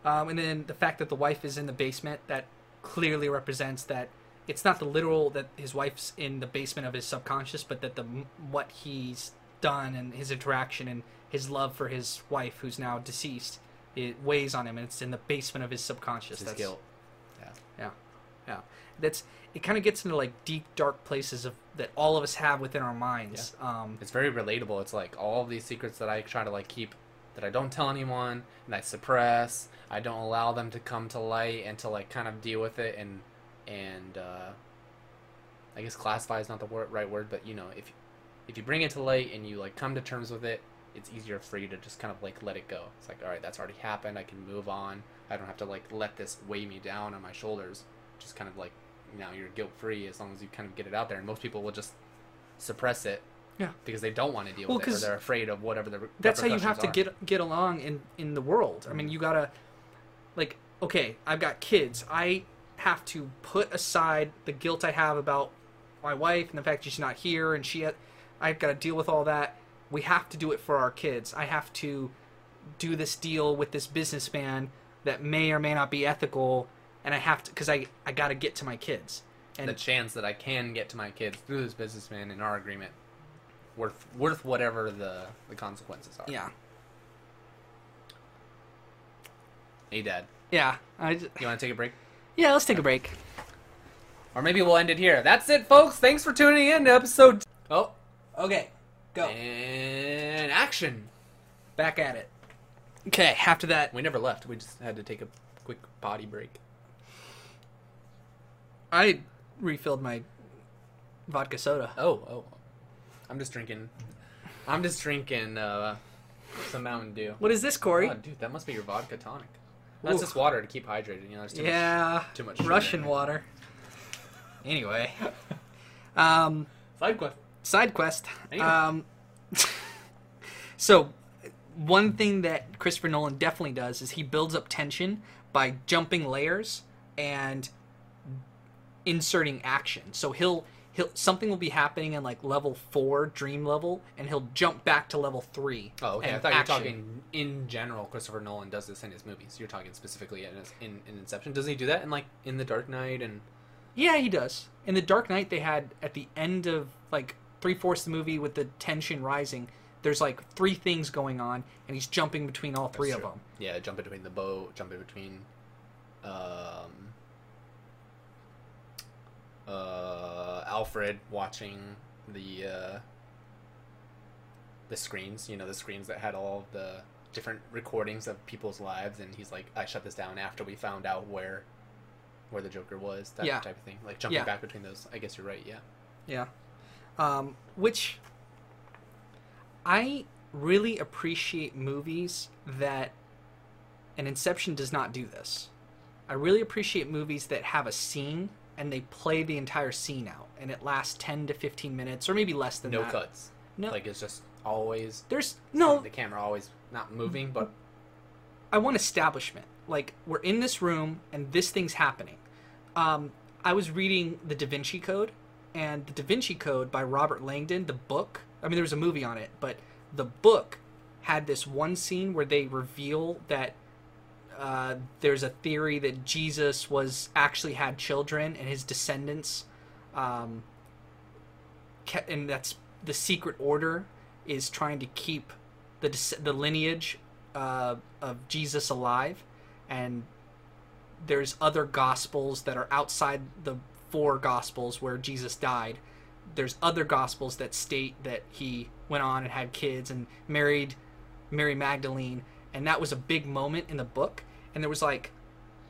Um, and then the fact that the wife is in the basement that clearly represents that it's not the literal that his wife's in the basement of his subconscious, but that the what he's done and his interaction and his love for his wife, who's now deceased, it weighs on him, and it's in the basement of his subconscious.
it's his
That's-
guilt
Yeah, yeah. That's it. Kind of gets into like deep, dark places of that all of us have within our minds. Um,
it's very relatable. It's like all of these secrets that I try to like keep that I don't tell anyone and I suppress. I don't allow them to come to light and to like kind of deal with it and and uh, I guess classify is not the word, right word, but you know if if you bring it to light and you like come to terms with it, it's easier for you to just kind of like let it go. It's like all right, that's already happened. I can move on. I don't have to like let this weigh me down on my shoulders. Just kind of like now you're guilt free as long as you kind of get it out there. And most people will just suppress it because they don't want to deal
Well,
with it or
'cause
they're afraid of whatever the re-
that's how you have to
repercussions
get get along in in the world. I mean, you gotta like okay, I've got kids. I have to put aside the guilt I have about my wife and the fact she's not here, and she. I've got to deal with all that. We have to do it for our kids. I have to do this deal with this businessman that may or may not be ethical, and I have to because I I got to get to my kids.
are.
And
the chance that I can get to my kids through this businessman in our agreement worth worth whatever the the consequences are.
yeah,
Hey dad,
yeah. I j-
you want to take a break?
yeah. Let's take a break.
Or maybe we'll end it here. That's it folks. Thanks for tuning in to episode Oh,
Okay, go
and action.
back at it. Okay, after that,
We never left. We just had to take a quick potty break.
I refilled my vodka soda.
Oh, oh. I'm just drinking I'm just drinking uh some Mountain Dew.
What is this, Corey?
Oh, dude, that must be your vodka tonic. That's
Oof.
just water to keep hydrated. You know, there's too much
yeah,
too much sugar
Russian
in there.
water. Anyway, um,
Side quest.
side quest.
Anyway.
Um, so, one thing that Christopher Nolan definitely does is he builds up tension by jumping layers and inserting action. So he'll he'll something will be happening in like level four, dream level, and he'll jump back to level three.
Oh, okay. I
and
thought
action.
you were talking in general. Christopher Nolan does this in his movies. You're talking specifically in, his- in, in Inception. Doesn't he do that in like in The Dark Knight and
Yeah, he does. In the Dark Knight, they had at the end of like three fourths of the movie with the tension rising. There's like three things going on, and he's jumping between all three of
true.
them.
yeah, jump in between the boat, jump in between, um, uh, Alfred watching the uh, the screens. You know, the screens that had all of the different recordings of people's lives, and he's like, "I shut this down after we found out where." Where the Joker was, that
Yeah.
type of thing, like jumping
Yeah.
back between those. I guess you're right. Yeah,
Yeah, um, which I really appreciate movies that, and Inception does not do this. I really appreciate movies that have a scene and they play the entire scene out, and it lasts ten to fifteen minutes, or maybe less than
no
that.
cuts.
No.
like it's just always
There's no
the camera always not moving, but
I want establishment. Like we're in this room and this thing's happening. Um, I was reading the Da Vinci Code, and the Da Vinci Code by Robert Langdon, the book. I mean, there was a movie on it, but the book had this one scene where they reveal that uh, there's a theory that Jesus was actually had children and his descendants, um, kept, and that's the secret order is trying to keep the des- the lineage uh, of Jesus alive, and there's other gospels that are outside the four gospels where Jesus died. There's other gospels that state that he went on and had kids and married Mary Magdalene, and that was a big moment in the book. And there was like,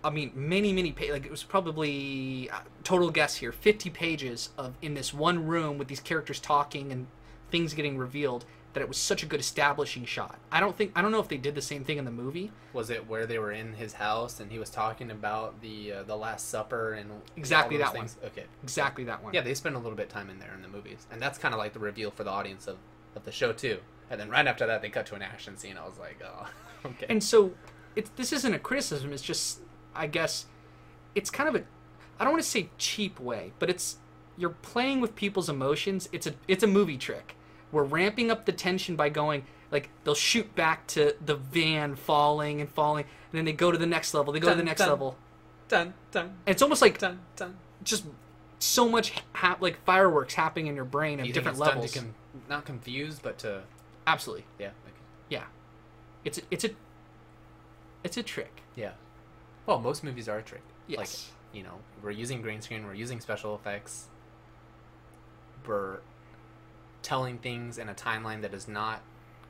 I mean, many many pages. Like it was probably uh, total guess here, 50 pages of in this one room with these characters talking and things getting revealed. That it was such a good establishing shot. I don't think I don't know if they did the same thing in the movie.
was it where they were in his house and he was talking about the uh, the Last Supper and
Exactly
all those
that one.
things? Okay,
Exactly that one.
yeah, they spend a little bit of time in there in the movies, and that's kind of like the reveal for the audience of of the show too. And then right after that, they cut to an action scene. I was like, oh, okay.
And so, it's this isn't a criticism. It's just, I guess, it's kind of a, I don't want to say cheap way, but it's you're playing with people's emotions. It's a it's a movie trick. We're ramping up the tension by going like they'll shoot back to the van falling and falling, and then they go to the next level. They go to the
Dun,
next
dun.
level.
dun dun
And it's almost like
dun dun.
just so much ha- like fireworks happening in your brain
Do
at
you
different
think it's
levels.
Done to com- not confused, but to
Absolutely,
yeah, okay.
yeah. It's a, it's a it's a trick.
yeah. Well, most movies are a trick. Like,
Yes.
you know, we're using green screen, we're using special effects, we're telling things in a timeline that is not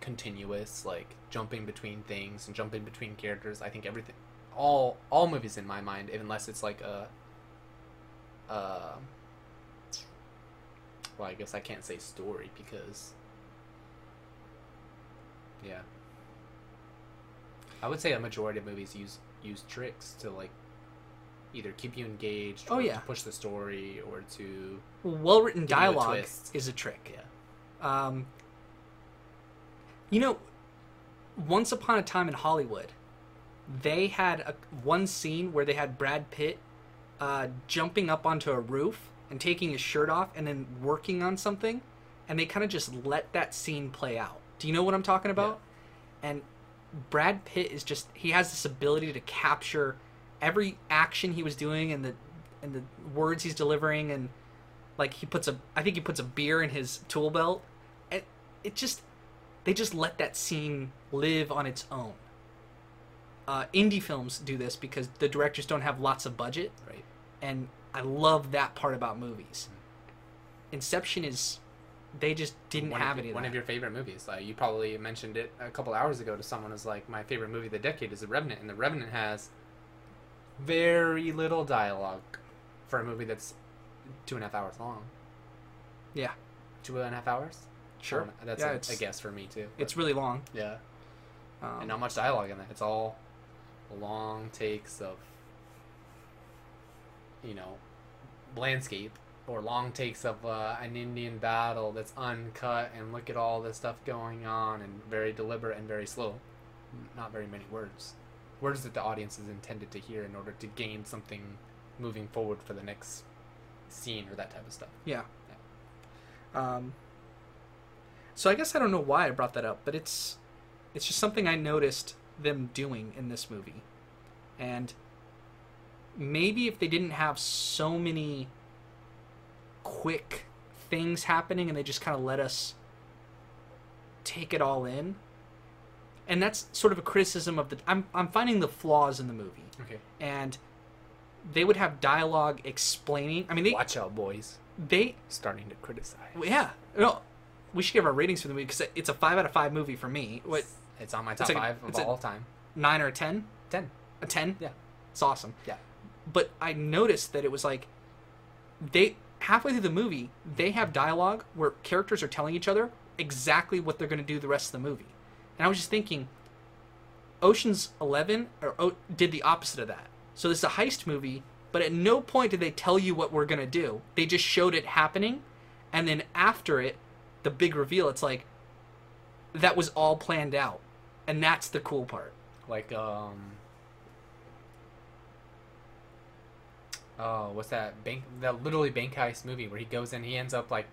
continuous, like jumping between things and jumping between characters. I think everything, all all movies in my mind, unless it's like a, uh, well, I guess I can't say story because, yeah, I would say a majority of movies use use tricks to like either keep you engaged
Oh,
or
yeah.
to push the story or to
well written
Give you a
dialogue
twist.
is a trick.
yeah
Um, you know, once upon a time in Hollywood, they had a, one scene where they had Brad Pitt uh, jumping up onto a roof and taking his shirt off and then working on something, and they kind of just let that scene play out. Do you know what I'm talking about? And Brad Pitt is just he has this ability to capture every action he was doing and the and the words he's delivering and like he puts a I think he puts a beer in his tool belt. It, it just they just let that scene live on its own. Uh, indie films do this because the directors don't have lots of budget
right
and I love that part about movies. Inception is they just didn't
one
have
of,
any
your-
of
one
that.
of your favorite movies. Like you probably mentioned it a couple hours ago to someone who's like, my favorite movie of the decade is The Revenant, and The Revenant has very little dialogue for a movie that's two and a half hours long.
yeah,
Two and a half hours.
sure.
Um, that's
yeah,
a,
it's,
a guess for me too. but-
it's really long.
yeah,
Um,
and not much dialogue in that. It's all long takes of you know landscape or long takes of uh, an Indian battle that's uncut and look at all this stuff going on and very deliberate and very slow. Not very many words. Words that the audience is intended to hear in order to gain something moving forward for the next scene or that type of stuff.
Yeah. Um, so I guess I don't know why I brought that up, but it's it's just something I noticed them doing in this movie, and maybe if they didn't have so many quick things happening and they just kind of let us take it all in and that's sort of a criticism of the I'm I'm finding the flaws in the movie
Okay.
and they would have dialogue explaining I mean they
Watch out, boys.
they
Starting to criticize.
well, yeah. No, we should give our ratings for the movie because it's a five out of five movie for me. What
It's on my top
like a-
five of
it's a-
all time.
nine or a ten?
Ten.
A ten?
Yeah.
it's awesome.
Yeah.
But I noticed that it was like they halfway through the movie they have dialogue where characters are telling each other exactly what they're going to do the rest of the movie, and I was just thinking, Ocean's Eleven or o- did the opposite of that. So this is a heist movie, but at no point did they tell you what we're going to do. They just showed it happening, and then after it, the big reveal. It's like that was all planned out, and that's the cool part.
Like um. Oh, what's that bank? That literally bank heist movie where he goes in, he ends up like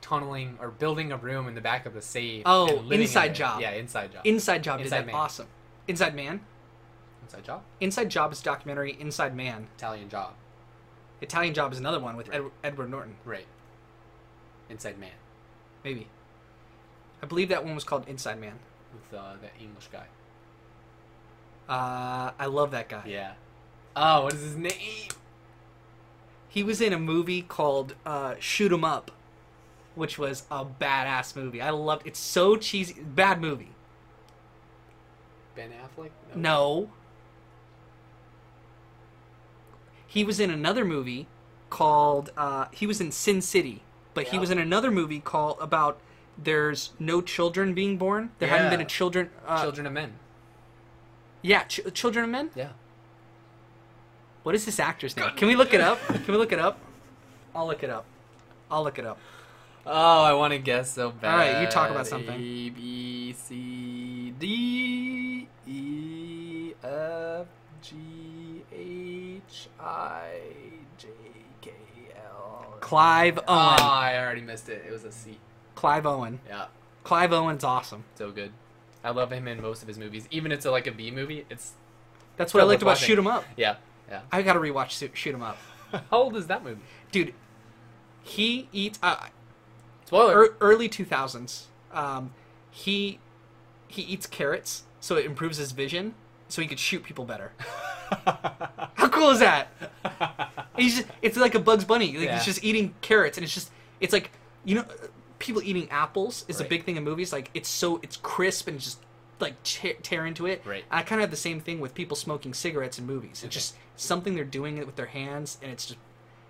tunneling or building a room in the back of the safe.
Oh,
and living in
Inside
it.
Job.
Yeah, inside job.
Inside Job did
Inside
that
Man.
awesome. Inside Man.
inside job.
Inside Job is a documentary. Inside Man.
Italian job.
Italian Job is another one with
Right.
Ed- Edward Norton.
Right. Inside man
Maybe. I believe that one was called Inside Man.
with uh, that English guy.
Uh, I love that guy.
Yeah. Oh, what is his name?
He was in a movie called uh, Shoot 'Em Up, which was a badass movie. I loved. It's so cheesy. Bad movie.
Ben Affleck?
No. He was in another movie called uh, he was in Sin City, but he
Yeah.
was in another movie called about there's no children being born. There hadn't been
Yeah.
a children. Uh,
Children of Men.
Yeah, ch- Children of Men.
Yeah.
What is this actor's name? Can we look it up? Can we look it up? I'll look it up. I'll look it up.
Oh, I want to guess so bad.
right, you talk about something.
A B C D E F G H I J K L.
Clive
Oh,
Owen.
I already missed it. It was a C.
Clive Owen.
Yeah,
Clive Owen's awesome.
so good. I love him in most of his movies. Even if it's like a B movie, it's
That's what I
Still
liked
worth
about
watching.
Shoot 'Em Up.
yeah, yeah.
I gotta rewatch Su- Shoot 'Em Up,
How old is that movie?
dude. He eats. Uh,
Spoiler.
ear- early 2000s um, he he eats carrots so it improves his vision so he could shoot people better how cool is that he's just, it's like a bugs bunny like
Yeah.
he's just eating carrots and it's just it's like you know people eating apples is
Right.
a big thing in movies like it's so it's crisp and just like tear, tear into it
Right.
i kind of have the same thing with people smoking cigarettes in movies it's just something they're doing it with their hands and it's just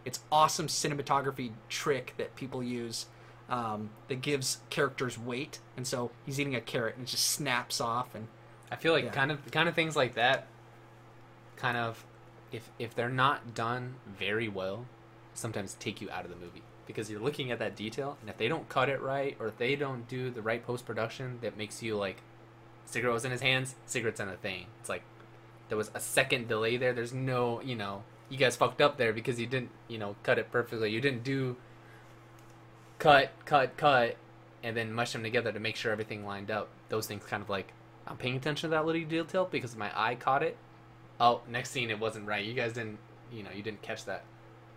it's awesome cinematography trick that people use um, that gives characters weight and so he's eating a carrot and it just snaps off and
I feel like
Yeah.
kind of kind of things like that kind of if if they're not done very well, sometimes take you out of the movie because you're looking at that detail and if they don't cut it right or if they don't do the right post production that makes you like cigarette was in his hands, cigarettes on the thing. It's like there was a second delay there. There's no, you know, you guys fucked up there because you didn't, you know, cut it perfectly. You didn't do cut, cut, cut, and then mush them together to make sure everything lined up. Those things kind of like I'm paying attention to that little detail because my eye caught it. Oh, next scene it wasn't right. You guys didn't, you know, you didn't catch that.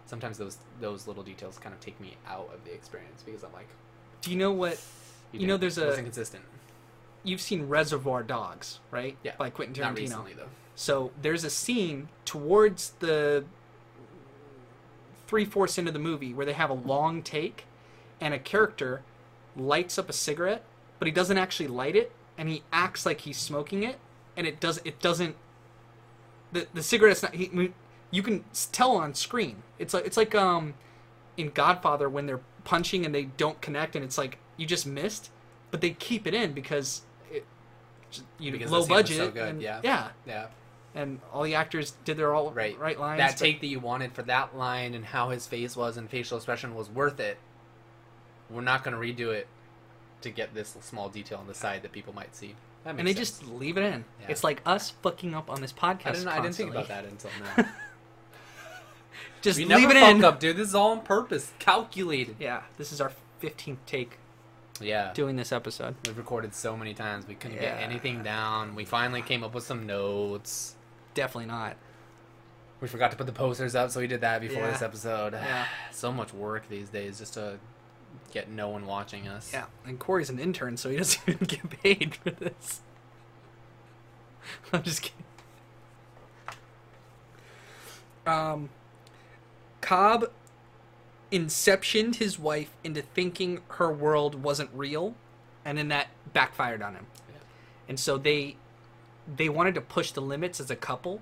Sometimes those those little details kind of take me out of the experience because I'm like,
do you know what You know,
didn't-
there's
it
a-
wasn't consistent.
you've seen reservoir dogs right
Yeah.
by quentin
Not
tarantino
recently though.
so there's a scene towards the three-fourths into the movie where they have a long take and a character lights up a cigarette but he doesn't actually light it and he acts like he's smoking it and it does it doesn't the the cigarette's not. He, I mean, you can s- tell on screen. It's like it's like um, in Godfather when they're punching and they don't connect, and it's like you just missed, but they keep it in because it, j- you know,
Because the
low
scene was
budget.
so good,
and,
yeah. Yeah.
and all the actors did their all right,
Right.
right lines.
that
but-
take that you wanted for that line and how his face was and facial expression was worth it. We're not going to redo it to get this small detail on the side that people might see. That makes
and they
sense.
just leave it in.
Yeah.
It's like us fucking up on this podcast.
I didn't, I didn't think
constantly.
about that until now.
Just
we
leave
never
it
fuck
in.
up, dude. This is all on purpose, calculated.
Yeah, this is our 15th take
Yeah.
doing this episode.
We've recorded so many times. We couldn't
Yeah.
get anything down. We finally came up with some notes.
Definitely not.
We forgot to put the posters up, so we did that before
Yeah.
this episode.
Yeah.
so much work these days just to get no one watching us.
Yeah, and Corey's an intern, so he doesn't even get paid for this. I'm just kidding. Um, Cobb inceptioned his wife into thinking her world wasn't real, and then that backfired on him.
Yeah.
And so they they wanted to push the limits as a couple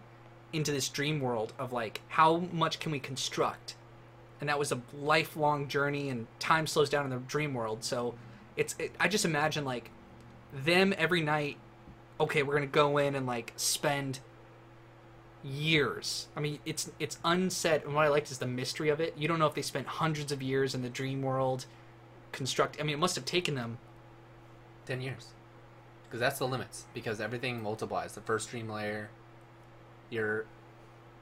into this dream world of like how much can we construct and that was a lifelong journey and time slows down in the dream world so it's it, i just imagine like them every night okay we're gonna go in and like spend years i mean it's it's unsaid and what i liked is the mystery of it you don't know if they spent hundreds of years in the dream world construct i mean it must have taken them
10 years. Because that's the limits. Because everything multiplies. The first dream layer, you're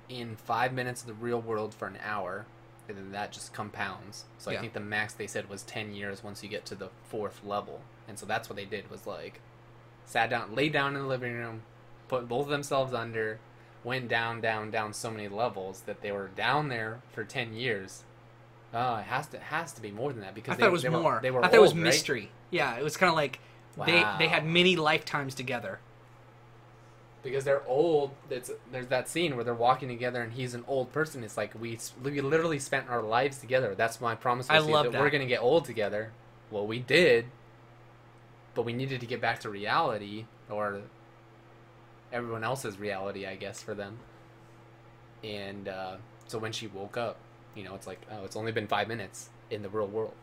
in five minutes of the real world for an hour, and then that just compounds. So
Yeah.
I think the max they said was 10 years once you get to the fourth level. And so that's what they did was like, sat down, laid down in the living room, put both of themselves under, went down, down, down so many levels that they were down there for 10 years. Uh, it has to has to be more than that because
I
they,
thought it was
they were-
more.
they were
I thought it was
old, right?
mystery. Yeah, it was kind of like they they
Wow.
had many lifetimes together.
because they're old. It's, there's that scene where they're walking together, and he's an old person. It's like we s- we literally spent our lives together. That's my promise.
I
was to you,
love that.
We're gonna get old together. Well, we did, but we needed to get back to reality, or everyone else's reality, I guess, for them. And uh, so when she woke up, you know, it's like, oh, it's only been five minutes in the real world.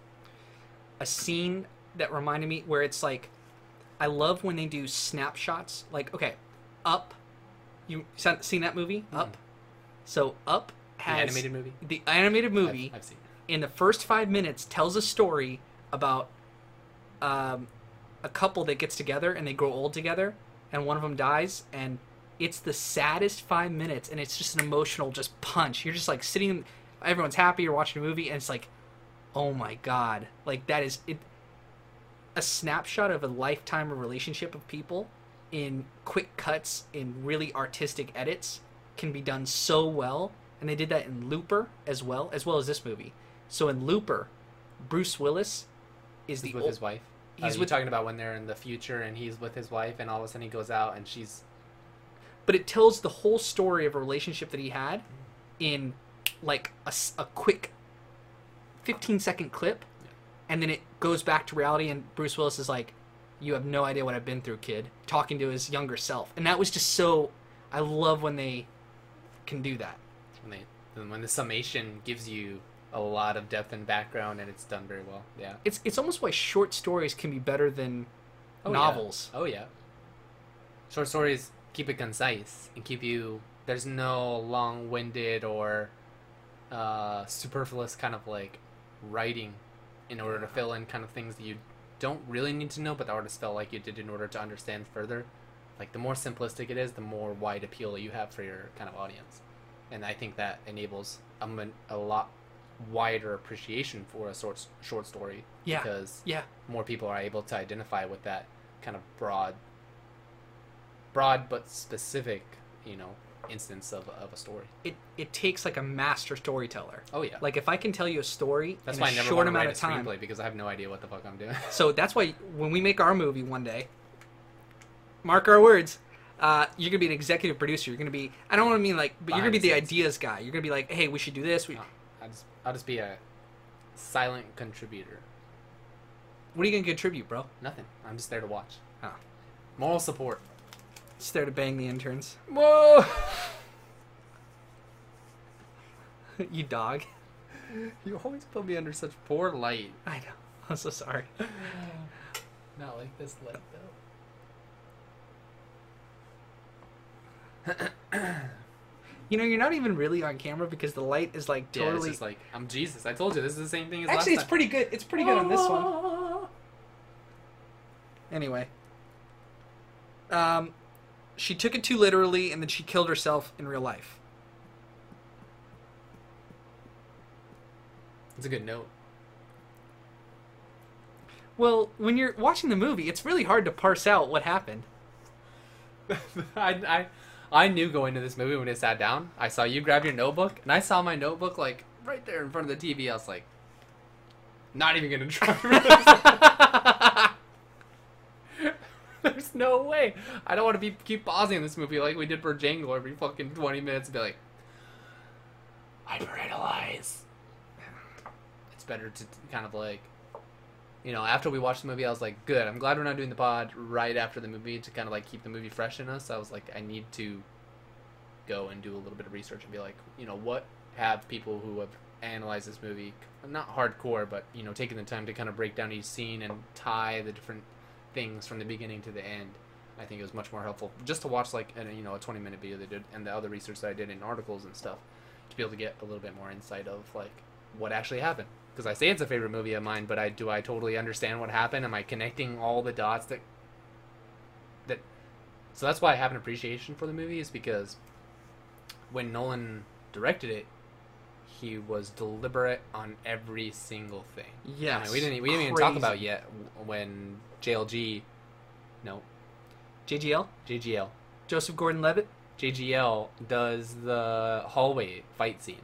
A scene that reminded me where it's like I love when they do snapshots. Like okay, Up. You se- seen that movie? Up. So Up
Mm-hmm. The
has
animated movie.
the animated
I've-
movie
I've, seen. it.
in the first five minutes tells a story about um, a couple that gets together and they grow old together and one of them dies and it's the saddest five minutes and it's just an emotional just punch you're just like sitting everyone's happy you're watching a movie and it's like oh my god like that is it a snapshot of a lifetime of relationship of people in quick cuts in really artistic edits can be done so well and they did that in looper as well as well as this movie so in looper bruce willis is the
He's with
ol-
his wife.
he's
He's
with-
talking about when they're in the future and he's with his wife, and all of a sudden he goes out and she's
but it tells the whole story of a relationship that he had in like a, s- a quick 15 second clip and then it goes back to reality and bruce willis is like you have no idea what i've been through kid talking to his younger self and that was just so i love when they can do that
when they when the summation gives you a lot of depth and background, and it's done very well. Yeah.
it's it's almost why short stories can be better than
Oh, yeah.
novels
Oh yeah. Short stories keep it concise and keep you. There's no long-winded or uh, superfluous kind of like writing in order to fill in kind of things that you don't really need to know, but the artist felt like you did in order to understand further. Like the more simplistic it is, the more wide appeal you have for your kind of audience, and I think that enables a, mon- a lot wider appreciation for a sort short story
Yeah.
because
yeah
more people are able to identify with that kind of broad broad but specific you know instance of, of a story
it it takes like a master storyteller
oh yeah
like if i can tell you a story
that's
in
why
a
i never
short
want to
amount
write a
of time
screenplay because i have no idea what the fuck i'm doing
So that's why when we make our movie one day, mark our words, uh, you're gonna be an executive producer. You're gonna be I don't want to mean like, but you're gonna
Behind
be the
the scenes.
ideas guy. You're gonna be like, hey, we should do this. We,
No. I'll just, I'll just be a silent contributor
What are you gonna contribute, bro?
nothing i'm just there to watch
Ah.
moral support
Just there to bang the interns.
whoa
you dog.
you always put me under such poor light
I know. I'm so sorry.
not like this light though
You know, you're not even really on camera because the light is like
yeah it's
totally.
just like i'm jesus i told you this is the same thing as
Actually, it's
last time. Ah.
pretty good. It's pretty good on this one.
one
Anyway. Um, she took it too literally and then she killed herself in real life.
It's a good note.
Well, when you're watching the movie, it's really hard to parse out what happened.
I, I I knew going to this movie when I sat down. I saw you grab your notebook, and I saw my notebook like right there in front of the TV. I was like, not even gonna try. There's no way. I don't want to be keep pausing this movie like we did for Django every fucking twenty minutes and be like, hyperanalyze. It's better to kind of like you know, after we watched the movie, I was like, good. I'm glad we're not doing the pod right after the movie to kind of like keep the movie fresh in us. I was like, I need to go and do a little bit of research and be like, you know, what have people who have analyzed this movie, not hardcore, but, you know, taking the time to kind of break down each scene and tie the different things from the beginning to the end. I think it was much more helpful just to watch like, an, you know, a 20 minute video they did and the other research that I did in articles and stuff to be able to get a little bit more insight of like what actually happened because I say it's a favorite movie of mine, but I do I totally understand what happened. Am I connecting all the dots that that? So that's why I have an appreciation for the movie is because when Nolan directed it, he was deliberate on every single thing.
Yes,
I mean, we didn't e- we didn't even talk about yet when JLG, no,
JGL,
JGL,
Joseph Gordon-Levitt.
JGL does the hallway fight scene.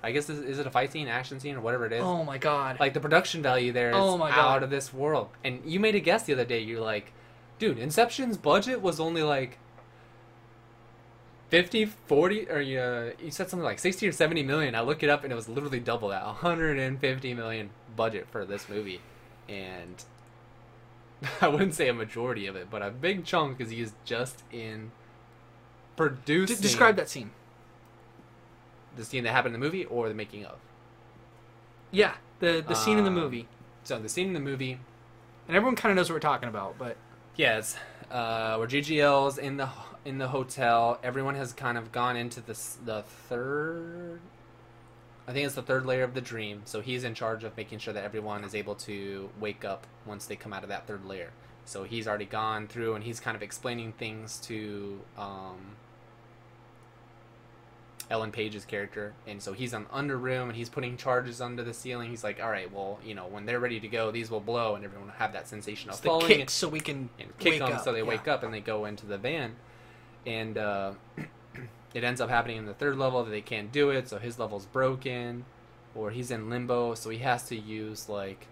I guess is, is it a fight scene, action scene, or whatever it is?
Oh my god!
like the production value there is
Oh my
out
God.
of this world. And you made a guess the other day. You're like, dude, Inception's budget was only like 50, 40, or you, uh, you said something like 60 or 70 million. I looked it up and it was literally double that 150 million budget for this movie. And I wouldn't say a majority of it, but a big chunk is used just in
D-
producing
describe that scene.
the scene that happened in the movie or the making of.
Yeah, the the scene in the
Um,
movie,
So the scene in the movie
and everyone kind of knows what we're talking about, but
Yes, uh, we're GGL's in the in the hotel. Everyone has kind of gone into the s- the third. I think it's the third layer of the dream. So he's in charge of making sure that everyone is able to wake up once they come out of that third layer. So he's already gone through, and he's kind of explaining things to um, Ellen Page's character, and so he's on the under room and he's putting charges under the ceiling. He's like, "All right, well, you know, when they're ready to go, these will blow, and everyone will have that sensation of
it's the
falling."
kick so we can
and kick
wake
them
up.
so they
yeah.
wake up and they go into the van and uh, it ends up happening in the third level that they can't do it so his level's broken or he's in limbo so he has to use like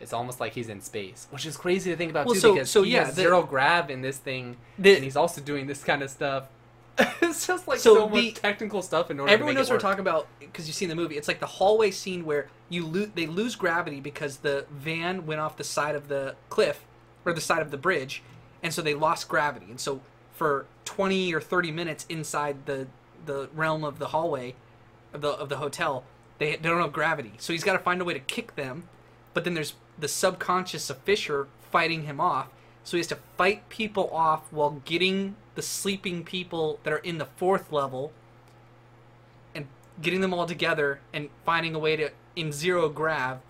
it's almost like he's in space which is crazy to think about
Well,
too
so-
because
so
he
yeah,
has
the-
zero grab in this thing
The-
and he's also doing this kind of stuff it's just like so,
So
much
the-
technical stuff in order
Everyone
to make
knows
it
what we're
work.
talking about because you've seen the movie. It's like the hallway scene where you lo- they lose gravity because the van went off the side of the cliff or the side of the bridge, and so they lost gravity. And so for twenty or thirty minutes inside the the realm of the hallway of the of the hotel, they, they don't have gravity. So he's got to find a way to kick them, but then there's the subconscious of Fisher fighting him off. So he has to fight people off while getting the sleeping people that are in the fourth level and getting them all together and finding a way to in zero grav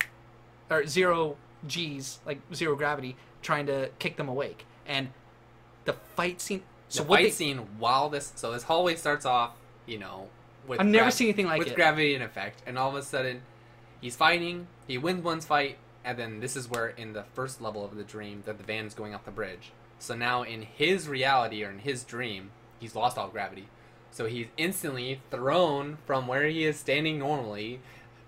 or zero g's like zero gravity trying to kick them awake and the fight scene so
the
what
fight
they,
scene while this so this hallway starts off, you know, with
I've never
grav-
seen anything like
with
it.
gravity in effect, and all of a sudden he's fighting, he wins one's fight, and then this is where in the first level of the dream that the van's going off the bridge. So now in his reality or in his dream, he's lost all gravity. So he's instantly thrown from where he is standing normally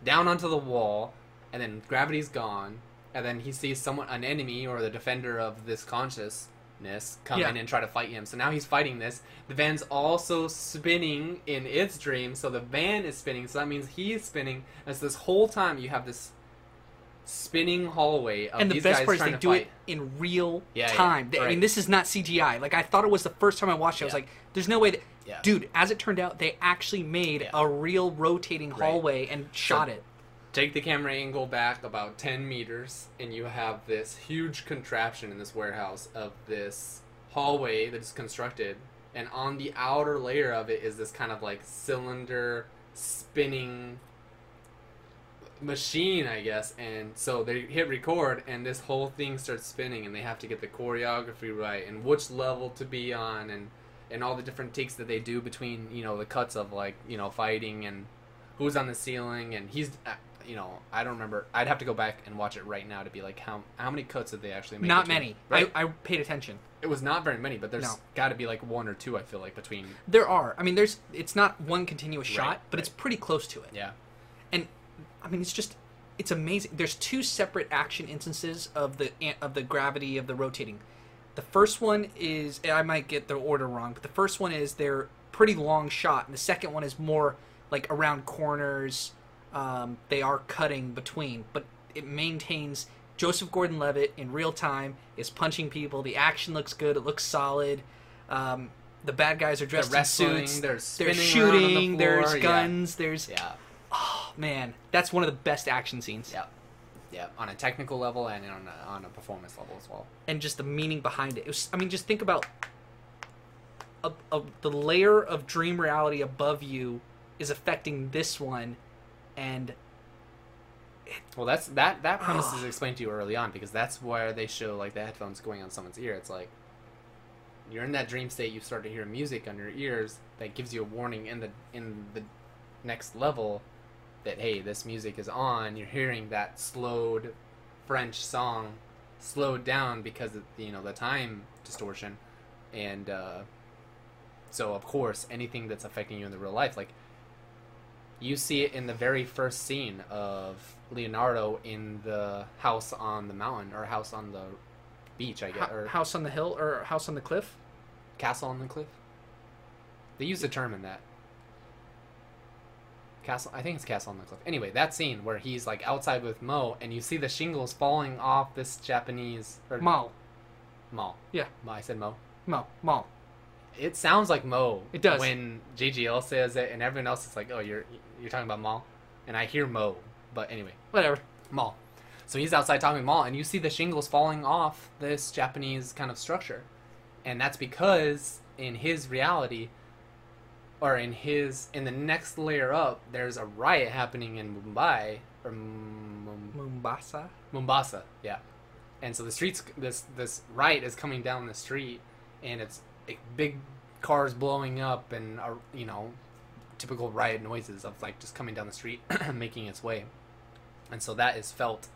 down onto the wall, and then gravity's gone, and then he sees someone, an enemy or the defender of this consciousness, come
Yeah.
in and try to fight him. So now he's fighting this. The van's also spinning in its dream, so the van is spinning, so that means he's spinning. And so this whole time you have this spinning hallway of
and the
these
best
guys
part is
trying
they
to
do
fight.
it in real
Yeah, yeah,
time They- i
right.
mean this is not cgi like i thought it was the first time i watched it i was
Yeah.
like there's no way that
Yeah.
dude as it turned out they actually made
Yeah.
a real rotating
Right.
hallway and shot it
Take the camera angle back about 10 meters, and you have this huge contraption in this warehouse of this hallway that is constructed. And on the outer layer of it is this kind of like cylinder spinning machine, I guess. And so they hit record, and this whole thing starts spinning, and they have to get the choreography right and which level to be on, and and all the different takes that they do between you know the cuts of like you know fighting and who's on the ceiling, and he's uh, you know, I don't remember. I'd have to go back and watch it right now to be like, how how many cuts did they actually make?
Not
between-
many.
Right?
I, I paid attention.
it was not very many, but there's
No.
got to be like one or two. I feel like between.
There are. I mean, there's. It's not one continuous shot, but
right.
it's pretty close to it.
Yeah.
And I mean, it's just. It's amazing. There's two separate action instances of the of the gravity of the rotating. The first one is and I might get the order wrong, but the first one is they're pretty long shot, and the second one is more like around corners. Um, they are cutting between, but it maintains Joseph Gordon-Levitt in real time is punching people. The action looks good. It looks solid. Um, the bad guys are
They're
dressed in
wrestling.
suits.
They're,
There's
spinning around on the
shooting, there's
floor, yeah.
guns, there's
Yeah.
man, that's one of the best action scenes.
Yeah. Yeah. On a technical level and on a, on a performance level as well.
And just the meaning behind it. it was, I mean, just think about a, a, the layer of dream reality above you is affecting this one, and
Well, that's that that premise is explained to you early on because that's where they show like the headphones going on someone's ear. It's like you're in that dream state. You start to hear music on your ears that gives you a warning in the in the next level that hey, this music is on. You're hearing that slowed French song slowed down because of you know the time distortion, and uh, so of course anything that's affecting you in the real life like you see it in the very first scene of Leonardo in the house on the mountain or house on the beach, I guess,
Ho-
or
House on the Hill or House on the Cliff.
castle on the cliff. They use the term in that. Castle, I think it's Castle on the Cliff. Anyway, that scene where he's like outside with Mo, and you see the shingles falling off this Japanese or
Mall,
Mo.
Yeah.
Mo, I said Mo.
mall, mall.
It sounds like Mo.
It does.
When JGL says it, and everyone else is like, "Oh, you're you're talking about Mo," and I hear Mo. But anyway,
Whatever.
Mall. So he's outside talking to Mall, and you see the shingles falling off this Japanese kind of structure. And that's because in his reality, or in his in the next layer up, there's a riot happening in Mumbai or Mum-
Mombasa.
Mombasa, yeah. And so the streets, this this riot is coming down the street, and it's like, big cars blowing up and uh, you know, typical riot noises of like just coming down the street, making its way, and so that is felt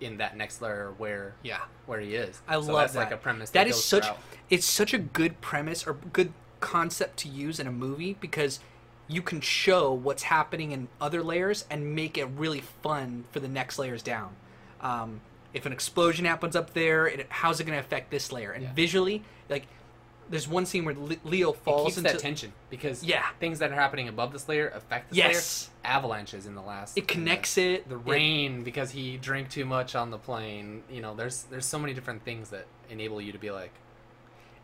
in that next layer where
Yeah.
where he is.
I
So
love
that's
that.
like a premise
That
that
is
goes
such
throughout.
it's such a good premise or good concept to use in a movie because you can show what's happening in other layers and make it really fun for the next layers down. Um, if an explosion happens up there, it, how's it going to affect this layer? And
Yeah.
visually, like there's one scene where Le- Leo
It
falls
keeps
into
that tension because
Yeah.
things that are happening above this layer affect this
Yes.
layer. Avalanches in the last. in
it
the-
connects it
the
it-
rain because he drank too much on the plane. You know, there's there's so many different things that enable you to be like,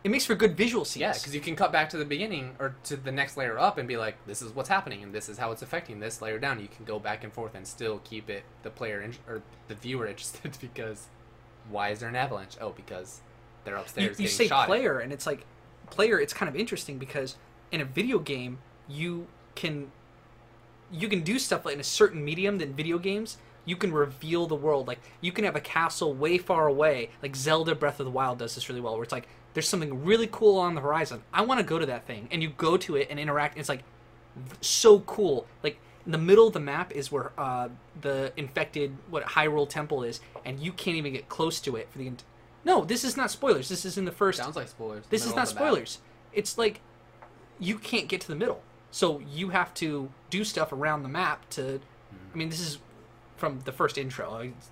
It, makes for good visual scenes.
yeah, because you can cut back to the beginning or to the next layer up and be like, this is what's happening and this is how it's affecting this layer down. You can go back and forth and still keep it the player in, or the viewer interested because why is there an avalanche? Oh, because they're
you,
upstairs
you
getting
say
shot. at.
player and it's like player it's kind of interesting because in a video game you can you can do stuff like in a certain medium than video games you can reveal the world like you can have a castle way far away like zelda breath of the wild does this really well where it's like there's something really cool on the horizon i want to go to that thing and you go to it and interact and it's like so cool. Like in the middle of the map is where uh, the infected what Hyrule Temple is, and you can't even get close to it for the. Ent- no, this is not spoilers. This is in the first.
Sounds like spoilers.
this is
middle
not
of the map.
spoilers. It's like you can't get to the middle, so you have to do stuff around the map to. I mean, this is from the first intro. like, it's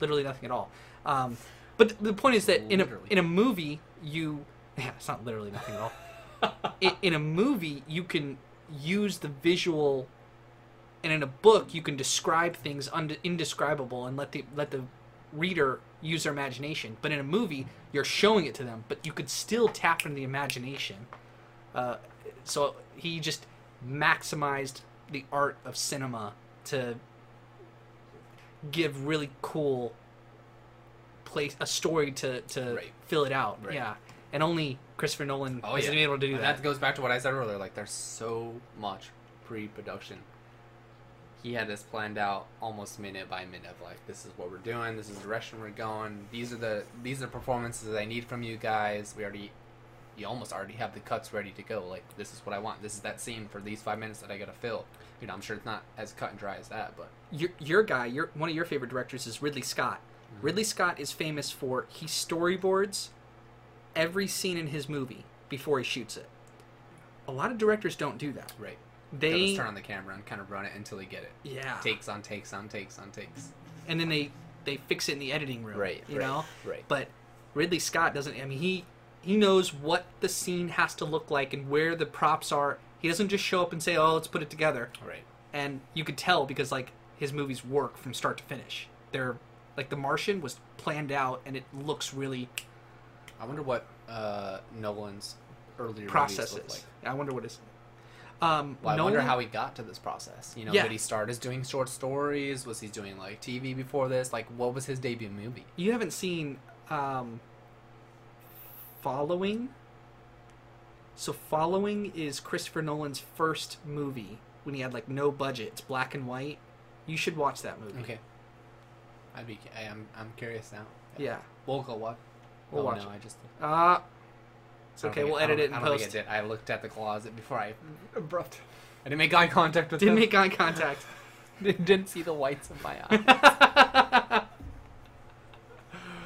Literally nothing at all. Um, but the point is that in a
Literally.
in a movie you yeah it's not literally nothing at all in, in a movie you can use the visual and in a book you can describe things und- indescribable and let the let the reader use their imagination but in a movie you're showing it to them but you could still tap into the imagination uh, so he just maximized the art of cinema to give really cool place a story to to
Right.
fill it out
Right.
yeah and only christopher nolan
Oh,
has
yeah.
been able to do
And
that
that goes back to what I said earlier. Like, there's so much pre-production. He had this planned out almost minute by minute. Of like, this is what we're doing. This is the direction we're going. These are the these are the performances that I need from you guys. We already, you almost already have the cuts ready to go. Like this is what I want. This is that scene for these five minutes that I gotta fill. You know, I'm sure it's not as cut and dry as that, but
your your guy, your one of your favorite directors is Ridley Scott.
Mm-hmm.
Ridley Scott is famous for he storyboards every scene in his movie before he shoots it. A lot of directors don't do that.
right. They
They
just turn on the camera and kind of run it until they get it.
yeah,
Takes on takes on takes on takes.
and then they they fix it in the editing room.
Right,
you
right,
know.
right.
But Ridley Scott doesn't. I mean, he he knows what the scene has to look like and where the props are. He doesn't just show up and say, "Oh, let's put it together."
Right.
and you could tell because like his movies work from start to finish. They're like The Martian was planned out and it looks really
I wonder what uh, Nolan's earlier processes. Movies look
processes.
like.
I wonder what is. Um,
Well, I wonder
Nolan-
how he got to this process. You know,
Yeah.
did he start as doing short stories? Was he doing like TV before this? Like, what was his debut movie?
you haven't seen um, Following. So Following is Christopher Nolan's first movie when he had like no budget. It's black and white. You should watch that movie.
Okay, I'd be. I, am I'm curious now.
Yeah.
we'll go watch.
We'll
oh,
watch
no,
it.
I just.
Uh,
It's
okay, we'll edit it
I
in
don't think I
post.
did. I looked at the closet before I.
abrupt.
I didn't make eye contact with
Didn't
him.
make eye contact.
didn't see the whites of my eye.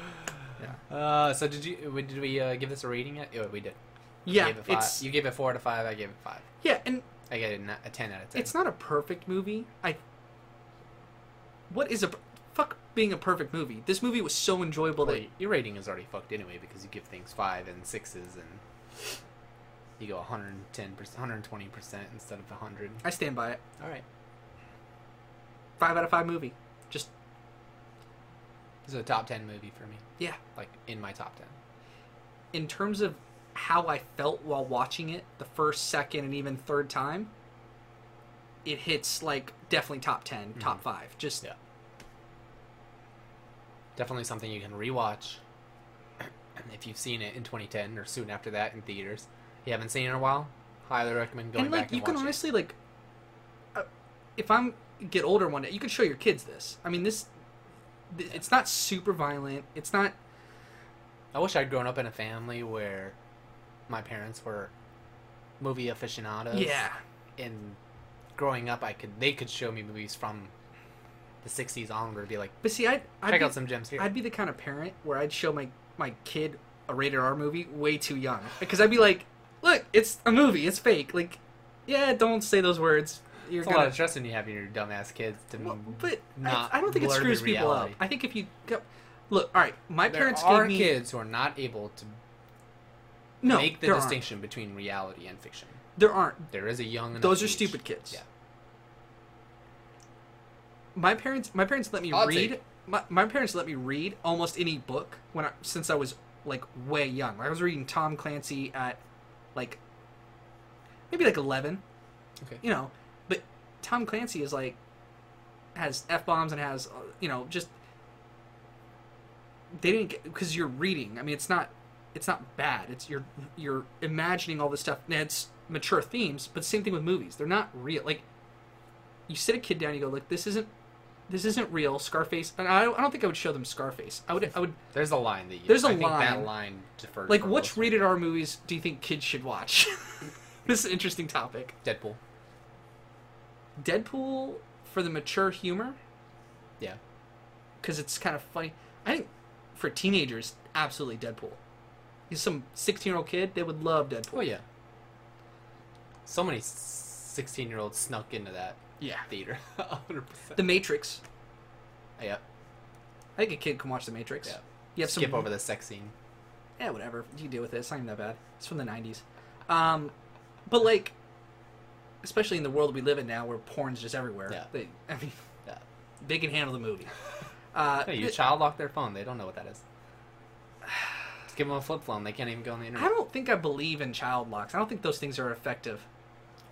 Uh, so did you? we- Did we uh, give this a rating yet? Oh, we did. You
Yeah,
gave it five.
it's
you gave it four out of five. I gave it five.
yeah, and
I gave it a ni- a ten out of ten.
it's not a perfect movie. I what is a per- fuck being a perfect movie? This movie was so enjoyable
Well,
that
y- your rating is already fucked anyway because you give things five and sixes and you go 110 percent, 120 percent instead of 100.
I stand by it.
All right,
Five out of five movie. Just
this is a top 10 movie for me.
yeah.
Like in my top 10.
In terms of how I felt while watching it, the first, second, and even third time, it hits like definitely top 10 top five. Just
Mm-hmm. Yeah. Definitely something you can rewatch if you've seen it in 2010 or soon after that in theaters. If you haven't seen it in a while. Highly recommend going
and like
back
you
and
can
watching.
honestly like, uh, if I'm get older one day, you could show your kids this. I mean this, th- it's not super violent. It's not
I wish I'd grown up in a family where my parents were movie aficionados.
yeah.
in growing up, I could they could show me movies from the '60s onward, and be like,
But see, I'd I'd
check
be,
out some gems here.
I'd be the kind of parent where I'd show my my kid a rated R movie way too young because I'd be like, look, it's a movie, it's fake. Like, yeah, don't say those words. You're
It's a lot
gonna.
of trust in you having your dumbass kids to.
Well,
m-
but I,
not
I don't think it
blur the
screws people up.
reality.
I think if you go, look, all right, my
there
parents
are
gave me
kids who are not able to
no
make the
there
distinction between reality and fiction.
Aren't. There aren't.
There is a young. enough
Those are
age-
stupid kids.
Yeah.
my parents my parents let me
I'll take
read
it.
my, my parents let me read almost any book when I, since I was like way young. Like I was reading Tom Clancy at like maybe like 11.
Okay.
You know, but Tom Clancy is like has f bombs and has uh, you know just they didn't because you're reading. I mean, it's not it's not bad. It's you're you're imagining all this stuff. And it's mature themes, but same thing with movies. They're not real. Like you sit a kid down, you go, "Look, this isn't this isn't real." Scarface, and I don't, I don't think I would show them Scarface. I would I would
There's a line that you.
There's a
I think That
line.
line differs.
like
for
which
most
rated R movies do you think kids should watch? this is an interesting topic.
Deadpool.
Deadpool for the mature humor.
Yeah.
because it's kind of funny. I think for teenagers, absolutely Deadpool. He's some 16 year old kid, they would love Deadpool.
Oh yeah. So many 16 year olds snuck into that
Yeah.
theater. 100. percent
The Matrix.
Yeah.
I think a kid can watch The Matrix.
Yeah.
You have
Skip
some,
over the sex scene.
Yeah, Eh, whatever. You deal with it. It's not even that bad. It's from the 90s. Um, but, like, especially in the world we live in now where porn's just everywhere,
Yeah.
they, I mean,
Yeah.
they can handle the movie. Uh,
Hey, your
th-
child locked their phone. They don't know what that is. Just give them a flip phone. They can't even go on the
I
internet.
don't think I believe in child locks. I don't think those things are effective.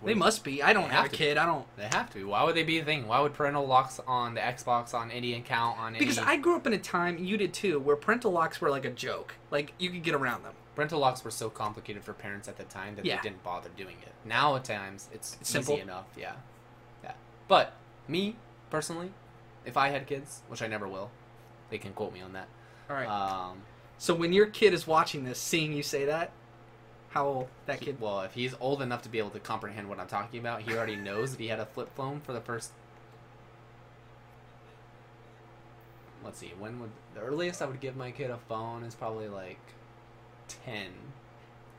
What do
They
you-
must be. I don't
They
have
have
a
to be.
kid. I don't.
They have to. Why would they be a thing? Why would parental locks on the Xbox, on any account, on
Because
any...
I grew up in a time, you did too, where parental locks were like a joke. Like, you could get around them.
Parental locks were so complicated for parents at the time that
Yeah.
they didn't bother doing it. Now, at times, it's,
It's simple.
easy enough. Yeah. Yeah. But, me, personally, if I had kids, which I never will, they can quote me on that.
All right.
Um,
so, when your kid is watching this, seeing you say that, How old that
He-
kid?
well, if he's old enough to be able to comprehend what I'm talking about, he already knows that he had a flip phone for the first. Let's see. When would the earliest I would give my kid a phone is probably like ten.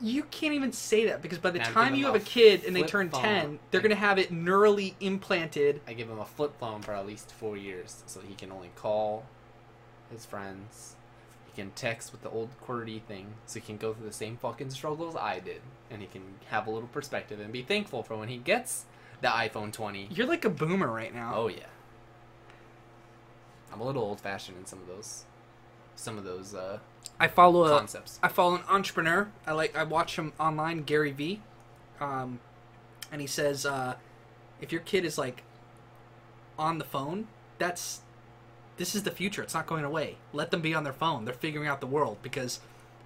You can't even say that because by the
Now give
time
them
you
a
have a kid and they
flip
turn
phone.
ten, they're gonna have it neurally implanted.
I give him a flip phone for at least four years, so he can only call his friends. He can text with the old QWERTY thing, so he can go through the same fucking struggles I did, and he can have a little perspective and be thankful for when he gets the iPhone 20.
You're like a boomer right now.
Oh yeah. I'm a little old fashioned in some of those some of those uh,
I follow a,
concepts.
I follow an entrepreneur. I like I watch him online, Gary V, um, and he says uh, if your kid is like on the phone, that's this is the future. It's not going away. Let them be on their phone. They're figuring out the world because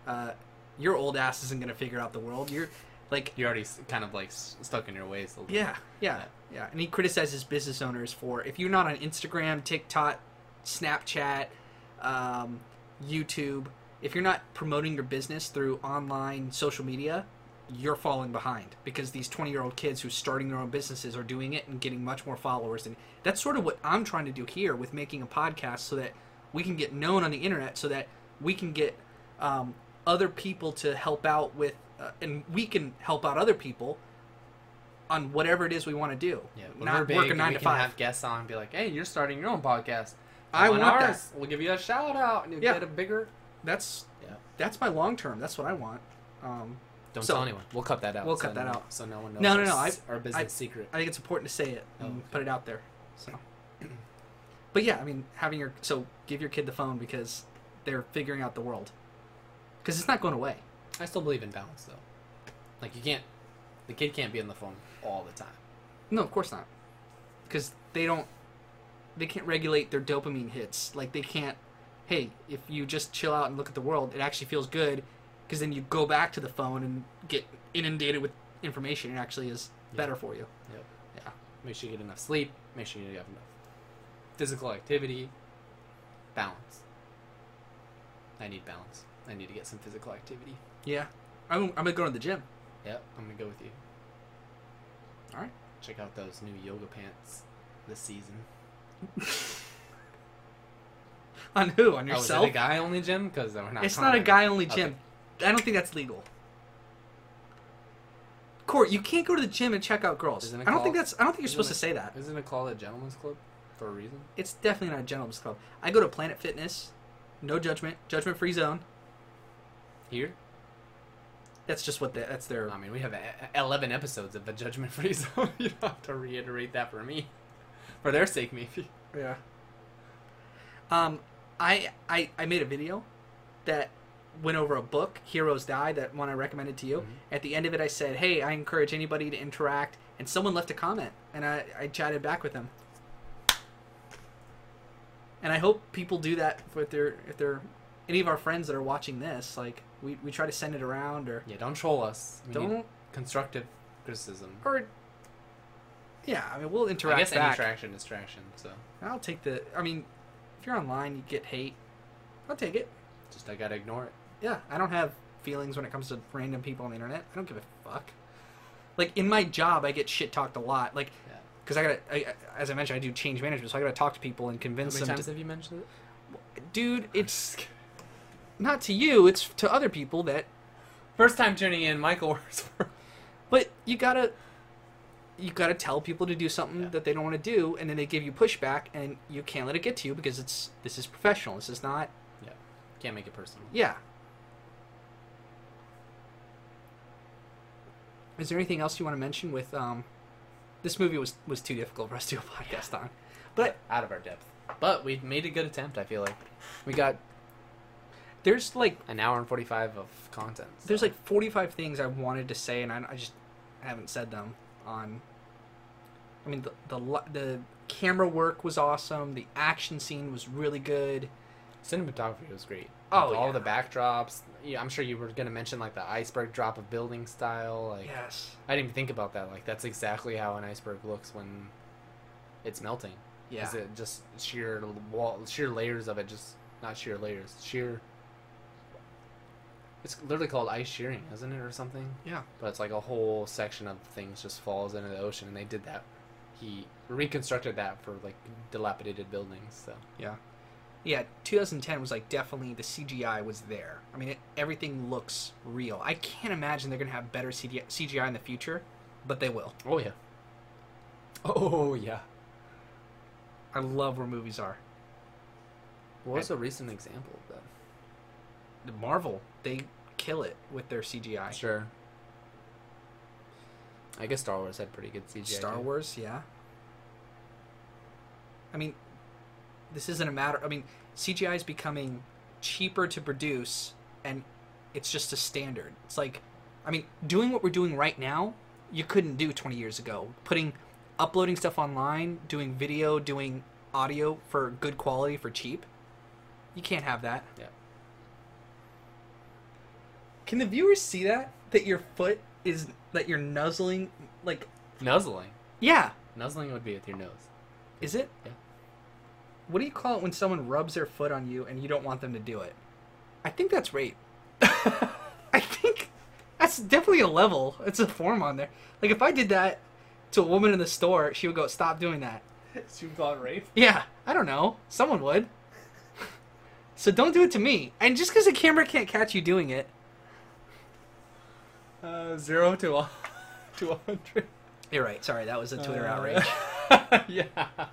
uh, your old ass isn't going to figure out the world. You're like
You're already s- kind of like s- stuck in your ways a little.
yeah, yeah, yeah. And he criticizes business owners for if you're not on Instagram, TikTok, Snapchat, um, YouTube, if you're not promoting your business through online social media, you're falling behind because these 20 year old kids who starting their own businesses are doing it and getting much more followers. And that's sort of what I'm trying to do here with making a podcast so that we can get known on the internet, so that we can get um, other people to help out with, uh, and we can help out other people on whatever it is we want to do.
Yeah, when we're
not
big,
working nine
we
to
can
five.
have guests on and be like, "Hey, you're starting your own podcast.
I
Come on
want
ours. We'll give you a shout out and you'll
Yeah.
get a bigger."
That's
Yeah.
that's my long term. That's what I want. Um,
Don't
So-
tell anyone. We'll cut that out.
We'll cut
so
that
no,
out.
So no one knows.
No, no,
our
no,
s-
I-
our business
I-
secret.
I think it's important to say it and
Oh, okay.
put it out there. So, but yeah, I mean, having your so give your kid the phone because they're figuring out the world because it's not going away.
I still believe in balance though. Like you can't, the kid can't be on the phone all the time.
No, of course not, because they don't they can't regulate their dopamine hits. Like they can't. Hey, if you just chill out and look at the world, it actually feels good because then you go back to the phone and get inundated with information. It actually is
Yeah.
better for you.
Yep.
Yeah.
Make sure you get enough sleep. Make sure you have enough physical activity. Balance. I need balance. I need to get some physical activity.
Yeah. I'm, I'm gonna go to the gym.
Yep. I'm gonna go with you.
All right.
Check out those new yoga pants this season.
On who? On
Oh, is
yourself?
it a guy only gym? Because we're not.
it's not a
commenting.
guy only
Okay.
gym. I don't think that's legal. Court, you can't go to the gym and check out girls. I
Isn't it
don't think
called-
that's. I don't think you're supposed to
isn't
say that.
Isn't it called a gentleman's club for a reason?
It's definitely not a gentleman's club. I go to Planet Fitness. No judgment. Judgment free zone.
Here,
That's just what the, that's their.
I mean, we have e- eleven episodes of the judgment free zone. you don't have to reiterate that for me, for their sake, maybe.
Yeah. Um, I I I made a video that went over a book, Heroes Die, that one I recommended to you.
Mm-hmm.
At the end of it, I said, "Hey, I encourage anybody to interact," and someone left a comment, and I I chatted back with them. And I hope people do that with their if they're any of our friends that are watching this. Like we we try to send it around or
Yeah, don't troll us. We need
don't
constructive criticism.
or yeah, I mean we'll
I
interact
guess any
back.
traction is traction, so
I'll take the. I mean, if you're online, you get hate. I'll take it.
just I gotta ignore it.
Yeah, I don't have feelings when it comes to random people on the internet. I don't give a fuck. Like in my job, I get shit talked a lot. Like,
Yeah.
because I gotta, I, I- as I mentioned, I do change management, so I gotta talk to people and
How
convince
many
them.
times
To,
have you mentioned it?
dude, it's not to you; it's to other people that.
First time tuning in, Michael Wordsworth.
But you gotta, you gotta tell people to do something
Yeah.
that they don't want to do, and then they give you pushback, and you can't let it get to you because it's this is professional. This is not.
Yeah, can't make it personal.
Yeah. Is there anything else you want to mention with um this movie was was too difficult for us to do a podcast on. But
Out of our depth, but we made a good attempt. I feel like we got
there's like
an hour and forty-five of content. so-
there's like 45 things I wanted to say and I, I just haven't said them on I mean the the lo- the camera work was awesome, the action scene was really good.
cinematography was great.
Oh,
Like, all
yeah.
the backdrops. Yeah, I'm sure you were gonna mention like the iceberg drop of building style. Like
Yes.
I didn't even think about that. Like that's exactly how an iceberg looks when it's melting.
Yeah.
Is it just sheer wall, sheer layers of it? Just not sheer layers, sheer It's literally called ice shearing, isn't it, or something?
Yeah.
But it's like a whole section of things just falls into the ocean, and they did that. He reconstructed that for like dilapidated buildings. So
Yeah. Yeah, 2010 was like definitely the CGI was there. I mean, it, everything looks real. I can't imagine they're going to have better CGI, CGI in the future, but they will.
oh yeah, oh yeah.
I love where movies are.
What was a recent example of that?
The Marvel, they kill it with their CGI.
Sure. I guess Star Wars had pretty good CGI.
Star
too.
Wars, yeah. I mean, this isn't a matter. I mean, CGI is becoming cheaper to produce, and it's just a standard. It's like, I mean, doing what we're doing right now, you couldn't do 20 years ago. Putting, uploading stuff online, doing video, doing audio for good quality for cheap. You can't have that.
Yeah.
Can the viewers see that? That your foot is that you're nuzzling, like,
Nuzzling.
yeah.
Nuzzling would be with your nose.
Is it?
Yeah.
What do you call it when someone rubs their foot on you and you don't want them to do it? I think that's rape. I think that's definitely a level. It's a form on there. Like if I did that to a woman in the store, she would go, "Stop doing that."
She got rape.
Yeah, I don't know. Someone would. so don't do it to me. And just because the camera can't catch you doing it,
Uh, zero to a, to a hundred.
you're right. Sorry, that was a Twitter
Uh,
outrage.
yeah.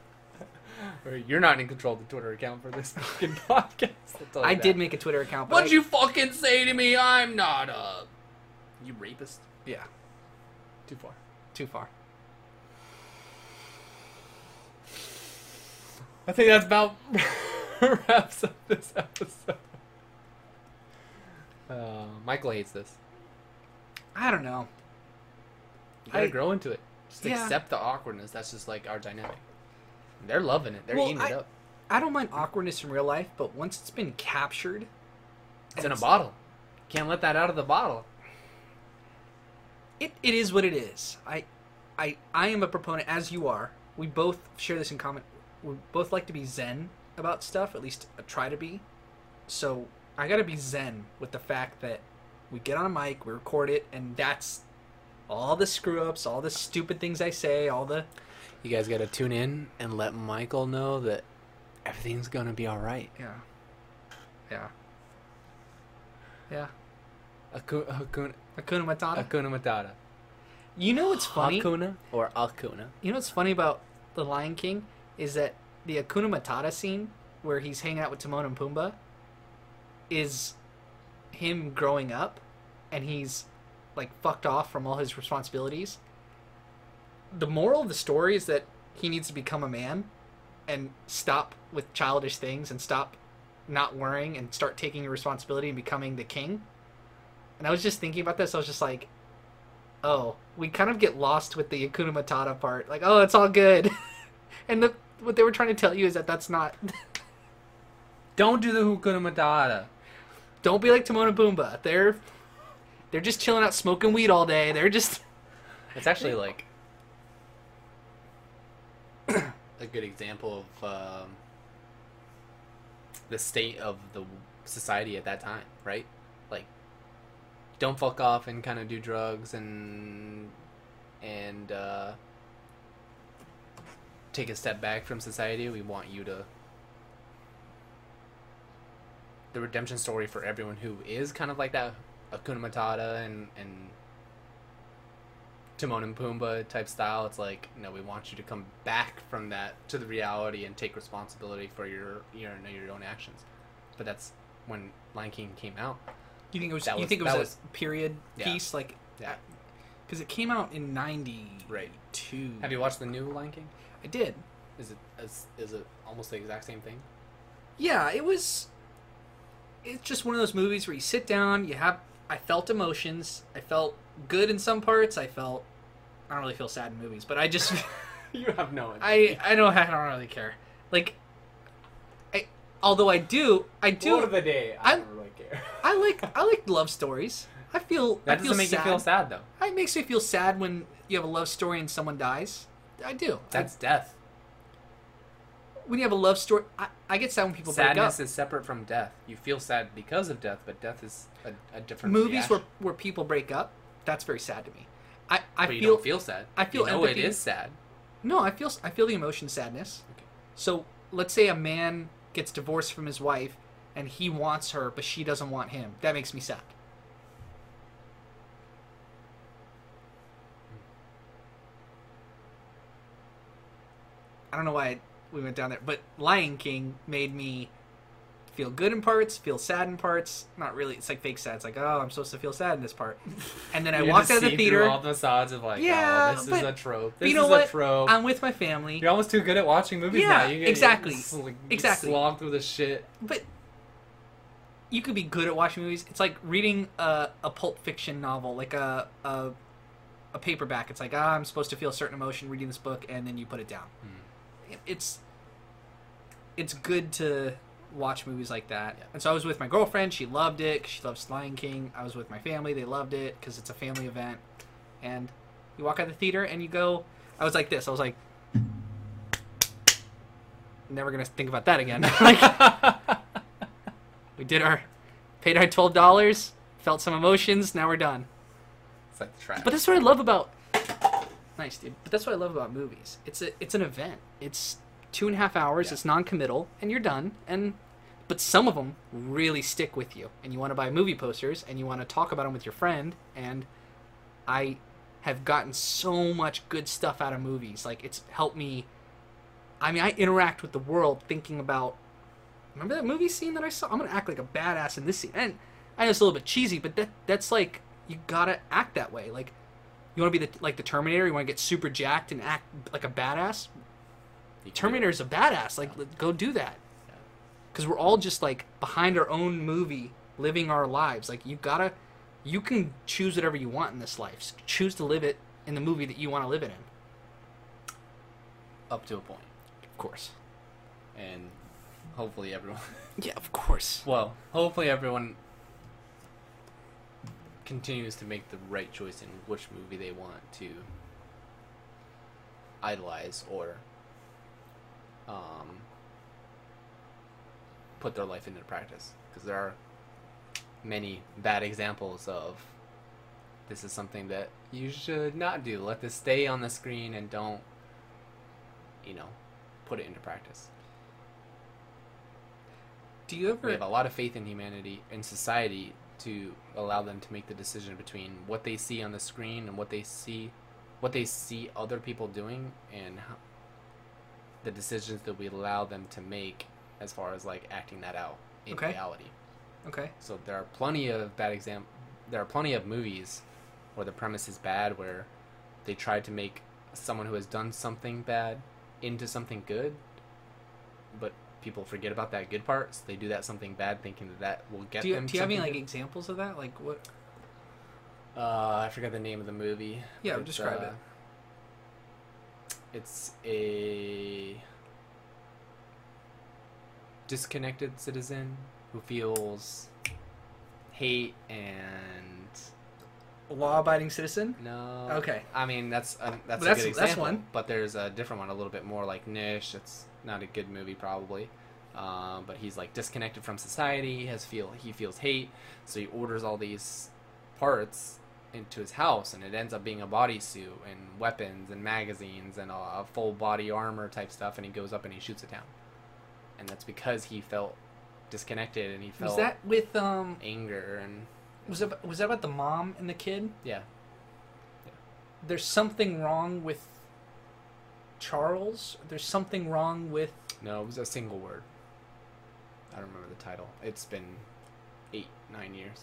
Or You're not in control of the Twitter account for this fucking podcast. I'll tell you
I
that.
did make a Twitter account. but
What'd
I-
you fucking say to me? I'm not a. You rapist.
Yeah,
Too far.
too far.
I think that's about wraps up this episode. Uh, Michael hates this.
I don't know.
You gotta
I-
grow into it. Just
Yeah.
accept the awkwardness. That's just like our dynamic. They're loving it. They're
Well,
eating
I-
it up.
I don't mind awkwardness in real life, but once it's been captured,
It's in a bottle. Can't let that out of the bottle.
it, it is what it is. I, I, I am a proponent, as you are. We both share this in common. We both like to be zen about stuff, at least uh, try to be. So I gotta be zen with the fact that we get on a mic, we record it, and that's all the screw ups, all the stupid things I say, all the
You guys gotta tune in and let Michael know that everything's gonna be alright.
yeah, yeah, yeah.
Hakuna,
Hakuna Matata.
Hakuna Matata.
you know what's funny?
Hakuna or Akuna.
You know what's funny about The Lion King is that the Akuna Matata scene where he's hanging out with Timon and Pumbaa is him growing up and he's like fucked off from all his responsibilities. The moral of the story is that he needs to become a man and stop with childish things and stop not worrying and start taking your responsibility and becoming the king. And I was just thinking about this, I was just like, oh, we kind of get lost with the Yakuna Matata part. Like, oh, it's all good. and the, what they were trying to tell you is that that's not.
Don't do the Hakuna Matata.
Don't be like Timon and Pumbaa. They're they're just chilling out, smoking weed all day. They're just
It's actually like a good example of um, the state of the society at that time, right? Like, don't fuck off and kind of do drugs and and uh, take a step back from society. We want you to. The redemption story for everyone who is kind of like that Akuna Matata and and Timon and Pumbaa type style. It's like, no, we want you to come back from that to the reality and take responsibility for your your your own actions. But that's when Lion King came out.
you think it was,
That
you
was-
think it was,
that
a
was-
period
Yeah.
piece like
Yeah.
because it came out in ninety two.
Have you watched the new Lion King?
I did.
Is it is, is it almost the exact same thing?
Yeah, it was. It's just one of those movies where you sit down, you have. I felt emotions. I felt good in some parts. I felt. I don't really feel sad in movies, but I just.
you have no idea.
I I don't I don't really care. Like, I although I do I do
Word of the day. I,
I'm-
don't really care.
I like I like love stories. I feel
that
I feel
doesn't make you feel sad though.
It makes me feel sad when you have a love story and someone dies. I do. I-
That's death.
when you have a love story, I, I get sad when people
Sadness
break
is separate from death. You feel sad because of death, but death is a, a
up.
different.
Movies where,
reaction.
where people break up, that's very sad to me. I, I
but you
feel
don't feel sad.
I feel
you know
empathy.
it is sad.
No, I feel I feel the emotion sadness.
Okay.
So let's say a man gets divorced from his wife, and he wants her, but she doesn't want him. That makes me sad. I don't know why we went down there, but Lion King made me feel good in parts, feel sad in parts. Not really. It's like fake sad. It's like, oh, I'm supposed to feel sad in this part, and then I
You
walked out
just
of
see
the
through
theater.
All the facades of like,
Yeah,
oh, this is
but-
a trope.
but
This
you know
is
what?
a trope.
I'm with my family.
You're almost too good at watching movies
Yeah,
now. You get
exactly.
You, sl- you
Exactly.
Slob through the shit.
but you could be good at watching movies. It's like reading a, a pulp fiction novel, like a, a a paperback. It's like ah, I'm supposed to feel a certain emotion reading this book, and then you put it down. It- It's it's good to watch movies like that.
Yeah.
And so I was with my girlfriend. She loved it. 'cause she loves Lion King. I was with my family. They loved it because it's a family event. And you walk out of the theater and you go. I was like this. I was like. Never gonna think about that again. like, we did our, paid our twelve dollars, felt some emotions. Now we're done.
it's like the trap.
But that's what I love about. Nice, dude. But that's what I love about movies. It's a it's an event. It's two and a half hours.
Yeah.
It's non-committal, and you're done. And but some of them really stick with you, and you want to buy movie posters, and you want to talk about them with your friend. And I have gotten so much good stuff out of movies. Like it's helped me. I mean, I interact with the world thinking about. Remember that movie scene that I saw? I'm gonna act like a badass in this scene, and I know it's a little bit cheesy, but that that's like you gotta act that way. Like you want to be the like the Terminator. You want to get super jacked and act like a badass.
You can do it.
Terminator's a badass. Like let- go do that.
Yeah.
Because we're all just like behind our own movie, living our lives. Like you gotta, you can choose whatever you want in this life. S- choose to live it in the movie that you want to live it in.
up to a point,
Of course.
and hopefully everyone.
Yeah, of course.
well, hopefully everyone continues to make the right choice in which movie they want to idolize or um, put their life into practice because there are many bad examples of this is something that you should not do let this stay on the screen and don't you know put it into practice
Do you
we
ever?
have a lot of faith in humanity and society to allow them to make the decision between what they see on the screen and what they see what they see other people doing and how, the decisions that we allow them to make as far as like acting that out in
Okay.
reality
Okay.
so there are plenty of bad exam there are plenty of movies where the premise is bad where they try to make someone who has done something bad into something good but people forget about that good part so they do that something bad thinking that that will get
Do you,
them
do you have any
something
like examples of that? Like what?
good. uh i forgot the name of the movie uh,
Yeah, describe it.
it's a disconnected citizen who feels hate and
Law-abiding citizen.
No.
Okay.
I mean, that's a, that's
that's-
a good
that's
example.
one.
But there's a different one, a little bit more like niche. It's not a good movie, probably. Um, but he's like disconnected from society. He has feel he feels hate, so he orders all these parts into his house, and it ends up being a bodysuit and weapons and magazines and a, a full body armor type stuff. And he goes up and he shoots it down, and that's because he felt disconnected and he
Was
felt
that with um?
anger and
Was that was that about the mom and the kid?
yeah.
there's something wrong with Charles. There's something wrong with
No, it was a single word. I don't remember the title. It's been eight, nine years.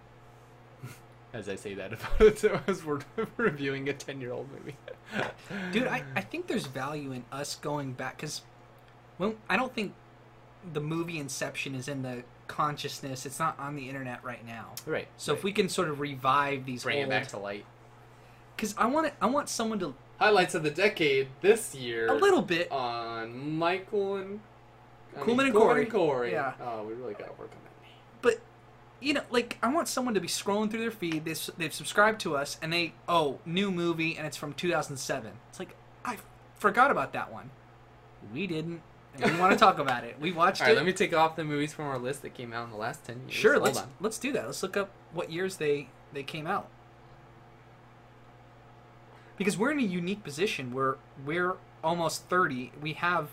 As I say that about it, so as we're reviewing a ten-year-old movie.
dude. I, I think there's value in us going back because when I don't think the movie Inception is in the consciousness. It's not on the internet right now.
right.
So if we can sort of revive these
bring it
old,
back to light,
because I want it, I want someone to
highlights of the decade this year.
a little bit.
on Michael and I
Coolman
mean,
and
Coleman
Corey.
and Corey.
Yeah.
Oh, we really gotta work on that name.
but you know, like I want someone to be scrolling through their feed. They s- they've subscribed to us, and they oh new movie, and it's from 2007. It's like I forgot about that one. We didn't. And we want to talk about it. We watched
All right,
it.
let me take off the movies from our list that came out in the last ten years.
sure,
Hold
let's
on.
let's do that. Let's look up what years they they came out. Because we're in a unique position where we're almost 30. We have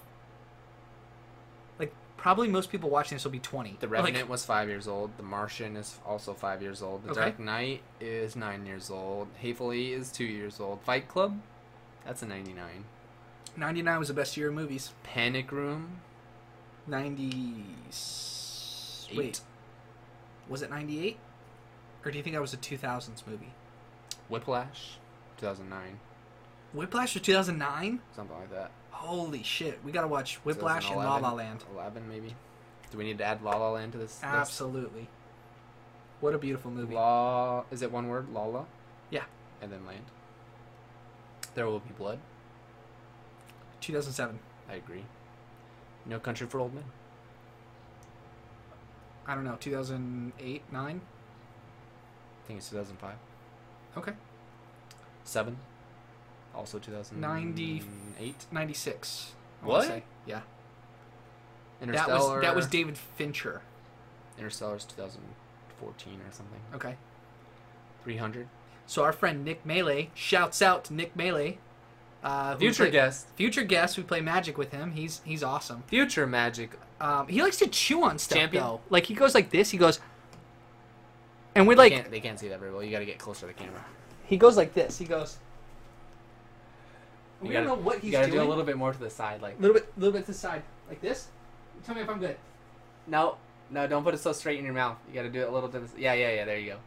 like probably most people watching this will be 20.
The
Like,
Revenant was five years old. The Martian is also five years old. The
Okay.
Dark Knight is nine years old. Hateful Eight is two years old. Fight Club, that's a ninety-nine.
99 was the best year of movies.
Panic Room,
90
eight.
Wait. Was it 98? Or do you think that was a 2000s movie?
Whiplash, two thousand nine,
Whiplash was 2009?
something like that.
Holy shit. We got to watch Whiplash and La La
2011,
Land.
Eleven maybe. Do we need to add La La Land to this? list?
Absolutely. What a beautiful movie.
Law is it one word? Lala.
Yeah.
And then land. There will be blood.
2007.
I agree. No country for old men.
I don't know, 2008, 9?
I think it's 2005.
Okay.
Seven. Also 2098.
96. I
What?
wanna say. Yeah. That
Interstellar.
was, that was David Fincher.
Interstellar's 2014 or something.
Okay.
300.
So our friend Nick Melee, shouts out to Nick Melee. Uh, who
Future
play-
guest.
Future guest, we play Magic with him. He's he's awesome.
Future magic.
Um, he likes to chew on stuff
Champion?
though. Like he goes like this. He goes, and we
They
like
can't, they can't see that very well. You got to get closer to the camera.
he goes like this. He goes.
You
we
gotta-
don't know what he's
you gotta
doing.
do a little bit more to the side, like
little bit, little bit to the side, like this. Tell me if I'm good.
No, no, don't put it so straight in your mouth. You got to do it a little different. Yeah, yeah, yeah. There you go.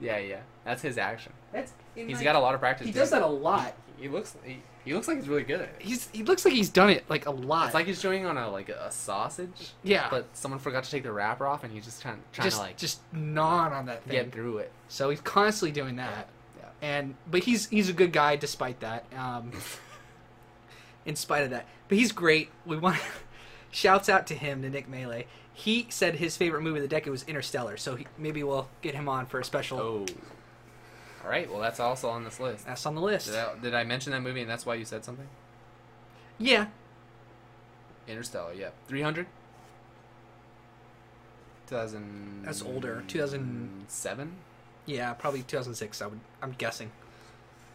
Yeah, yeah. That's his action.
That's in
He's
my-
got a lot of practice.
He
doing
does that a lot.
He, he looks. He, he looks like he's really good at it.
He's he looks like he's done it like a lot.
It's like he's chewing on a like a sausage,
yeah,
but someone forgot to take the wrapper off, and he's just trying trying
just
to like
just gnawing on that thing.
get through it.
So he's constantly doing that.
Yeah.
And but he's he's a good guy despite that. Um, in spite of that, but he's great. We want shouts out to him to Nick Melee. He said his favorite movie of the decade was Interstellar. So he, maybe we'll get him on for a special.
Oh. All right. Well, that's also on this list.
That's on the list.
Did I, did I mention that movie, and that's why you said something?
Yeah.
Interstellar. Yeah. Three hundred. Two thousand.
That's older. 2000
seven.
Yeah. Probably 2006. I would. I'm guessing.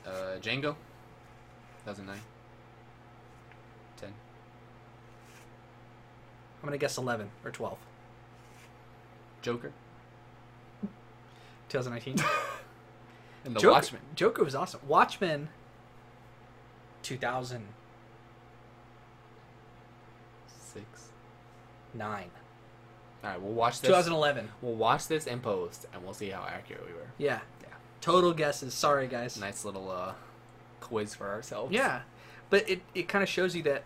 Uh, Django. 2009. 10.
I'm gonna guess 11 or 12.
Joker.
2019.
And The
Joker,
Watchmen.
Joker was awesome. Watchmen. 2009.
6. Alright, we'll watch this.
2011.
We'll watch this in post, and we'll see how accurate we were.
Yeah.
Yeah.
Total guesses. Sorry, guys.
Nice little uh, quiz for ourselves.
Yeah, but it it kind of shows you that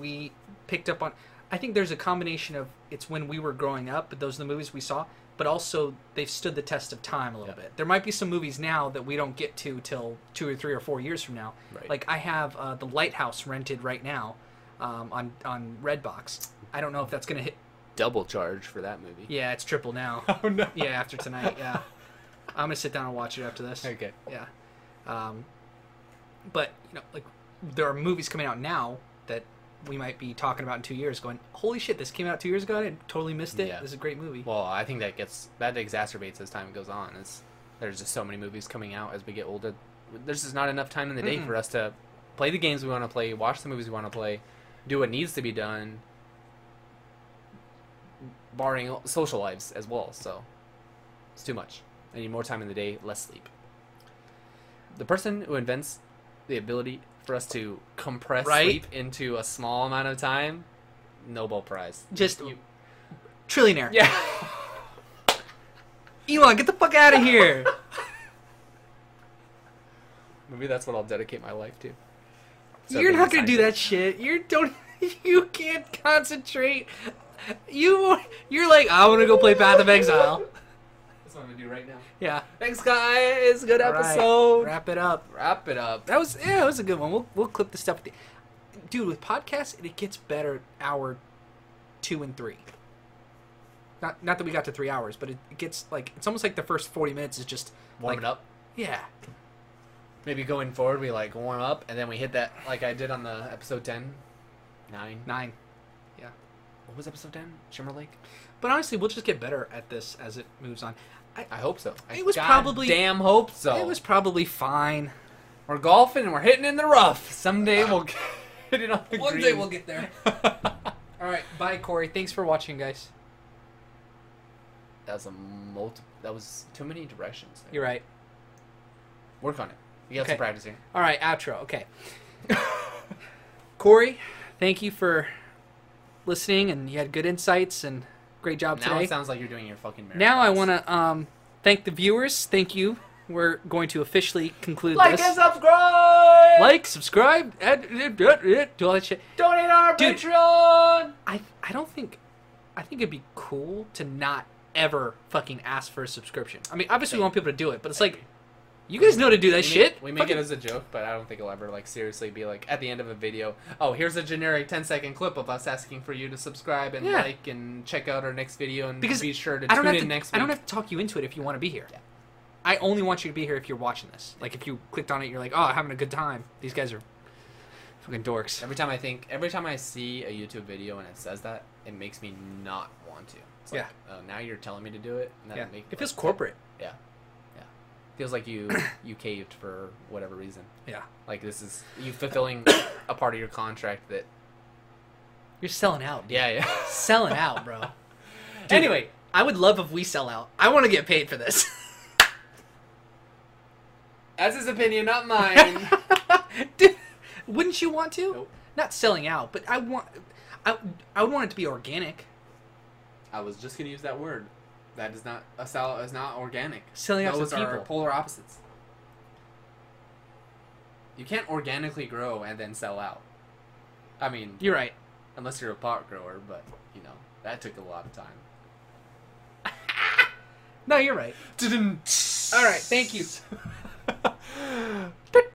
we picked up on. I think there's a combination of it's when we were growing up, but those are the movies we saw. But also, they've stood the test of time a little
Yeah.
bit. There might be some movies now that we don't get to till two or three or four years from now.
Right.
Like I have uh, the Lighthouse rented right now um, on on Redbox. I don't know if that's gonna hit.
Double charge for that movie.
Yeah, it's triple now.
Oh, no.
yeah, after tonight. Yeah, I'm gonna sit down and watch it after this.
Okay.
Yeah. Um, but you know, like there are movies coming out now that we might be talking about in two years, going, "Holy shit, this came out two years ago! I didn't- totally missed it.
Yeah.
This is a great movie."
Well, I think that gets that exacerbates as time goes on. It's there's just so many movies coming out as we get older. There's just not enough time in the day
Mm-mm.
for us to play the games we want to play, watch the movies we want to play, do what needs to be done, barring social lives as well. So it's too much. I need more time in the day, less sleep. The person who invents the ability for us to compress
Right?
sleep into a small amount of time, Nobel Prize.
Just
You-
trillionaire.
yeah.
Elon, get the fuck out of here.
Maybe that's what I'll dedicate my life to.
You're not gonna do that shit. You don't. You can't concentrate. You won't- you're like I want to go play Path of Exile.
That's what I'm gonna do right now.
Yeah.
Thanks, guys. Good
All right,
episode.
Wrap it up.
Wrap it up.
That was yeah, that was a good one. We'll we'll clip this stuff. At the, dude, with podcasts, it gets better hour two and three. Not not that we got to three hours, but it, it gets like it's almost like the first forty minutes is just
Warm
like,
it up.
Yeah,
Maybe going forward, we like warm up, and then we hit that like I did on the episode ten. Nine.
Nine.
What was episode ten? Shimmer Lake.
But honestly, we'll just get better at this as it moves on.
I hope so. I
It was probably-
damn hope so.
It was probably fine.
We're golfing and we're hitting in the rough. Someday we'll get it on the
One
green.
day we'll get there. All right, bye, Corey. Thanks for watching, guys.
That was a multi. That was too many directions. There.
You're right.
Work on it. You got
Okay.
some practice here.
All right, outro. Okay. Corey, thank you for listening, and you had good insights and great job
Now
today.
it sounds like you're doing your fucking. Marathons.
Now I want to um, thank the viewers. Thank you. We're going to officially conclude
like
this.
and subscribe.
like, subscribe, and, and- and- and- do all that shit.
donate on our
Dude.
Patreon.
I I don't think I think it'd be cool to not ever fucking ask for a subscription. I mean, obviously we want people to do it, but it's like you guys know to do that
We
shit.
Make, we make
Fucking-
it as a joke, but I don't think it'll ever like seriously be like at the end of a video. Oh, here's a generic 10 second clip of us asking for you to subscribe and
Yeah.
like and check out our next video and
Because
be sure to
I don't
tune
have
in
to,
next week.
I don't have to talk you into it if you want to be here. I only want you to be here if you're watching this. Like if you clicked on it, you're like, oh, I'm having a good time. These guys are fucking dorks.
Every time I think, every time I see a YouTube video and it says that, it makes me not want to. It's like, oh, now you're telling me to do it. And that
Yeah,
make,
it feels corporate.
Yeah, yeah. Feels like you you caved for whatever reason.
Yeah,
Like this is you fulfilling a part of your contract that.
you're selling out. dude.
Yeah, yeah.
selling out, bro. Dude,
anyway,
I would love if we sell out. I want to get paid for this.
that's his opinion, not mine.
Dude, wouldn't you want to?
Nope.
Not selling out, but I want. I, I would want it to be organic.
I was just gonna use that word. That is not a salad is not organic.
Selling out to
Those
the
are
people.
polar opposites. You can't organically grow and then sell out. I mean,
You're right.
unless you're a pot grower, but you know that took a lot of time.
No, you're right.
All
right, thank you.